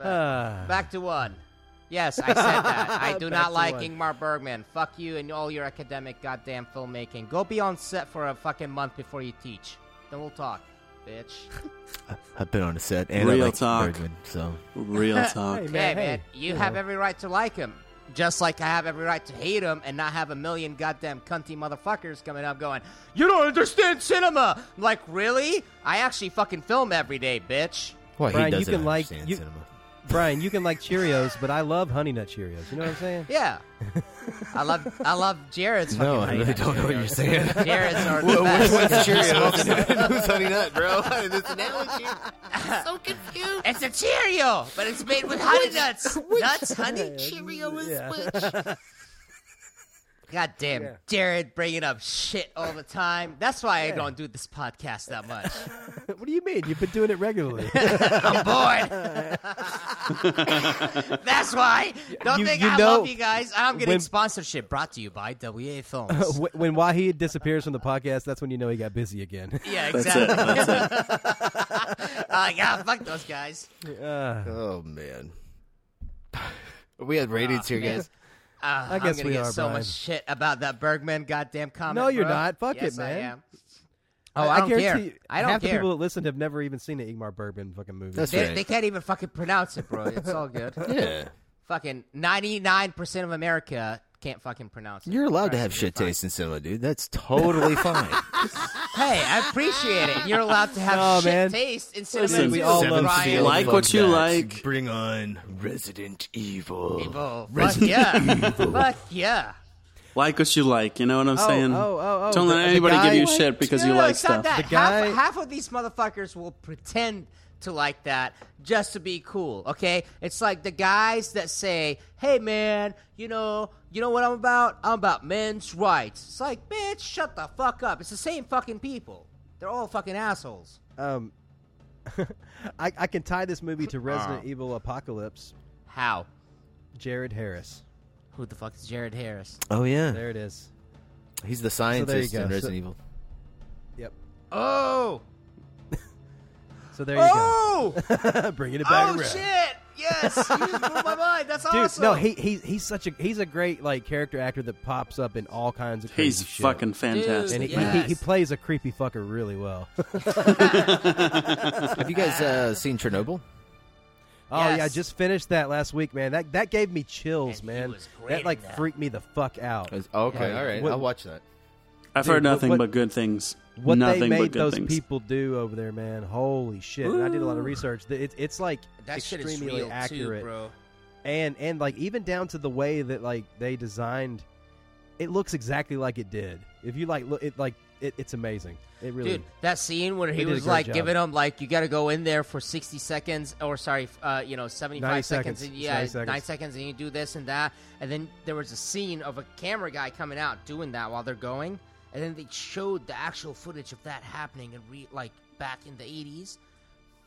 [SPEAKER 1] Ah.
[SPEAKER 10] back to one. Yes, I said that.
[SPEAKER 1] [LAUGHS]
[SPEAKER 10] I do
[SPEAKER 1] Back
[SPEAKER 10] not
[SPEAKER 1] to
[SPEAKER 10] like
[SPEAKER 1] one.
[SPEAKER 10] Ingmar Bergman. Fuck you and all your academic goddamn filmmaking. Go be on set for a fucking month before you teach. Then we'll talk,
[SPEAKER 1] [LAUGHS]
[SPEAKER 10] bitch.
[SPEAKER 8] I've been on a set and
[SPEAKER 9] Real
[SPEAKER 8] I like
[SPEAKER 9] talk.
[SPEAKER 8] Bergman, so
[SPEAKER 9] Real talk.
[SPEAKER 10] [LAUGHS] Hey,
[SPEAKER 1] man,
[SPEAKER 10] man,
[SPEAKER 1] hey,
[SPEAKER 10] you,
[SPEAKER 1] you
[SPEAKER 10] have
[SPEAKER 1] know.
[SPEAKER 10] every right to like him. Just like I have every right to hate him and not have a million goddamn cunty motherfuckers coming up going, You don't understand cinema! I'm like, really? I actually fucking film every day, bitch.
[SPEAKER 8] Well, he
[SPEAKER 1] Brian, you
[SPEAKER 8] doesn't
[SPEAKER 1] can like
[SPEAKER 8] understand
[SPEAKER 1] you,
[SPEAKER 8] cinema.
[SPEAKER 1] Brian, you can like Cheerios, but I love Honey Nut Cheerios. You know what I'm
[SPEAKER 10] [LAUGHS]
[SPEAKER 1] saying? [LAUGHS]
[SPEAKER 10] Yeah. I love I love Jared's
[SPEAKER 8] No, I
[SPEAKER 10] fucking
[SPEAKER 8] really don't know what you're saying.
[SPEAKER 10] Jared's
[SPEAKER 8] [LAUGHS]
[SPEAKER 10] are the
[SPEAKER 8] Well,
[SPEAKER 10] best.
[SPEAKER 8] Which one's Cheerios? Who's Honey Nut, bro? This [LAUGHS] analogy.
[SPEAKER 10] so confused. It's a Cheerio, but it's made with honey nuts. nuts, honey, Cheerio is which? God damn, Jared bringing up shit all the time. That's why I don't do this podcast that much.
[SPEAKER 1] what do you mean? You've been doing it
[SPEAKER 8] [LAUGHS]
[SPEAKER 1] regularly.
[SPEAKER 10] I'm bored. [LAUGHS] That's why. Don't
[SPEAKER 1] You-
[SPEAKER 10] think
[SPEAKER 1] you
[SPEAKER 10] I
[SPEAKER 1] know-
[SPEAKER 10] love you guys. I'm getting
[SPEAKER 1] when-
[SPEAKER 10] sponsorship brought to you by WA
[SPEAKER 1] [LAUGHS]
[SPEAKER 10] Films.
[SPEAKER 1] Wh- when Wahid disappears from the podcast, that's when you know he got busy again.
[SPEAKER 10] yeah,
[SPEAKER 1] That's
[SPEAKER 10] exactly. [LAUGHS] Uh, yeah, fuck those guys.
[SPEAKER 8] Oh man, we had ratings here,
[SPEAKER 10] man. [LAUGHS]
[SPEAKER 8] guys.
[SPEAKER 10] Uh,
[SPEAKER 1] I guess
[SPEAKER 10] am gonna
[SPEAKER 1] we
[SPEAKER 10] get
[SPEAKER 1] are,
[SPEAKER 10] so
[SPEAKER 1] Brian.
[SPEAKER 10] much shit about that Bergman goddamn comment.
[SPEAKER 1] No, you're
[SPEAKER 10] bro.
[SPEAKER 1] not. Fuck it,
[SPEAKER 10] Yes, I
[SPEAKER 1] man.
[SPEAKER 10] am. Oh, I, don't care.
[SPEAKER 1] guarantee you,
[SPEAKER 10] I don't
[SPEAKER 1] half
[SPEAKER 10] care.
[SPEAKER 1] the people that listened have never even seen the Igmar Bergman fucking movie.
[SPEAKER 10] they, they can't even fucking pronounce it, bro. It's all good.
[SPEAKER 1] [LAUGHS]
[SPEAKER 8] Yeah.
[SPEAKER 10] Fucking ninety nine percent of America can't fucking pronounce it.
[SPEAKER 8] [LAUGHS] You're allowed to have shit taste in cinema, dude. That's totally fine.
[SPEAKER 10] Hey, I appreciate it. You're allowed to have
[SPEAKER 1] [LAUGHS] No,
[SPEAKER 10] shit
[SPEAKER 1] man.
[SPEAKER 10] taste in cinema.
[SPEAKER 9] Listen, we all love
[SPEAKER 10] Ryan.
[SPEAKER 9] Like what you like.
[SPEAKER 8] Bring on Resident Evil.
[SPEAKER 10] Evil. Fuck
[SPEAKER 8] Resident
[SPEAKER 10] yeah.
[SPEAKER 8] Evil.
[SPEAKER 10] Fuck yeah.
[SPEAKER 9] Like what you like. You know what I'm
[SPEAKER 10] Oh,
[SPEAKER 9] saying?
[SPEAKER 10] oh, oh, oh,
[SPEAKER 9] Don't
[SPEAKER 10] the-
[SPEAKER 9] let
[SPEAKER 10] the
[SPEAKER 9] anybody
[SPEAKER 10] guy-
[SPEAKER 9] give you shit because
[SPEAKER 10] no,
[SPEAKER 9] you
[SPEAKER 10] no,
[SPEAKER 9] like
[SPEAKER 10] it's not
[SPEAKER 9] stuff.
[SPEAKER 10] that.
[SPEAKER 1] guy-
[SPEAKER 10] half, half of these motherfuckers will pretend to like that just to be cool. Okay, it's like the guys that say, "Hey, man, you know, you know what I'm about? I'm about men's rights." It's like, bitch, shut the fuck up. It's the same fucking people. They're all fucking assholes.
[SPEAKER 1] Um, [LAUGHS] I, I can tie this movie to
[SPEAKER 10] Ah.
[SPEAKER 1] Resident Evil Apocalypse.
[SPEAKER 10] How?
[SPEAKER 1] Jared Harris.
[SPEAKER 10] Who the fuck is Jared Harris?
[SPEAKER 8] Oh yeah,
[SPEAKER 1] There it is.
[SPEAKER 8] he's the scientist
[SPEAKER 1] go.
[SPEAKER 8] in
[SPEAKER 1] So-
[SPEAKER 8] Resident Evil.
[SPEAKER 1] Yep.
[SPEAKER 10] Oh,
[SPEAKER 1] So there you [LAUGHS] go. Bringing it back
[SPEAKER 10] oh
[SPEAKER 1] around.
[SPEAKER 10] shit! Yes, you just blew my mind. That's
[SPEAKER 1] Dude,
[SPEAKER 10] awesome.
[SPEAKER 1] no, he, he he's such a he's a great like character actor that pops up in all kinds of
[SPEAKER 9] He's
[SPEAKER 1] crazy shit.
[SPEAKER 9] fucking fantastic.
[SPEAKER 1] And he,
[SPEAKER 9] Dude,
[SPEAKER 1] he- he,
[SPEAKER 9] yes.
[SPEAKER 1] he plays a creepy fucker really well. [LAUGHS]
[SPEAKER 8] Have you guys uh, seen Chernobyl?
[SPEAKER 1] Oh yeah, I just finished that last week, man. That that gave me chills, man. that like freaked me the fuck out.
[SPEAKER 8] Okay,
[SPEAKER 1] Like,
[SPEAKER 8] all right.
[SPEAKER 1] what-
[SPEAKER 8] I'll watch that.
[SPEAKER 9] I've
[SPEAKER 1] Dude,
[SPEAKER 9] heard nothing
[SPEAKER 1] what-
[SPEAKER 9] but good things.
[SPEAKER 1] What
[SPEAKER 9] nothing
[SPEAKER 1] they
[SPEAKER 9] but
[SPEAKER 1] made
[SPEAKER 9] good
[SPEAKER 1] those
[SPEAKER 9] things.
[SPEAKER 1] people do over there, man. Holy shit! And I did a lot of
[SPEAKER 10] Ooh.
[SPEAKER 1] research. Th- It, it's like
[SPEAKER 10] That shit is
[SPEAKER 1] extremely
[SPEAKER 10] real too,
[SPEAKER 1] accurate,
[SPEAKER 10] bro.
[SPEAKER 1] And and like even down to the way that like they designed, it looks exactly like it did. If you like look, it like it, it's amazing. It really.
[SPEAKER 10] Dude, that scene where
[SPEAKER 1] They
[SPEAKER 10] he
[SPEAKER 1] did a
[SPEAKER 10] was
[SPEAKER 1] great
[SPEAKER 10] like
[SPEAKER 1] job.
[SPEAKER 10] giving him like you got to go in there for sixty seconds, or sorry, f- uh, you know, seventy-five
[SPEAKER 1] 90
[SPEAKER 10] seconds,
[SPEAKER 1] seconds.
[SPEAKER 10] and yeah,
[SPEAKER 1] 90 seconds.
[SPEAKER 10] nine seconds, and you do this and that, and then there was a scene of a camera guy coming out doing that while they're going, and then they showed the actual footage of that happening and re- like back in the eighties.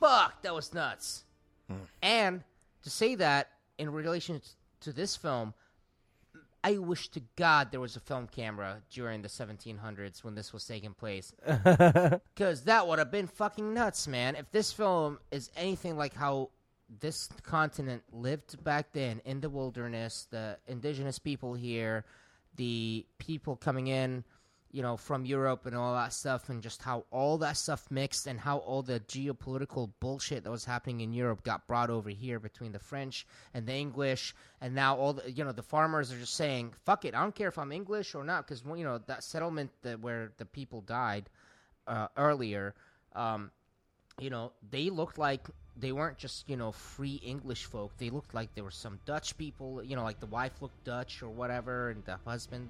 [SPEAKER 10] Fuck, that was nuts.
[SPEAKER 1] Hmm.
[SPEAKER 10] And to say that in relation to this film, I wish to God there was a film camera during the 1700s when this was taking place. Because that would have been fucking nuts, man. If this film is anything like how this continent lived back then in the wilderness, the indigenous people here, the people coming in, you know, from Europe and all that stuff, and just how all that stuff mixed and how all the geopolitical bullshit that was happening in Europe got brought over here between the French and the English. And now all the, you know, the farmers are just saying, fuck it, I don't care if I'm English or not, because, you know, that settlement that where the people died uh, earlier, um, you know, they looked like they weren't just, you know, free English folk. They looked like there were some Dutch people, you know, like the wife looked Dutch or whatever, and the husband,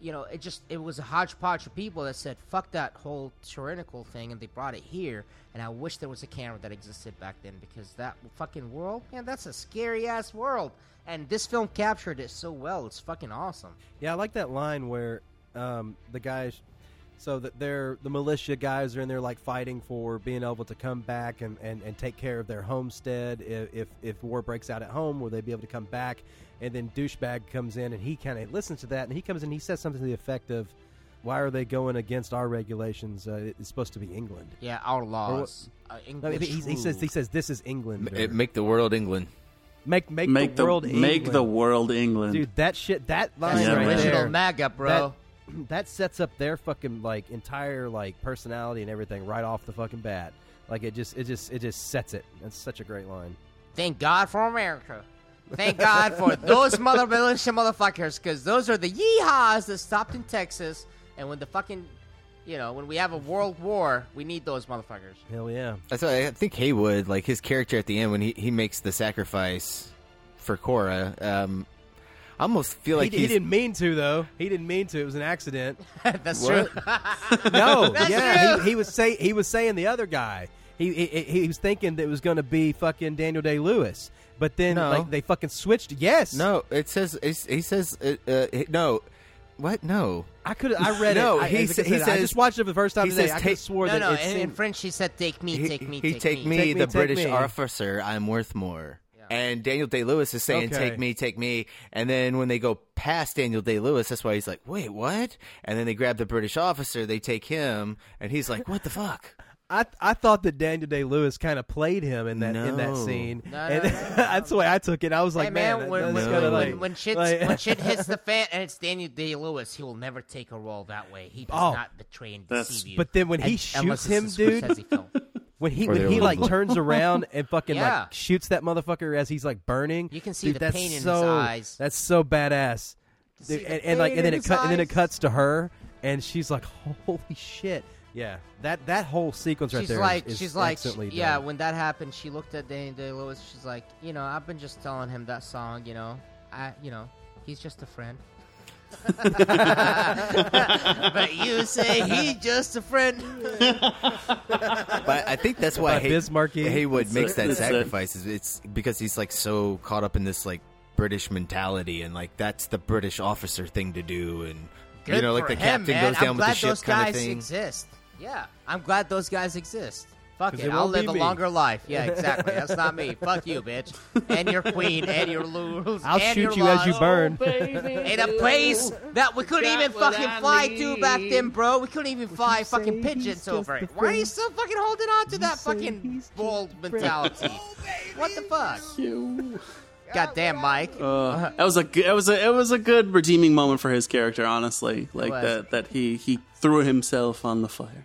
[SPEAKER 10] you know, it just, it was a hodgepodge of people that said, fuck that whole tyrannical thing, and they brought it here. And I wish there was a camera that existed back then because that fucking world, man, that's a scary ass world. And this film captured it so well. It's fucking awesome.
[SPEAKER 1] Yeah, I like that line where um, the guys, so that they're the militia guys are in there like fighting for being able to come back and, and, and take care of their homestead. If, if if war breaks out at home, will they be able to come back? And then douchebag comes in and he kind of listens to that and he comes in and he says something to the effect of, "Why are they going against our regulations? Uh, it's supposed to be England."
[SPEAKER 10] Yeah, our
[SPEAKER 1] Or
[SPEAKER 10] laws.
[SPEAKER 1] what-
[SPEAKER 10] Uh,
[SPEAKER 1] No, he,
[SPEAKER 10] English
[SPEAKER 1] he- he says
[SPEAKER 10] rule.
[SPEAKER 1] he says this is England.
[SPEAKER 8] M- it-
[SPEAKER 1] or-
[SPEAKER 8] make the world England.
[SPEAKER 1] Make make,
[SPEAKER 9] Make
[SPEAKER 1] the,
[SPEAKER 9] the-
[SPEAKER 1] world
[SPEAKER 9] make
[SPEAKER 1] England.
[SPEAKER 9] the world England.
[SPEAKER 1] dude. That shit. That line
[SPEAKER 9] Yeah,
[SPEAKER 1] right
[SPEAKER 9] man.
[SPEAKER 1] there.
[SPEAKER 9] Original
[SPEAKER 10] MAGA, bro.
[SPEAKER 1] That, [CLEARS THROAT] that sets up their fucking like entire like personality and everything right off the fucking bat. Like it just it just it just sets it. That's such a great line.
[SPEAKER 10] Thank God for America. Thank God for
[SPEAKER 1] [LAUGHS]
[SPEAKER 10] those mother militia motherfuckers, because those are the yeehaws that stopped in Texas. And when the fucking, you know, when we have a world war, we need those motherfuckers. [LAUGHS]
[SPEAKER 1] Hell yeah.
[SPEAKER 8] That's why I think Haywood, like his character at the end when he, he makes the sacrifice for Cora, um, I almost feel like
[SPEAKER 1] he, he
[SPEAKER 8] he's-
[SPEAKER 1] didn't mean to though. He didn't mean to. It was an accident.
[SPEAKER 10] That's
[SPEAKER 8] What?
[SPEAKER 10] true.
[SPEAKER 1] [LAUGHS] no,
[SPEAKER 10] That's
[SPEAKER 1] yeah,
[SPEAKER 10] true.
[SPEAKER 1] He, he was say he was saying the other guy. He he, he was thinking that it was going to be fucking Daniel Day Lewis, but then
[SPEAKER 8] No.
[SPEAKER 1] like they fucking switched. Yes,
[SPEAKER 8] No, it says it's, he says uh, uh, he- no. What? No,
[SPEAKER 1] I could. I read
[SPEAKER 8] no,
[SPEAKER 1] it. I-
[SPEAKER 8] he,
[SPEAKER 1] as I
[SPEAKER 8] sa- he
[SPEAKER 1] said,
[SPEAKER 8] says
[SPEAKER 1] I just watched it for the first time
[SPEAKER 8] he
[SPEAKER 1] today.
[SPEAKER 8] Says,
[SPEAKER 1] I could
[SPEAKER 8] take,
[SPEAKER 1] have swore
[SPEAKER 10] [LAUGHS] no,
[SPEAKER 1] that
[SPEAKER 10] no.
[SPEAKER 1] it
[SPEAKER 10] In, in
[SPEAKER 1] seemed-
[SPEAKER 10] French, she said, "Take me,
[SPEAKER 8] he,
[SPEAKER 10] take me,
[SPEAKER 8] he,
[SPEAKER 10] take,
[SPEAKER 8] take me,
[SPEAKER 1] Take me,
[SPEAKER 8] the
[SPEAKER 1] take
[SPEAKER 8] British
[SPEAKER 1] me."
[SPEAKER 8] officer. I'm worth more. And Daniel Day Lewis is saying,
[SPEAKER 1] Okay.
[SPEAKER 8] "Take me, take me." And then when they go past Daniel Day Lewis, that's why he's like, "Wait, what?" And then they grab the British officer. They take him, and he's like, "What the fuck?"
[SPEAKER 1] I I thought that Daniel Day Lewis kind of played him in that in that
[SPEAKER 8] No.
[SPEAKER 1] scene,
[SPEAKER 10] No,
[SPEAKER 1] and
[SPEAKER 10] no,
[SPEAKER 1] [LAUGHS] that's the way I took it. I was like,
[SPEAKER 10] hey, man,
[SPEAKER 1] that-
[SPEAKER 10] when,
[SPEAKER 1] that's
[SPEAKER 10] when,
[SPEAKER 1] kinda
[SPEAKER 10] when,
[SPEAKER 1] like-
[SPEAKER 10] when, when, shit's,
[SPEAKER 1] like- [LAUGHS]
[SPEAKER 10] when shit hits the fan and it's Daniel Day Lewis, he will never take a role that way. He does
[SPEAKER 1] Oh.
[SPEAKER 10] not betray and
[SPEAKER 9] That's-
[SPEAKER 10] deceive you.
[SPEAKER 1] But then when he
[SPEAKER 10] And- unless
[SPEAKER 1] shoots
[SPEAKER 10] it's
[SPEAKER 1] him,
[SPEAKER 10] a Scorsese
[SPEAKER 1] dude, [LAUGHS]
[SPEAKER 10] film.
[SPEAKER 1] when he
[SPEAKER 8] Or
[SPEAKER 1] when
[SPEAKER 8] they
[SPEAKER 1] he
[SPEAKER 8] were
[SPEAKER 1] like
[SPEAKER 8] little.
[SPEAKER 1] turns around and fucking
[SPEAKER 10] Yeah.
[SPEAKER 1] like shoots that motherfucker as he's like burning,
[SPEAKER 10] You can see
[SPEAKER 1] dude,
[SPEAKER 10] the
[SPEAKER 1] that's
[SPEAKER 10] pain in his
[SPEAKER 1] so,
[SPEAKER 10] eyes.
[SPEAKER 1] That's so badacuts
[SPEAKER 10] See
[SPEAKER 1] Dude,
[SPEAKER 10] the
[SPEAKER 1] and, and like
[SPEAKER 10] pain
[SPEAKER 1] and then
[SPEAKER 10] in
[SPEAKER 1] it
[SPEAKER 10] his
[SPEAKER 1] cut and then it
[SPEAKER 10] eyes.
[SPEAKER 1] cuts to her, and she's like, holy shit, yeah. That that whole sequence right
[SPEAKER 10] she's
[SPEAKER 1] there is-
[SPEAKER 10] like,
[SPEAKER 1] is
[SPEAKER 10] she's like,
[SPEAKER 1] excellently
[SPEAKER 10] she- yeah.
[SPEAKER 1] done.
[SPEAKER 10] When that happened, she looked at Danny Day Lewis. She's like, you know, I've been just telling him that song. You know, I, you know, he's just a friend. [LAUGHS] but you say he's just a friend.
[SPEAKER 8] But I think that's why
[SPEAKER 1] About
[SPEAKER 8] Hay-
[SPEAKER 1] Bismarcky.
[SPEAKER 8] Haywood
[SPEAKER 1] That's
[SPEAKER 8] makes
[SPEAKER 1] it.
[SPEAKER 8] that
[SPEAKER 1] That's it.
[SPEAKER 8] sacrifice. Is It's because he's like so caught up in this like British mentality, and like that's the British officer thing to do, and you
[SPEAKER 10] Good
[SPEAKER 8] know, like
[SPEAKER 10] for
[SPEAKER 8] the
[SPEAKER 10] him,
[SPEAKER 8] captain
[SPEAKER 10] man.
[SPEAKER 8] goes down
[SPEAKER 10] I'm
[SPEAKER 8] with
[SPEAKER 10] glad
[SPEAKER 8] the ship
[SPEAKER 10] those
[SPEAKER 8] kind
[SPEAKER 10] guys
[SPEAKER 8] of thing.
[SPEAKER 10] Exist. Yeah, I'm glad those guys exist. Fuck
[SPEAKER 1] 'Cause
[SPEAKER 10] it.
[SPEAKER 1] it
[SPEAKER 10] I'll
[SPEAKER 1] won't be
[SPEAKER 10] live a
[SPEAKER 1] me.
[SPEAKER 10] longer life. Yeah, exactly. That's
[SPEAKER 1] [LAUGHS]
[SPEAKER 10] not me. Fuck you, bitch. And your queen, and your rules.
[SPEAKER 1] I'll
[SPEAKER 10] and
[SPEAKER 1] shoot
[SPEAKER 10] your
[SPEAKER 1] you as
[SPEAKER 10] laws.
[SPEAKER 1] you burn. Oh, baby,
[SPEAKER 10] In a place that we couldn't
[SPEAKER 5] got
[SPEAKER 10] even
[SPEAKER 5] what
[SPEAKER 10] fucking
[SPEAKER 5] I
[SPEAKER 10] fly to back
[SPEAKER 5] need.
[SPEAKER 10] then, bro. We couldn't even fly fucking pigeons over it. Why are you still fucking holding on to that fucking bold mentality? what the fuck? Goddamn, Mike.
[SPEAKER 9] Uh, that was a good, that was a it was a good redeeming moment for his character. Honestly, like
[SPEAKER 10] was.
[SPEAKER 9] that that he he threw himself on the fire.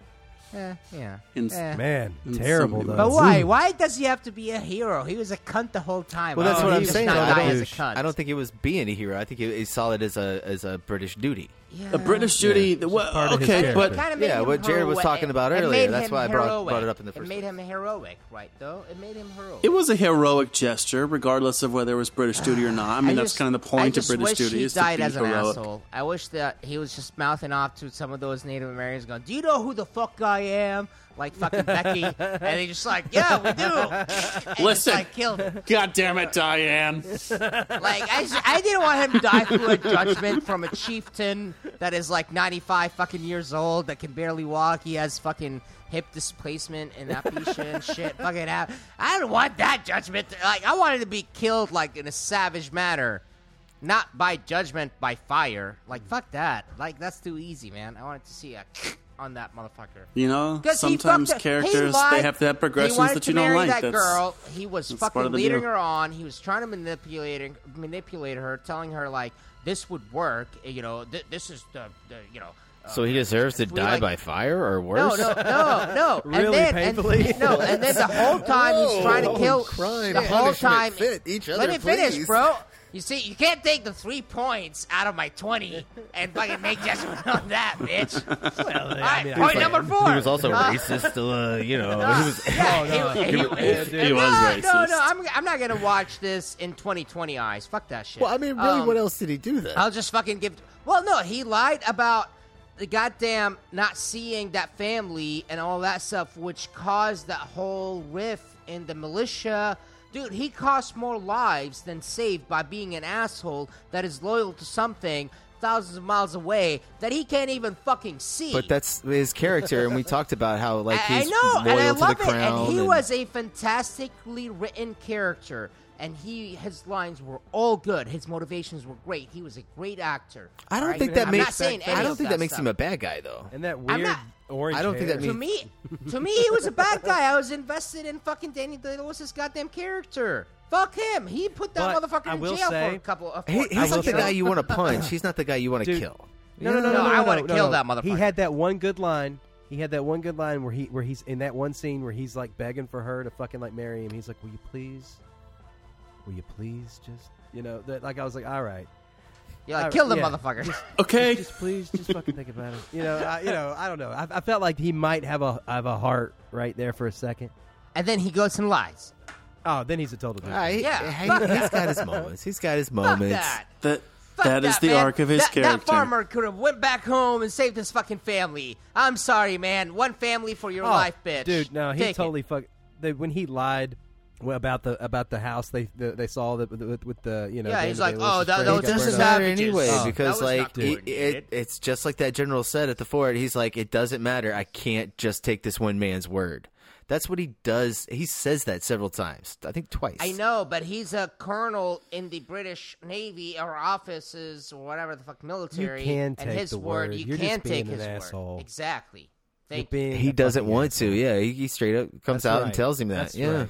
[SPEAKER 10] Eh, yeah.
[SPEAKER 9] In-
[SPEAKER 10] Eh.
[SPEAKER 1] Man,
[SPEAKER 9] in so
[SPEAKER 1] terrible,
[SPEAKER 9] many
[SPEAKER 1] though.
[SPEAKER 9] ways.
[SPEAKER 10] But why? Why does he have to be a hero? He was a cunt the whole time.
[SPEAKER 8] Well, that's
[SPEAKER 10] Why
[SPEAKER 8] what
[SPEAKER 10] would
[SPEAKER 8] I'm
[SPEAKER 10] he just
[SPEAKER 8] saying.
[SPEAKER 10] not
[SPEAKER 8] though.
[SPEAKER 10] die
[SPEAKER 8] I,
[SPEAKER 10] as a
[SPEAKER 8] don't,
[SPEAKER 10] cunt.
[SPEAKER 8] I don't think it was being a hero. I think he, he saw it as a as a British duty.
[SPEAKER 9] A British duty. the- well, okay, but
[SPEAKER 8] yeah, what Jared was talking about earlier. That's why I brought, brought it up in the
[SPEAKER 10] It
[SPEAKER 8] first.
[SPEAKER 10] made him heroic, right? Though it made him heroic.
[SPEAKER 9] it was a heroic gesture, regardless of whether it was British duty or not. I mean, that's
[SPEAKER 10] just-
[SPEAKER 9] kind of the
[SPEAKER 10] I
[SPEAKER 9] point of
[SPEAKER 10] just
[SPEAKER 9] British
[SPEAKER 10] wish
[SPEAKER 9] duty
[SPEAKER 10] He
[SPEAKER 9] is
[SPEAKER 10] died
[SPEAKER 9] to be
[SPEAKER 10] as an
[SPEAKER 9] heroic.
[SPEAKER 10] asshole. I wish that he was just mouthing off to some of those Native Americans, going, "Do you know who the fuck I am?" Like
[SPEAKER 9] [LAUGHS]
[SPEAKER 10] fucking Becky, and they just like, "Yeah, we do." And
[SPEAKER 9] Listen.
[SPEAKER 10] just, like killed him.
[SPEAKER 9] God damn it, Diane!
[SPEAKER 10] Like I, s- I didn't want him to die through a judgment from a chieftain that is like 95 fucking years old that can barely walk. He has fucking hip displacement and aphasia and shit. Fucking out. I don't want that judgment. to- like I wanted to be killed like in a savage manner, not by judgment by fire. Like fuck that. Like that's too easy, man. I wanted to see a [SNIFFS] on that motherfucker.
[SPEAKER 9] You know,
[SPEAKER 10] [LAUGHS] 'Cause he
[SPEAKER 9] sometimes
[SPEAKER 10] fucked her- he
[SPEAKER 9] characters they
[SPEAKER 10] lied.
[SPEAKER 9] have to have
[SPEAKER 10] He
[SPEAKER 9] progressions
[SPEAKER 10] wanted
[SPEAKER 9] that
[SPEAKER 10] to
[SPEAKER 9] you don't
[SPEAKER 10] marry
[SPEAKER 9] like.
[SPEAKER 10] That
[SPEAKER 9] that's
[SPEAKER 10] girl, he was
[SPEAKER 9] that's part
[SPEAKER 10] fucking
[SPEAKER 9] of the
[SPEAKER 10] leading
[SPEAKER 9] deal.
[SPEAKER 10] her on. He was trying to manipulating, manipulate her, telling her like this would work. You know, th- this is the, the you know. uh,
[SPEAKER 8] one. So he deserves to
[SPEAKER 10] we
[SPEAKER 8] die
[SPEAKER 10] like-
[SPEAKER 8] by fire or worse.
[SPEAKER 10] No, no, no, no.
[SPEAKER 8] [LAUGHS] Really
[SPEAKER 10] and then, and-
[SPEAKER 8] painfully?
[SPEAKER 10] [LAUGHS] no, and then the whole time he's trying to
[SPEAKER 8] Whoa.
[SPEAKER 10] kill.
[SPEAKER 8] Crime,
[SPEAKER 10] the whole
[SPEAKER 8] punishment,
[SPEAKER 10] time.
[SPEAKER 8] fit each other,
[SPEAKER 10] let me
[SPEAKER 8] please.
[SPEAKER 10] finish, bro. You see, you can't take the three points out of my twenty and fucking make judgment [LAUGHS] on that, bitch. All right,
[SPEAKER 8] mean, I
[SPEAKER 10] point
[SPEAKER 8] think-
[SPEAKER 10] number four.
[SPEAKER 8] He
[SPEAKER 10] [LAUGHS]
[SPEAKER 8] was also
[SPEAKER 10] Uh,
[SPEAKER 8] racist. Uh, you know, [LAUGHS] he
[SPEAKER 10] [LAUGHS]
[SPEAKER 8] was.
[SPEAKER 10] yeah, he- he-
[SPEAKER 8] Oh, he- [LAUGHS] he
[SPEAKER 10] no,
[SPEAKER 8] was
[SPEAKER 10] No,
[SPEAKER 8] racist.
[SPEAKER 10] no, I'm, I'm not gonna watch this in 2020 eyes. Fuck that shit.
[SPEAKER 8] Well, I mean, really,
[SPEAKER 10] Um,
[SPEAKER 8] what else did he do then?
[SPEAKER 10] I'll just fucking give. Well, no, he lied about the goddamn not seeing that family and all that stuff, which caused that whole riff in the militia. Dude, he cost more lives than saved by being an asshole that is loyal to something thousands of miles away that he can't even fucking see.
[SPEAKER 8] But that's his character, and we talked about how like
[SPEAKER 10] I, I
[SPEAKER 8] he's
[SPEAKER 10] know,
[SPEAKER 8] loyal
[SPEAKER 10] and I
[SPEAKER 8] to
[SPEAKER 10] love
[SPEAKER 8] the
[SPEAKER 10] it.
[SPEAKER 8] crown.
[SPEAKER 10] And he
[SPEAKER 8] and-
[SPEAKER 10] was a fantastically written character, and he his lines were all good. His motivations were great. He was a great actor.
[SPEAKER 8] I don't
[SPEAKER 10] Alright?
[SPEAKER 8] think that
[SPEAKER 10] I'm
[SPEAKER 8] makes.
[SPEAKER 10] Not saying any
[SPEAKER 8] I don't
[SPEAKER 10] of
[SPEAKER 8] think
[SPEAKER 10] that
[SPEAKER 8] that makes
[SPEAKER 10] stuff.
[SPEAKER 8] him a bad guy though.
[SPEAKER 1] And that
[SPEAKER 10] I'm
[SPEAKER 1] weird
[SPEAKER 10] not-
[SPEAKER 1] orange.
[SPEAKER 8] I don't think that
[SPEAKER 1] hair.
[SPEAKER 8] means.
[SPEAKER 10] to me, to me, he was a bad guy. I was invested in fucking Danny Day Lewis's goddamn character. Fuck him. He put that
[SPEAKER 1] But
[SPEAKER 10] motherfucker
[SPEAKER 1] I
[SPEAKER 10] in
[SPEAKER 1] will
[SPEAKER 10] jail for
[SPEAKER 1] say-
[SPEAKER 10] a couple of.
[SPEAKER 8] He,
[SPEAKER 1] I
[SPEAKER 8] he's
[SPEAKER 1] will
[SPEAKER 8] not the
[SPEAKER 1] say-
[SPEAKER 8] guy you want
[SPEAKER 1] [LAUGHS]
[SPEAKER 8] to punch. He's not the guy you want to
[SPEAKER 1] Dude.
[SPEAKER 8] kill.
[SPEAKER 1] No, no, no, no,
[SPEAKER 10] No,
[SPEAKER 1] no,
[SPEAKER 10] I
[SPEAKER 1] no,
[SPEAKER 10] wanna
[SPEAKER 1] no,
[SPEAKER 10] kill
[SPEAKER 1] no.
[SPEAKER 10] that
[SPEAKER 1] He
[SPEAKER 10] motherfucker.
[SPEAKER 1] had that one good line. He had that one good line where he where he's in that one scene where he's like begging for her to fucking like marry him. He's like, "Will you please? Will you please just you know?" That, like I was like, "All right."
[SPEAKER 10] You're
[SPEAKER 1] All
[SPEAKER 10] like,
[SPEAKER 1] right,
[SPEAKER 10] kill the
[SPEAKER 1] yeah.
[SPEAKER 10] motherfucker.
[SPEAKER 9] Okay.
[SPEAKER 1] Just please, just fucking think about it. You know, I, you know, I don't know. I, I felt like he might have a have a heart right there for a second.
[SPEAKER 10] And then he goes and lies.
[SPEAKER 1] Oh, then he's a total dick.
[SPEAKER 8] All right,
[SPEAKER 10] Yeah,
[SPEAKER 8] he,
[SPEAKER 10] fuck
[SPEAKER 8] has
[SPEAKER 10] that.
[SPEAKER 8] got his moments. He's got his
[SPEAKER 10] Fuck
[SPEAKER 8] moments.
[SPEAKER 10] that.
[SPEAKER 9] That
[SPEAKER 10] Fuck
[SPEAKER 9] that is the
[SPEAKER 10] man.
[SPEAKER 9] arc of his
[SPEAKER 10] That-
[SPEAKER 9] character.
[SPEAKER 10] That farmer could have went back home and saved his fucking family. I'm sorry, man. One family for your
[SPEAKER 1] Oh,
[SPEAKER 10] life, bitch.
[SPEAKER 1] Dude, no, he
[SPEAKER 10] Take it.
[SPEAKER 1] totally fuck. They, when he lied w- about the about the house, they the, they saw that with, with, with the you know.
[SPEAKER 10] Yeah,
[SPEAKER 1] the
[SPEAKER 10] he's
[SPEAKER 1] end of
[SPEAKER 10] like,
[SPEAKER 1] it was just crazy.
[SPEAKER 10] oh, that- that was
[SPEAKER 8] It
[SPEAKER 10] just
[SPEAKER 8] doesn't
[SPEAKER 10] Savages.
[SPEAKER 8] matter anyway
[SPEAKER 1] Oh.
[SPEAKER 8] because,
[SPEAKER 10] That was
[SPEAKER 8] like,
[SPEAKER 10] not
[SPEAKER 8] it,
[SPEAKER 10] coordinated.
[SPEAKER 8] it, it's just like that general said at the fort. He's like, it doesn't matter. I can't just take this one man's word. That's what he does. He says that several times. I think twice.
[SPEAKER 10] I know, but he's a colonel in the British Navy or offices or whatever the fuck military.
[SPEAKER 1] can take
[SPEAKER 10] and his
[SPEAKER 1] the word.
[SPEAKER 10] You
[SPEAKER 1] You're just
[SPEAKER 10] can
[SPEAKER 1] being
[SPEAKER 10] take
[SPEAKER 1] an
[SPEAKER 10] his
[SPEAKER 1] asshole.
[SPEAKER 10] word. Exactly.
[SPEAKER 1] You're
[SPEAKER 10] Thank
[SPEAKER 1] being
[SPEAKER 8] He
[SPEAKER 1] a
[SPEAKER 8] doesn't
[SPEAKER 1] fucking
[SPEAKER 8] want to. Yeah, he, he straight up comes
[SPEAKER 1] That's
[SPEAKER 8] out and
[SPEAKER 1] right.
[SPEAKER 8] tells him that.
[SPEAKER 1] That's
[SPEAKER 8] yeah,
[SPEAKER 1] right.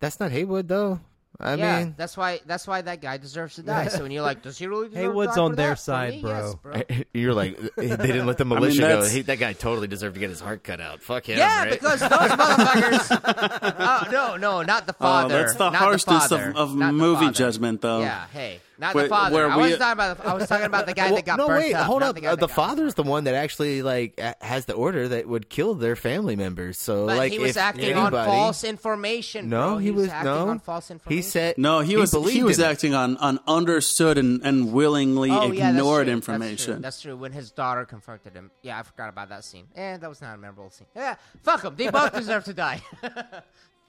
[SPEAKER 8] that's not Haywood though. I
[SPEAKER 10] yeah,
[SPEAKER 8] mean,
[SPEAKER 10] that's why. That's why that guy deserves to die. So when you're like, does he
[SPEAKER 1] [LAUGHS]
[SPEAKER 10] really? Deserve
[SPEAKER 1] Haywood's
[SPEAKER 10] to die
[SPEAKER 1] on
[SPEAKER 10] for
[SPEAKER 1] their
[SPEAKER 10] that? For
[SPEAKER 1] side,
[SPEAKER 10] me,
[SPEAKER 1] bro.
[SPEAKER 10] yes, bro.
[SPEAKER 8] [LAUGHS]
[SPEAKER 10] [LAUGHS]
[SPEAKER 8] you're like they didn't let the
[SPEAKER 9] mean,
[SPEAKER 8] militia go.
[SPEAKER 9] that's-
[SPEAKER 8] He, that guy totally deserved to get his heart cut out. Fuck him.
[SPEAKER 10] Yeah,
[SPEAKER 8] right?
[SPEAKER 10] because those motherfuckers.
[SPEAKER 8] [LAUGHS]
[SPEAKER 10] oh no, no, not the
[SPEAKER 9] Oh,
[SPEAKER 10] father.
[SPEAKER 9] that's the
[SPEAKER 10] not
[SPEAKER 9] harshness
[SPEAKER 10] father,
[SPEAKER 9] of, of
[SPEAKER 10] not the
[SPEAKER 9] movie
[SPEAKER 10] father.
[SPEAKER 9] judgment, though.
[SPEAKER 10] Yeah, hey, not
[SPEAKER 9] Where-
[SPEAKER 10] the father.
[SPEAKER 9] where
[SPEAKER 10] I
[SPEAKER 9] we-
[SPEAKER 10] wasn't talking about. The, I was talking about the guy
[SPEAKER 8] Well,
[SPEAKER 10] that got
[SPEAKER 8] no
[SPEAKER 10] burnt
[SPEAKER 8] wait
[SPEAKER 10] up.
[SPEAKER 8] hold
[SPEAKER 10] not
[SPEAKER 8] up
[SPEAKER 10] The, guy
[SPEAKER 8] uh,
[SPEAKER 10] that
[SPEAKER 8] the
[SPEAKER 10] got-
[SPEAKER 8] father's the one that actually like a- has the order that would kill their family members so
[SPEAKER 10] But
[SPEAKER 8] like
[SPEAKER 10] he was
[SPEAKER 8] if
[SPEAKER 10] acting
[SPEAKER 8] anybody,
[SPEAKER 10] on false information.
[SPEAKER 8] no
[SPEAKER 10] bro.
[SPEAKER 8] he, was,
[SPEAKER 10] acting
[SPEAKER 8] no
[SPEAKER 10] on false information.
[SPEAKER 8] he said
[SPEAKER 9] No, he was he,
[SPEAKER 8] believed
[SPEAKER 9] was
[SPEAKER 8] in it.
[SPEAKER 9] acting on, on understood and, and willingly
[SPEAKER 10] Oh, yeah, that's
[SPEAKER 9] ignored
[SPEAKER 10] true. That's true.
[SPEAKER 9] information.
[SPEAKER 10] That's true. When his daughter confronted him. Yeah, I forgot about that scene. Eh, that was not a memorable scene. Yeah, fuck them. They
[SPEAKER 8] [LAUGHS]
[SPEAKER 10] both deserve to die. [LAUGHS]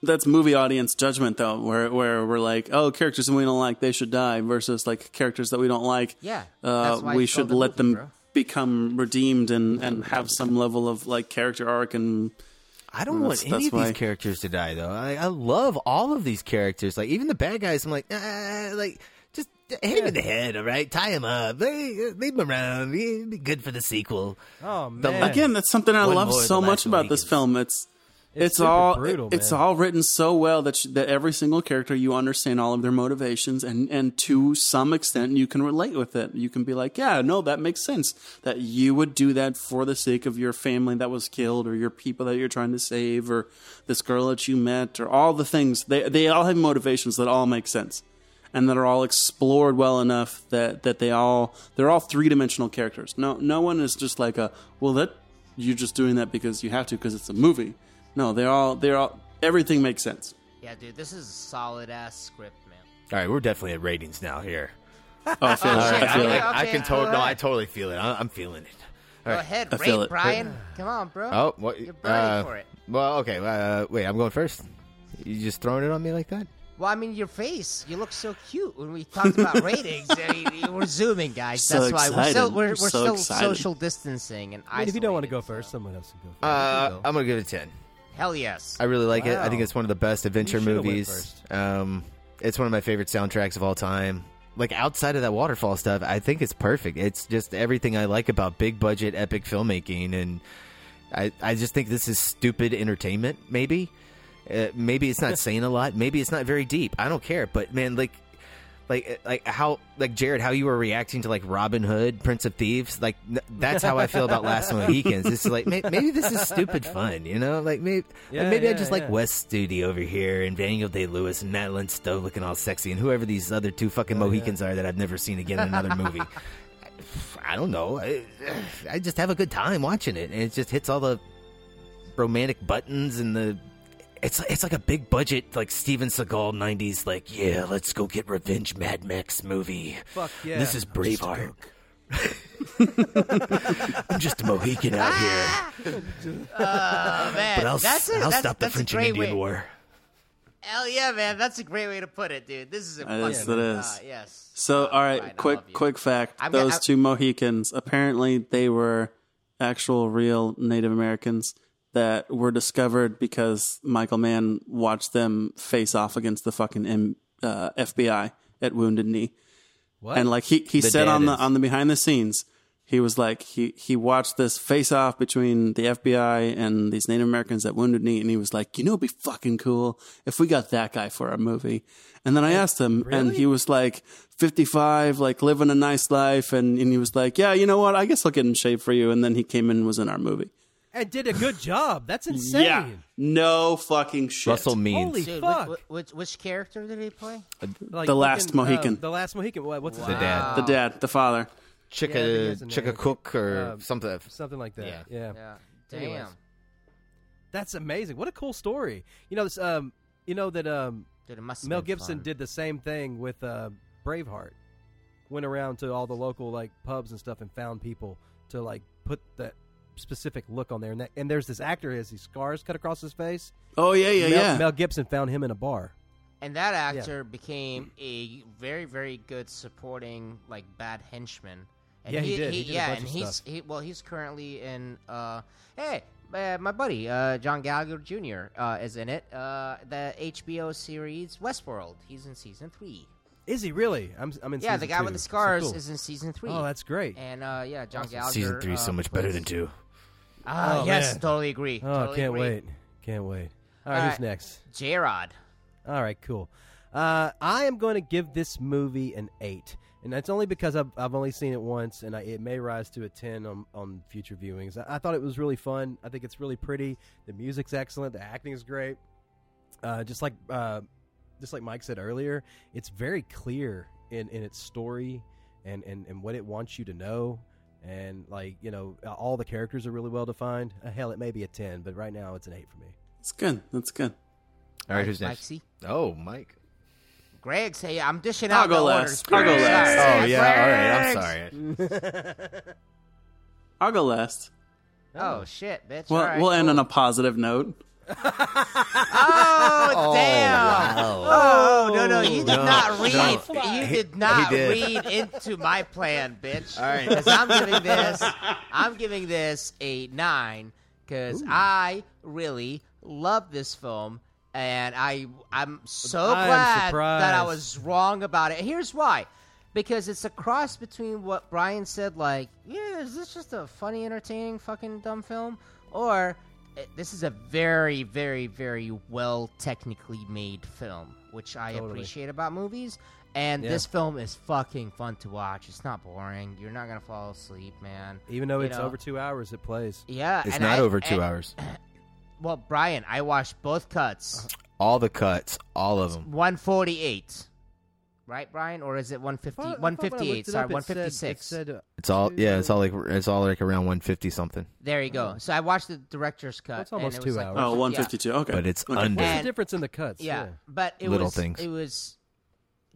[SPEAKER 9] that's movie audience judgment though, where where we're like, oh, characters that we don't like, they should die, versus like characters that we don't like,
[SPEAKER 10] Yeah,
[SPEAKER 9] uh,
[SPEAKER 10] that's why
[SPEAKER 9] we
[SPEAKER 10] it's
[SPEAKER 9] should
[SPEAKER 10] called a
[SPEAKER 9] let them
[SPEAKER 10] movie, bro.
[SPEAKER 9] become redeemed and and have some level of like character arc and
[SPEAKER 8] I don't want any of these characters to die though. I, I love all of these characters. Like even the bad guys, I'm like, ah, like just hit him in the head, all right? Tie him up, Hey, leave him around. He'd be good for the sequel.
[SPEAKER 1] Oh
[SPEAKER 8] The- man.
[SPEAKER 9] Again, that's something I
[SPEAKER 8] One
[SPEAKER 9] love
[SPEAKER 8] more,
[SPEAKER 9] so
[SPEAKER 8] the
[SPEAKER 9] much
[SPEAKER 8] last
[SPEAKER 9] about this film.
[SPEAKER 1] It's
[SPEAKER 9] It's it's,
[SPEAKER 1] super
[SPEAKER 9] all
[SPEAKER 1] brutal,
[SPEAKER 9] it's
[SPEAKER 1] man.
[SPEAKER 9] all written so well that you, that every single character you understand all of their motivations and and to some extent you can relate with it. You can be like, yeah, no, that makes sense that you would do that for the sake of your family that was killed or your people that you're trying to save or this girl that you met or all the things. They they all have motivations that all make sense and that are all explored well enough that that they all they're all three dimensional characters. No no one is just like a well that you're just doing that because you have to because it's a movie. No, they're all they're all everything makes sense.
[SPEAKER 10] Yeah, dude, this is a solid ass script, man.
[SPEAKER 8] All right, we're definitely at ratings now here.
[SPEAKER 9] [LAUGHS] Oh, I feel it.
[SPEAKER 8] All right,
[SPEAKER 9] I feel
[SPEAKER 8] I'm
[SPEAKER 9] it.
[SPEAKER 8] like- I
[SPEAKER 10] Okay,
[SPEAKER 8] can totally. No,
[SPEAKER 10] alright.
[SPEAKER 8] I totally feel it. I, I'm feeling it.
[SPEAKER 10] Go
[SPEAKER 8] All right.
[SPEAKER 10] ahead, rate Brian. Come on, bro.
[SPEAKER 8] Oh, what?
[SPEAKER 10] You're burning
[SPEAKER 8] uh,
[SPEAKER 10] for it.
[SPEAKER 8] Well, okay. Uh, wait, I'm going first. You just throwing it on me like that?
[SPEAKER 10] Well, I mean, your face. You look so cute when we talked
[SPEAKER 8] [LAUGHS]
[SPEAKER 10] about ratings. I mean, we're zooming, guys.
[SPEAKER 8] So
[SPEAKER 10] That's why we're still,
[SPEAKER 8] excited.
[SPEAKER 10] we're,
[SPEAKER 8] I'm
[SPEAKER 10] we're
[SPEAKER 8] so
[SPEAKER 10] still
[SPEAKER 8] excited.
[SPEAKER 10] social distancing and
[SPEAKER 1] I mean, if you
[SPEAKER 10] isolating.
[SPEAKER 1] don't want to go first, someone else can go.
[SPEAKER 8] Uh, I'm gonna give it a ten.
[SPEAKER 10] Hell yes.
[SPEAKER 8] I really like it. I think
[SPEAKER 10] Wow.
[SPEAKER 8] it's one of the best adventure
[SPEAKER 10] You should've went
[SPEAKER 8] movies. Um, it's one of my favorite soundtracks of all time. Like outside of that waterfall stuff, I think it's perfect. It's just everything I like about big budget epic filmmaking, and I I just think this is stupid entertainment. Maybe, uh, maybe it's not saying a lot. Maybe it's not very deep. I don't care. But man, like. Like uh, like how like Jared, how you were reacting to like Robin Hood, Prince of Thieves, like n- that's how I feel about Last Mohicans. It's like may- maybe this is stupid fun, you know? Like maybe
[SPEAKER 1] Yeah,
[SPEAKER 8] like maybe I
[SPEAKER 1] yeah,
[SPEAKER 8] just
[SPEAKER 1] yeah.
[SPEAKER 8] like West Studi over here and Daniel Day Lewis and Madeline Stowe looking all sexy and whoever these other two fucking
[SPEAKER 1] Oh,
[SPEAKER 8] Mohicans are that I've never seen again in another movie.
[SPEAKER 1] [LAUGHS]
[SPEAKER 8] I don't know. I, I just have a good time watching it, and it just hits all the romantic buttons and the. It's it's like a big budget like Steven Seagal '90s like yeah let's go get revenge Mad Max movie.
[SPEAKER 1] Fuck yeah.
[SPEAKER 8] This is
[SPEAKER 1] I'm just a
[SPEAKER 8] Braveheart. [LAUGHS] I'm just a Mohican out here.
[SPEAKER 10] Oh, man.
[SPEAKER 8] but I'll,
[SPEAKER 10] that's a,
[SPEAKER 8] I'll
[SPEAKER 10] that's,
[SPEAKER 8] stop the
[SPEAKER 10] that's a
[SPEAKER 8] French and
[SPEAKER 10] great
[SPEAKER 8] Indian
[SPEAKER 10] way.
[SPEAKER 8] War.
[SPEAKER 10] Hell yeah, man. That's a great way to put it, dude. This is a
[SPEAKER 9] That
[SPEAKER 10] fucking-
[SPEAKER 9] is, that is.
[SPEAKER 10] uh, yes.
[SPEAKER 9] So, all right, quick, quick fact:
[SPEAKER 10] I'm gonna-
[SPEAKER 9] those
[SPEAKER 10] I'm-
[SPEAKER 9] two Mohicans, apparently, they were actual, real Native Americans that were discovered because Michael Mann watched them face off against the fucking M, uh, FBI at Wounded Knee,
[SPEAKER 1] What?
[SPEAKER 9] and like he he
[SPEAKER 1] The
[SPEAKER 9] said
[SPEAKER 1] dad
[SPEAKER 9] on the
[SPEAKER 1] is-
[SPEAKER 9] on the behind the scenes, he was like he he watched this face off between the FBI and these Native Americans at Wounded Knee, and he was like, you know, it'd be fucking cool if we got that guy for our movie. And then I asked him, and he was like 55, like living a nice life, and and he was like, yeah, you know what? I guess I'll get in shape for you. And then he came in and was in our movie.
[SPEAKER 1] And did a good job. That's insane.
[SPEAKER 9] Yeah, no fucking shit.
[SPEAKER 8] Russell Means.
[SPEAKER 1] Holy
[SPEAKER 10] Dude,
[SPEAKER 1] fuck!
[SPEAKER 10] Which, which, which character did he play?
[SPEAKER 1] Like
[SPEAKER 9] The Last
[SPEAKER 1] fucking, uh,
[SPEAKER 9] Mohican.
[SPEAKER 1] the last Mohican. What, what's his
[SPEAKER 8] The
[SPEAKER 1] name?
[SPEAKER 8] dad.
[SPEAKER 9] the dad, the
[SPEAKER 1] Yeah,
[SPEAKER 9] father.
[SPEAKER 1] I think he has a
[SPEAKER 8] Chicka,
[SPEAKER 1] name.
[SPEAKER 8] Chicka Cook or
[SPEAKER 1] Um,
[SPEAKER 8] something.
[SPEAKER 1] something like that. Yeah.
[SPEAKER 8] Yeah.
[SPEAKER 10] Damn.
[SPEAKER 1] Anyways. That's amazing. What a cool story. You know this. Um, you know that. Um,
[SPEAKER 10] Dude, it must have
[SPEAKER 1] Mel
[SPEAKER 10] been
[SPEAKER 1] Gibson
[SPEAKER 10] fun.
[SPEAKER 1] did the same thing with uh, Braveheart. Went around to all the local like pubs and stuff and found people to like put that specific look on there. And that, and there's this actor who has these scars cut across his face.
[SPEAKER 9] Oh yeah, yeah,
[SPEAKER 1] Mel,
[SPEAKER 9] yeah.
[SPEAKER 1] Mel Gibson found him in a bar.
[SPEAKER 10] And that actor became a very, very good supporting, like bad henchman. And
[SPEAKER 1] Yeah, he did. He did a
[SPEAKER 10] yeah,
[SPEAKER 1] bunch
[SPEAKER 10] and
[SPEAKER 1] of
[SPEAKER 10] he's
[SPEAKER 1] stuff.
[SPEAKER 10] he, well, he's currently in. Uh, hey, uh, my buddy uh, John Gallagher Jr. Uh, is in it. Uh, the HBO series Westworld. He's in season three.
[SPEAKER 1] Is he really? I'm I'm in.
[SPEAKER 10] yeah, the
[SPEAKER 1] season
[SPEAKER 10] guy
[SPEAKER 1] two.
[SPEAKER 10] with the
[SPEAKER 1] So
[SPEAKER 10] scars
[SPEAKER 1] cool.
[SPEAKER 10] is in season three.
[SPEAKER 1] Oh, that's great.
[SPEAKER 10] And uh, yeah, John Gallagher.
[SPEAKER 8] Season three is so
[SPEAKER 10] uh,
[SPEAKER 8] much better
[SPEAKER 10] plays-
[SPEAKER 8] than two.
[SPEAKER 10] Ah,
[SPEAKER 1] Oh,
[SPEAKER 10] yes,
[SPEAKER 1] man.
[SPEAKER 10] totally agree.
[SPEAKER 1] Oh,
[SPEAKER 10] totally
[SPEAKER 1] can't
[SPEAKER 10] agree.
[SPEAKER 1] wait. Can't wait. All right,
[SPEAKER 10] All
[SPEAKER 1] who's
[SPEAKER 10] right.
[SPEAKER 1] next?
[SPEAKER 10] J-Rod.
[SPEAKER 1] All right, cool. Uh, I am going to give this movie an eight, and that's only because I've, I've only seen it once, and I, it may rise to a ten on, on future viewings. I, I thought it was really fun. I think it's really pretty. The music's excellent. The acting is great. Uh, just like uh, just like Mike said earlier, it's very clear in, in its story and, and, and what it wants you to know. And like you know, all the characters are really well defined. Uh, hell, it may be a ten, but right now it's an eight for me.
[SPEAKER 9] It's good. That's good.
[SPEAKER 8] All right, who's
[SPEAKER 10] Mike
[SPEAKER 8] next?
[SPEAKER 10] C.
[SPEAKER 8] Oh, Mike.
[SPEAKER 10] Greg, say I'm dishing
[SPEAKER 9] I'll
[SPEAKER 10] out
[SPEAKER 9] go
[SPEAKER 10] the
[SPEAKER 9] last.
[SPEAKER 10] orders.
[SPEAKER 9] I'll go last.
[SPEAKER 8] Oh yeah. All right. I'm sorry.
[SPEAKER 9] I'll go last.
[SPEAKER 10] Oh shit, bitch.
[SPEAKER 9] We'll,
[SPEAKER 10] All right,
[SPEAKER 9] we'll end on
[SPEAKER 10] cool.
[SPEAKER 9] a positive note.
[SPEAKER 10] Oh, damn! Oh no, no, you did
[SPEAKER 9] No,
[SPEAKER 10] not read.
[SPEAKER 9] no.
[SPEAKER 10] You
[SPEAKER 9] He-
[SPEAKER 10] did not
[SPEAKER 9] he did.
[SPEAKER 10] read into my plan, bitch.
[SPEAKER 8] All right.
[SPEAKER 10] because I'm giving this, I'm giving this a nine. because I really love this film, and I I'm so
[SPEAKER 1] I am
[SPEAKER 10] glad that I
[SPEAKER 1] surprised.
[SPEAKER 10] was wrong about it. Here's why. Because it's a cross between what Brian said, like, yeah, is this just a funny, entertaining, fucking dumb film? Or eh, this is a very, very, very well technically made film, which I
[SPEAKER 1] Totally.
[SPEAKER 10] appreciate about movies. And
[SPEAKER 1] Yeah.
[SPEAKER 10] this film is fucking fun to watch. It's not boring. You're not going to fall asleep, man.
[SPEAKER 1] Even though
[SPEAKER 10] You
[SPEAKER 1] it's
[SPEAKER 10] know?
[SPEAKER 1] over two hours, it plays.
[SPEAKER 10] Yeah,
[SPEAKER 8] It's
[SPEAKER 10] and
[SPEAKER 8] not
[SPEAKER 10] I-
[SPEAKER 8] over two
[SPEAKER 10] and-
[SPEAKER 8] hours.
[SPEAKER 10] Well, Brian, I watched both cuts.
[SPEAKER 8] All the cuts, all of them.
[SPEAKER 10] 148. Right, Brian, or is it 150?
[SPEAKER 1] Well, I thought when I
[SPEAKER 10] 158.
[SPEAKER 1] looked it
[SPEAKER 10] Sorry,
[SPEAKER 1] up, it said- it
[SPEAKER 10] 156.
[SPEAKER 1] said, uh,
[SPEAKER 8] It's all yeah. It's all like it's all like around one fifty something.
[SPEAKER 10] there you go. So I watched the director's cut.
[SPEAKER 1] uh, That's almost
[SPEAKER 10] and it was
[SPEAKER 1] two
[SPEAKER 10] like,
[SPEAKER 1] hours.
[SPEAKER 9] Oh, 152. Okay.
[SPEAKER 8] But it's
[SPEAKER 9] okay.
[SPEAKER 8] under.
[SPEAKER 1] What's the
[SPEAKER 10] And-
[SPEAKER 1] difference in the cuts?
[SPEAKER 10] Yeah, but it
[SPEAKER 8] Little
[SPEAKER 10] was,
[SPEAKER 8] things.
[SPEAKER 10] It was.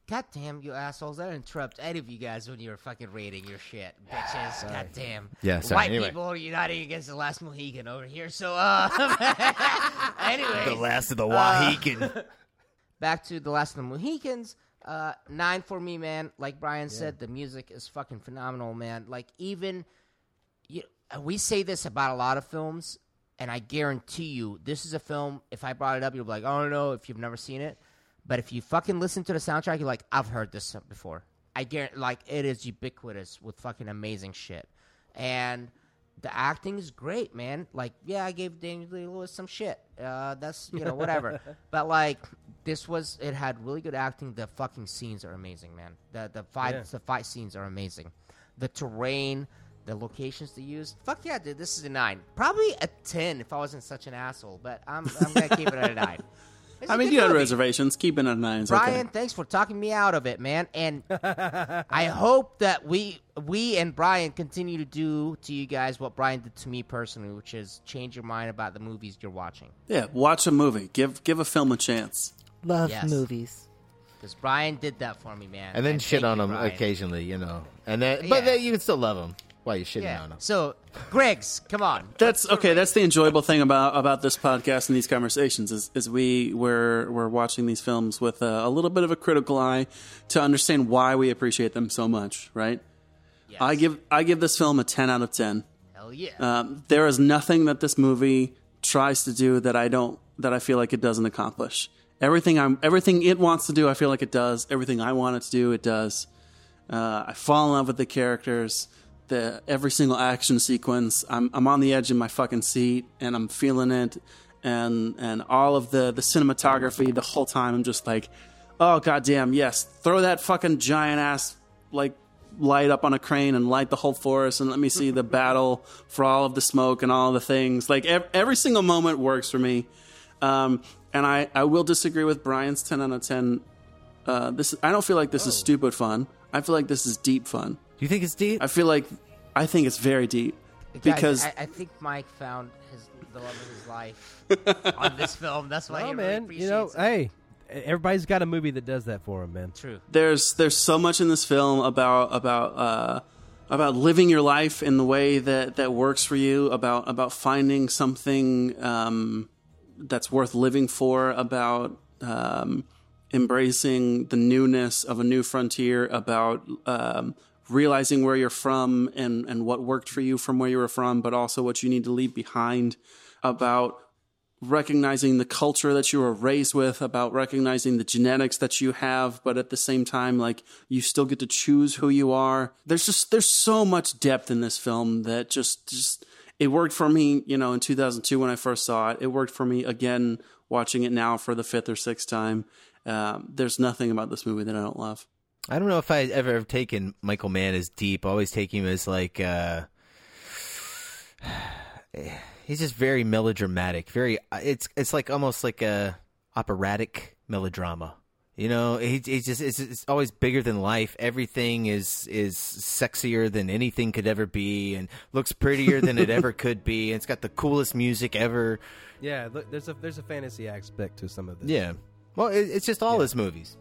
[SPEAKER 10] God damn you assholes! I didn't interrupt any of you guys when you were fucking rating your shit, bitches.
[SPEAKER 1] [SIGHS]
[SPEAKER 10] God damn.
[SPEAKER 8] Yeah, sorry,
[SPEAKER 10] White
[SPEAKER 8] anyway.
[SPEAKER 10] people are uniting against the last Mohican over here. So, uh, [LAUGHS] anyway,
[SPEAKER 8] The last of the
[SPEAKER 10] uh,
[SPEAKER 8] Wahican.
[SPEAKER 10] back to the last of the Mohicans. Uh, nine for me, man. Like Brian said, the music is fucking phenomenal, man. Like even you, uh, we say this about a lot of films, and I guarantee you, this is a film. If I brought it up, you'll be like, "I don't know," if you've never seen it. But if you fucking listen to the soundtrack, you're like, "I've heard this before." I guarantee, like, it is ubiquitous with fucking amazing shit, and the acting is great, man. Like, yeah, I gave Daniel Day Lewis some shit. Uh, that's you know whatever, but like, this was it had really good acting. The fucking scenes are amazing, man. The the fight
[SPEAKER 1] Yeah.
[SPEAKER 10] the fight scenes are amazing. The terrain, the locations they use. Fuck yeah, dude. This is a nine. Probably a ten if I wasn't such an asshole. But I'm, I'm gonna keep it at a nine. It's a
[SPEAKER 9] I mean,
[SPEAKER 10] good
[SPEAKER 9] you had
[SPEAKER 10] movie.
[SPEAKER 9] reservations. Keeping it at nine. is
[SPEAKER 10] Brian,
[SPEAKER 9] okay.
[SPEAKER 10] thanks for talking me out of it, man. And I hope that we we and Brian continue to do to you guys what Brian did to me personally, which is change your mind about the movies you're watching.
[SPEAKER 9] Yeah, watch a movie. Give give a film a chance.
[SPEAKER 8] [LAUGHS] Love
[SPEAKER 10] Yes.
[SPEAKER 8] movies.
[SPEAKER 10] Because Brian did that for me, man.
[SPEAKER 8] And then shit
[SPEAKER 10] thank
[SPEAKER 8] on
[SPEAKER 10] you,
[SPEAKER 8] them
[SPEAKER 10] Brian.
[SPEAKER 8] occasionally, you know. And then, but
[SPEAKER 10] Yeah.
[SPEAKER 8] then you can still love them while you're shitting
[SPEAKER 10] Yeah.
[SPEAKER 8] on them.
[SPEAKER 10] So, Griggs, come on.
[SPEAKER 9] That's okay. That's the enjoyable thing about about this podcast and these conversations is is we we're we're watching these films with a, a little bit of a critical eye to understand why we appreciate them so much, right? I give I give this film a ten out of ten.
[SPEAKER 10] Hell yeah.
[SPEAKER 9] Um, there is nothing that this movie tries to do that I don't that I feel like it doesn't accomplish. Everything I'm everything it wants to do, I feel like it does. Everything I want it to do, it does. Uh, I fall in love with the characters. The every single action sequence, I'm I'm on the edge of my fucking seat and I'm feeling it. And and all of the the cinematography the whole time, I'm just like, oh goddamn, yes, throw that fucking giant ass like light up on a crane and light the whole forest and let me see the battle for all of the smoke and all the things. Like ev- every single moment works for me. Um, and I, I will disagree with Brian's 10 out of 10. Uh, this I don't feel like this is stupid fun. I feel like this is deep fun. Do
[SPEAKER 8] you think it's deep?
[SPEAKER 9] I feel like I think it's very deep
[SPEAKER 10] Guys,
[SPEAKER 9] because
[SPEAKER 10] I, I think Mike found his the love of his life
[SPEAKER 9] [LAUGHS]
[SPEAKER 10] on this film. That's why
[SPEAKER 1] Oh
[SPEAKER 10] he
[SPEAKER 1] man,
[SPEAKER 10] really
[SPEAKER 1] you know, hey, everybody's got a movie that does that for him, man.
[SPEAKER 10] True.
[SPEAKER 9] there's there's so much in this film about about uh, about living your life in the way that that works for you about about finding something um, that's worth living for about um, embracing the newness of a new frontier about um, realizing where you're from and and what worked for you from where you were from but also what you need to leave behind about recognizing the culture that you were raised with, about recognizing the genetics that you have, but at the same time, like you still get to choose who you are. There's just there's so much depth in this film that just just it worked for me, you know, in 2002 when I first saw it. It worked for me again watching it now for the fifth or sixth time. Um, there's nothing about this movie that I don't love.
[SPEAKER 8] I don't know if I had ever have taken Michael Mann as deep. I always take him as like uh [SIGHS] he's just very melodramatic. Very it's it's like almost like a operatic melodrama. You know, he he's just it's, it's always bigger than life. Everything is is sexier than anything could ever be, and looks prettier than it [LAUGHS] ever could be. And it's got the coolest music ever.
[SPEAKER 1] Yeah, look, there's a there's a fantasy aspect to some of this.
[SPEAKER 8] Yeah. Well, it, it's just all his movies.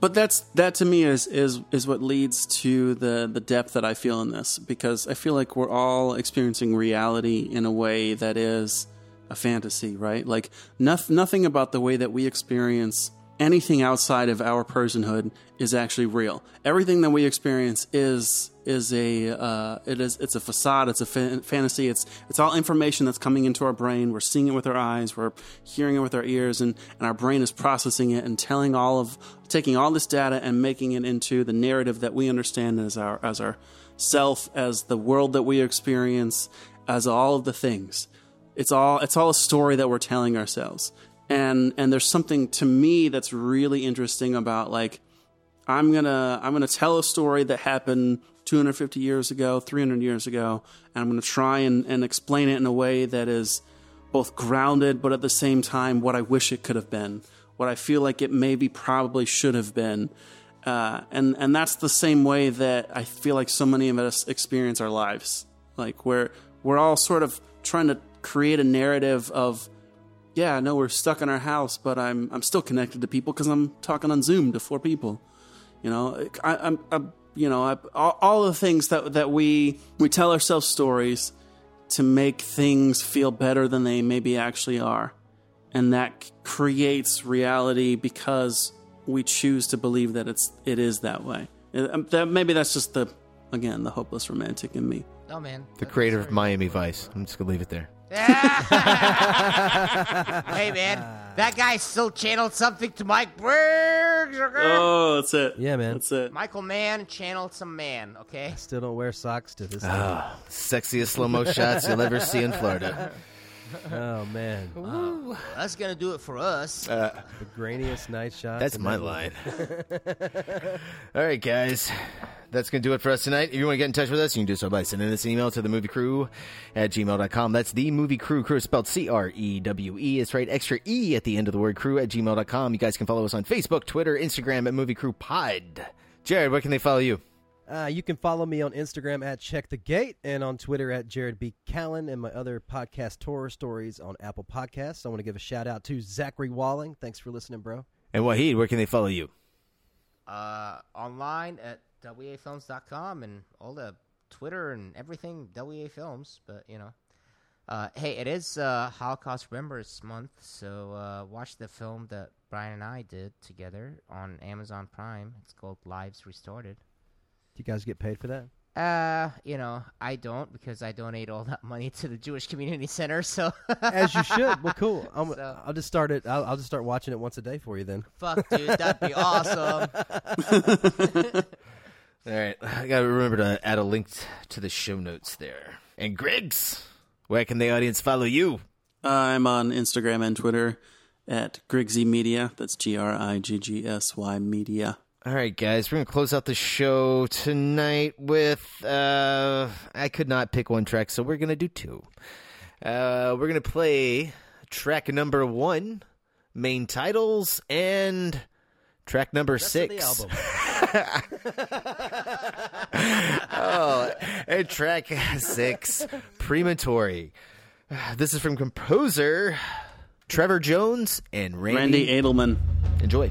[SPEAKER 9] But that's that to me is is is what leads to the the depth that I feel in this because I feel like we're all experiencing reality in a way that is a fantasy, right? Like noth- nothing about the way that we experience anything outside of our personhood is actually real. Everything that we experience is is a uh, it is it's a facade. It's a fa- fantasy. It's it's all information that's coming into our brain. We're seeing it with our eyes. We're hearing it with our ears, and and our brain is processing it and telling all of taking all this data and making it into the narrative that we understand as our as our self, as the world that we experience, as all of the things. It's all it's all a story that we're telling ourselves and and there's something to me that's really interesting about like I'm gonna I'm gonna tell a story that happened 250 years ago, 300 years ago, and I'm gonna try and, and explain it in a way that is both grounded, but at the same time, what I wish it could have been, what I feel like it maybe probably should have been, uh, and and that's the same way that I feel like so many of us experience our lives, like where we're all sort of trying to create a narrative of yeah, I know we're stuck in our house, but I'm I'm still connected to people because I'm talking on Zoom to four people. You know, I, am you know, I, all, all the things that that we we tell ourselves stories to make things feel better than they maybe actually are, and that c- creates reality because we choose to believe that it's it is that way. It- um, that maybe that's just the again the hopeless romantic in me.
[SPEAKER 10] No man. [LAUGHS]
[SPEAKER 8] The creator of Miami Vice. I'm just gonna leave it there.
[SPEAKER 10] hey man, that guy still channeled something to Mike Briggs. okay?
[SPEAKER 9] Oh, that's it.
[SPEAKER 1] Yeah, man.
[SPEAKER 9] That's it.
[SPEAKER 10] Michael Mann channeled some man. Okay.
[SPEAKER 1] Still don't wear socks to this.
[SPEAKER 8] Ah, sexiest slow mo shots you'll ever see in Florida.
[SPEAKER 1] day. Oh man,
[SPEAKER 10] Ooh, that's gonna do it for us.
[SPEAKER 1] the grainiest night shot.
[SPEAKER 8] That's my line. All right, guys. That's going to do it for us tonight. If you want to get in touch with us, you can do so by sending us an email to the movie crew at gmail.com. That's the movie crew. Crew is spelled C R E W E. It's right extra E at the end of the word crew at gmail.com. You guys can follow us on Facebook, Twitter, Instagram at movie crew pod. Jared, where can they follow you?
[SPEAKER 1] Uh, you can follow me on Instagram at Check the Gate and on Twitter at Jared B. Callen and my other podcast, Horror Stories, on Apple Podcasts. I want to give a shout out to Zachary Walling. Thanks for listening, bro.
[SPEAKER 8] And Wahid, where can they follow you?
[SPEAKER 10] Uh, online at wafilms.com and all the Twitter and everything WA Films. But you know, uh, hey, it is uh, Holocaust Remembrance Month, so uh, watch the film that Brian and I did together on Amazon Prime. It's called Lives Restored.
[SPEAKER 1] Do you guys get paid for that?
[SPEAKER 10] Uh, you know, I don't because I donate all that money to the Jewish Community Center. So [LAUGHS]
[SPEAKER 1] As you should. Well, cool. I'm, I'll just start it. I'll, I'll just start watching it once a day for you then.
[SPEAKER 10] Fuck, dude, that'd be awesome.
[SPEAKER 8] All right. I got to remember to add a link to the show notes there. And Griggs, where can the audience follow you?
[SPEAKER 9] I'm on Instagram and Twitter at Grigsy Media. That's G R I G G S Y Media.
[SPEAKER 8] All right, guys, we're gonna close out the show tonight with. Uh, I could not pick one track, so we're gonna do two. Uh, we're gonna play track number one, main titles, and track number six. [LAUGHS] oh, and track six, Prematory. This is from composer Trevor Jones and
[SPEAKER 9] Randy
[SPEAKER 8] Randy,
[SPEAKER 9] Edelman.
[SPEAKER 8] Enjoy.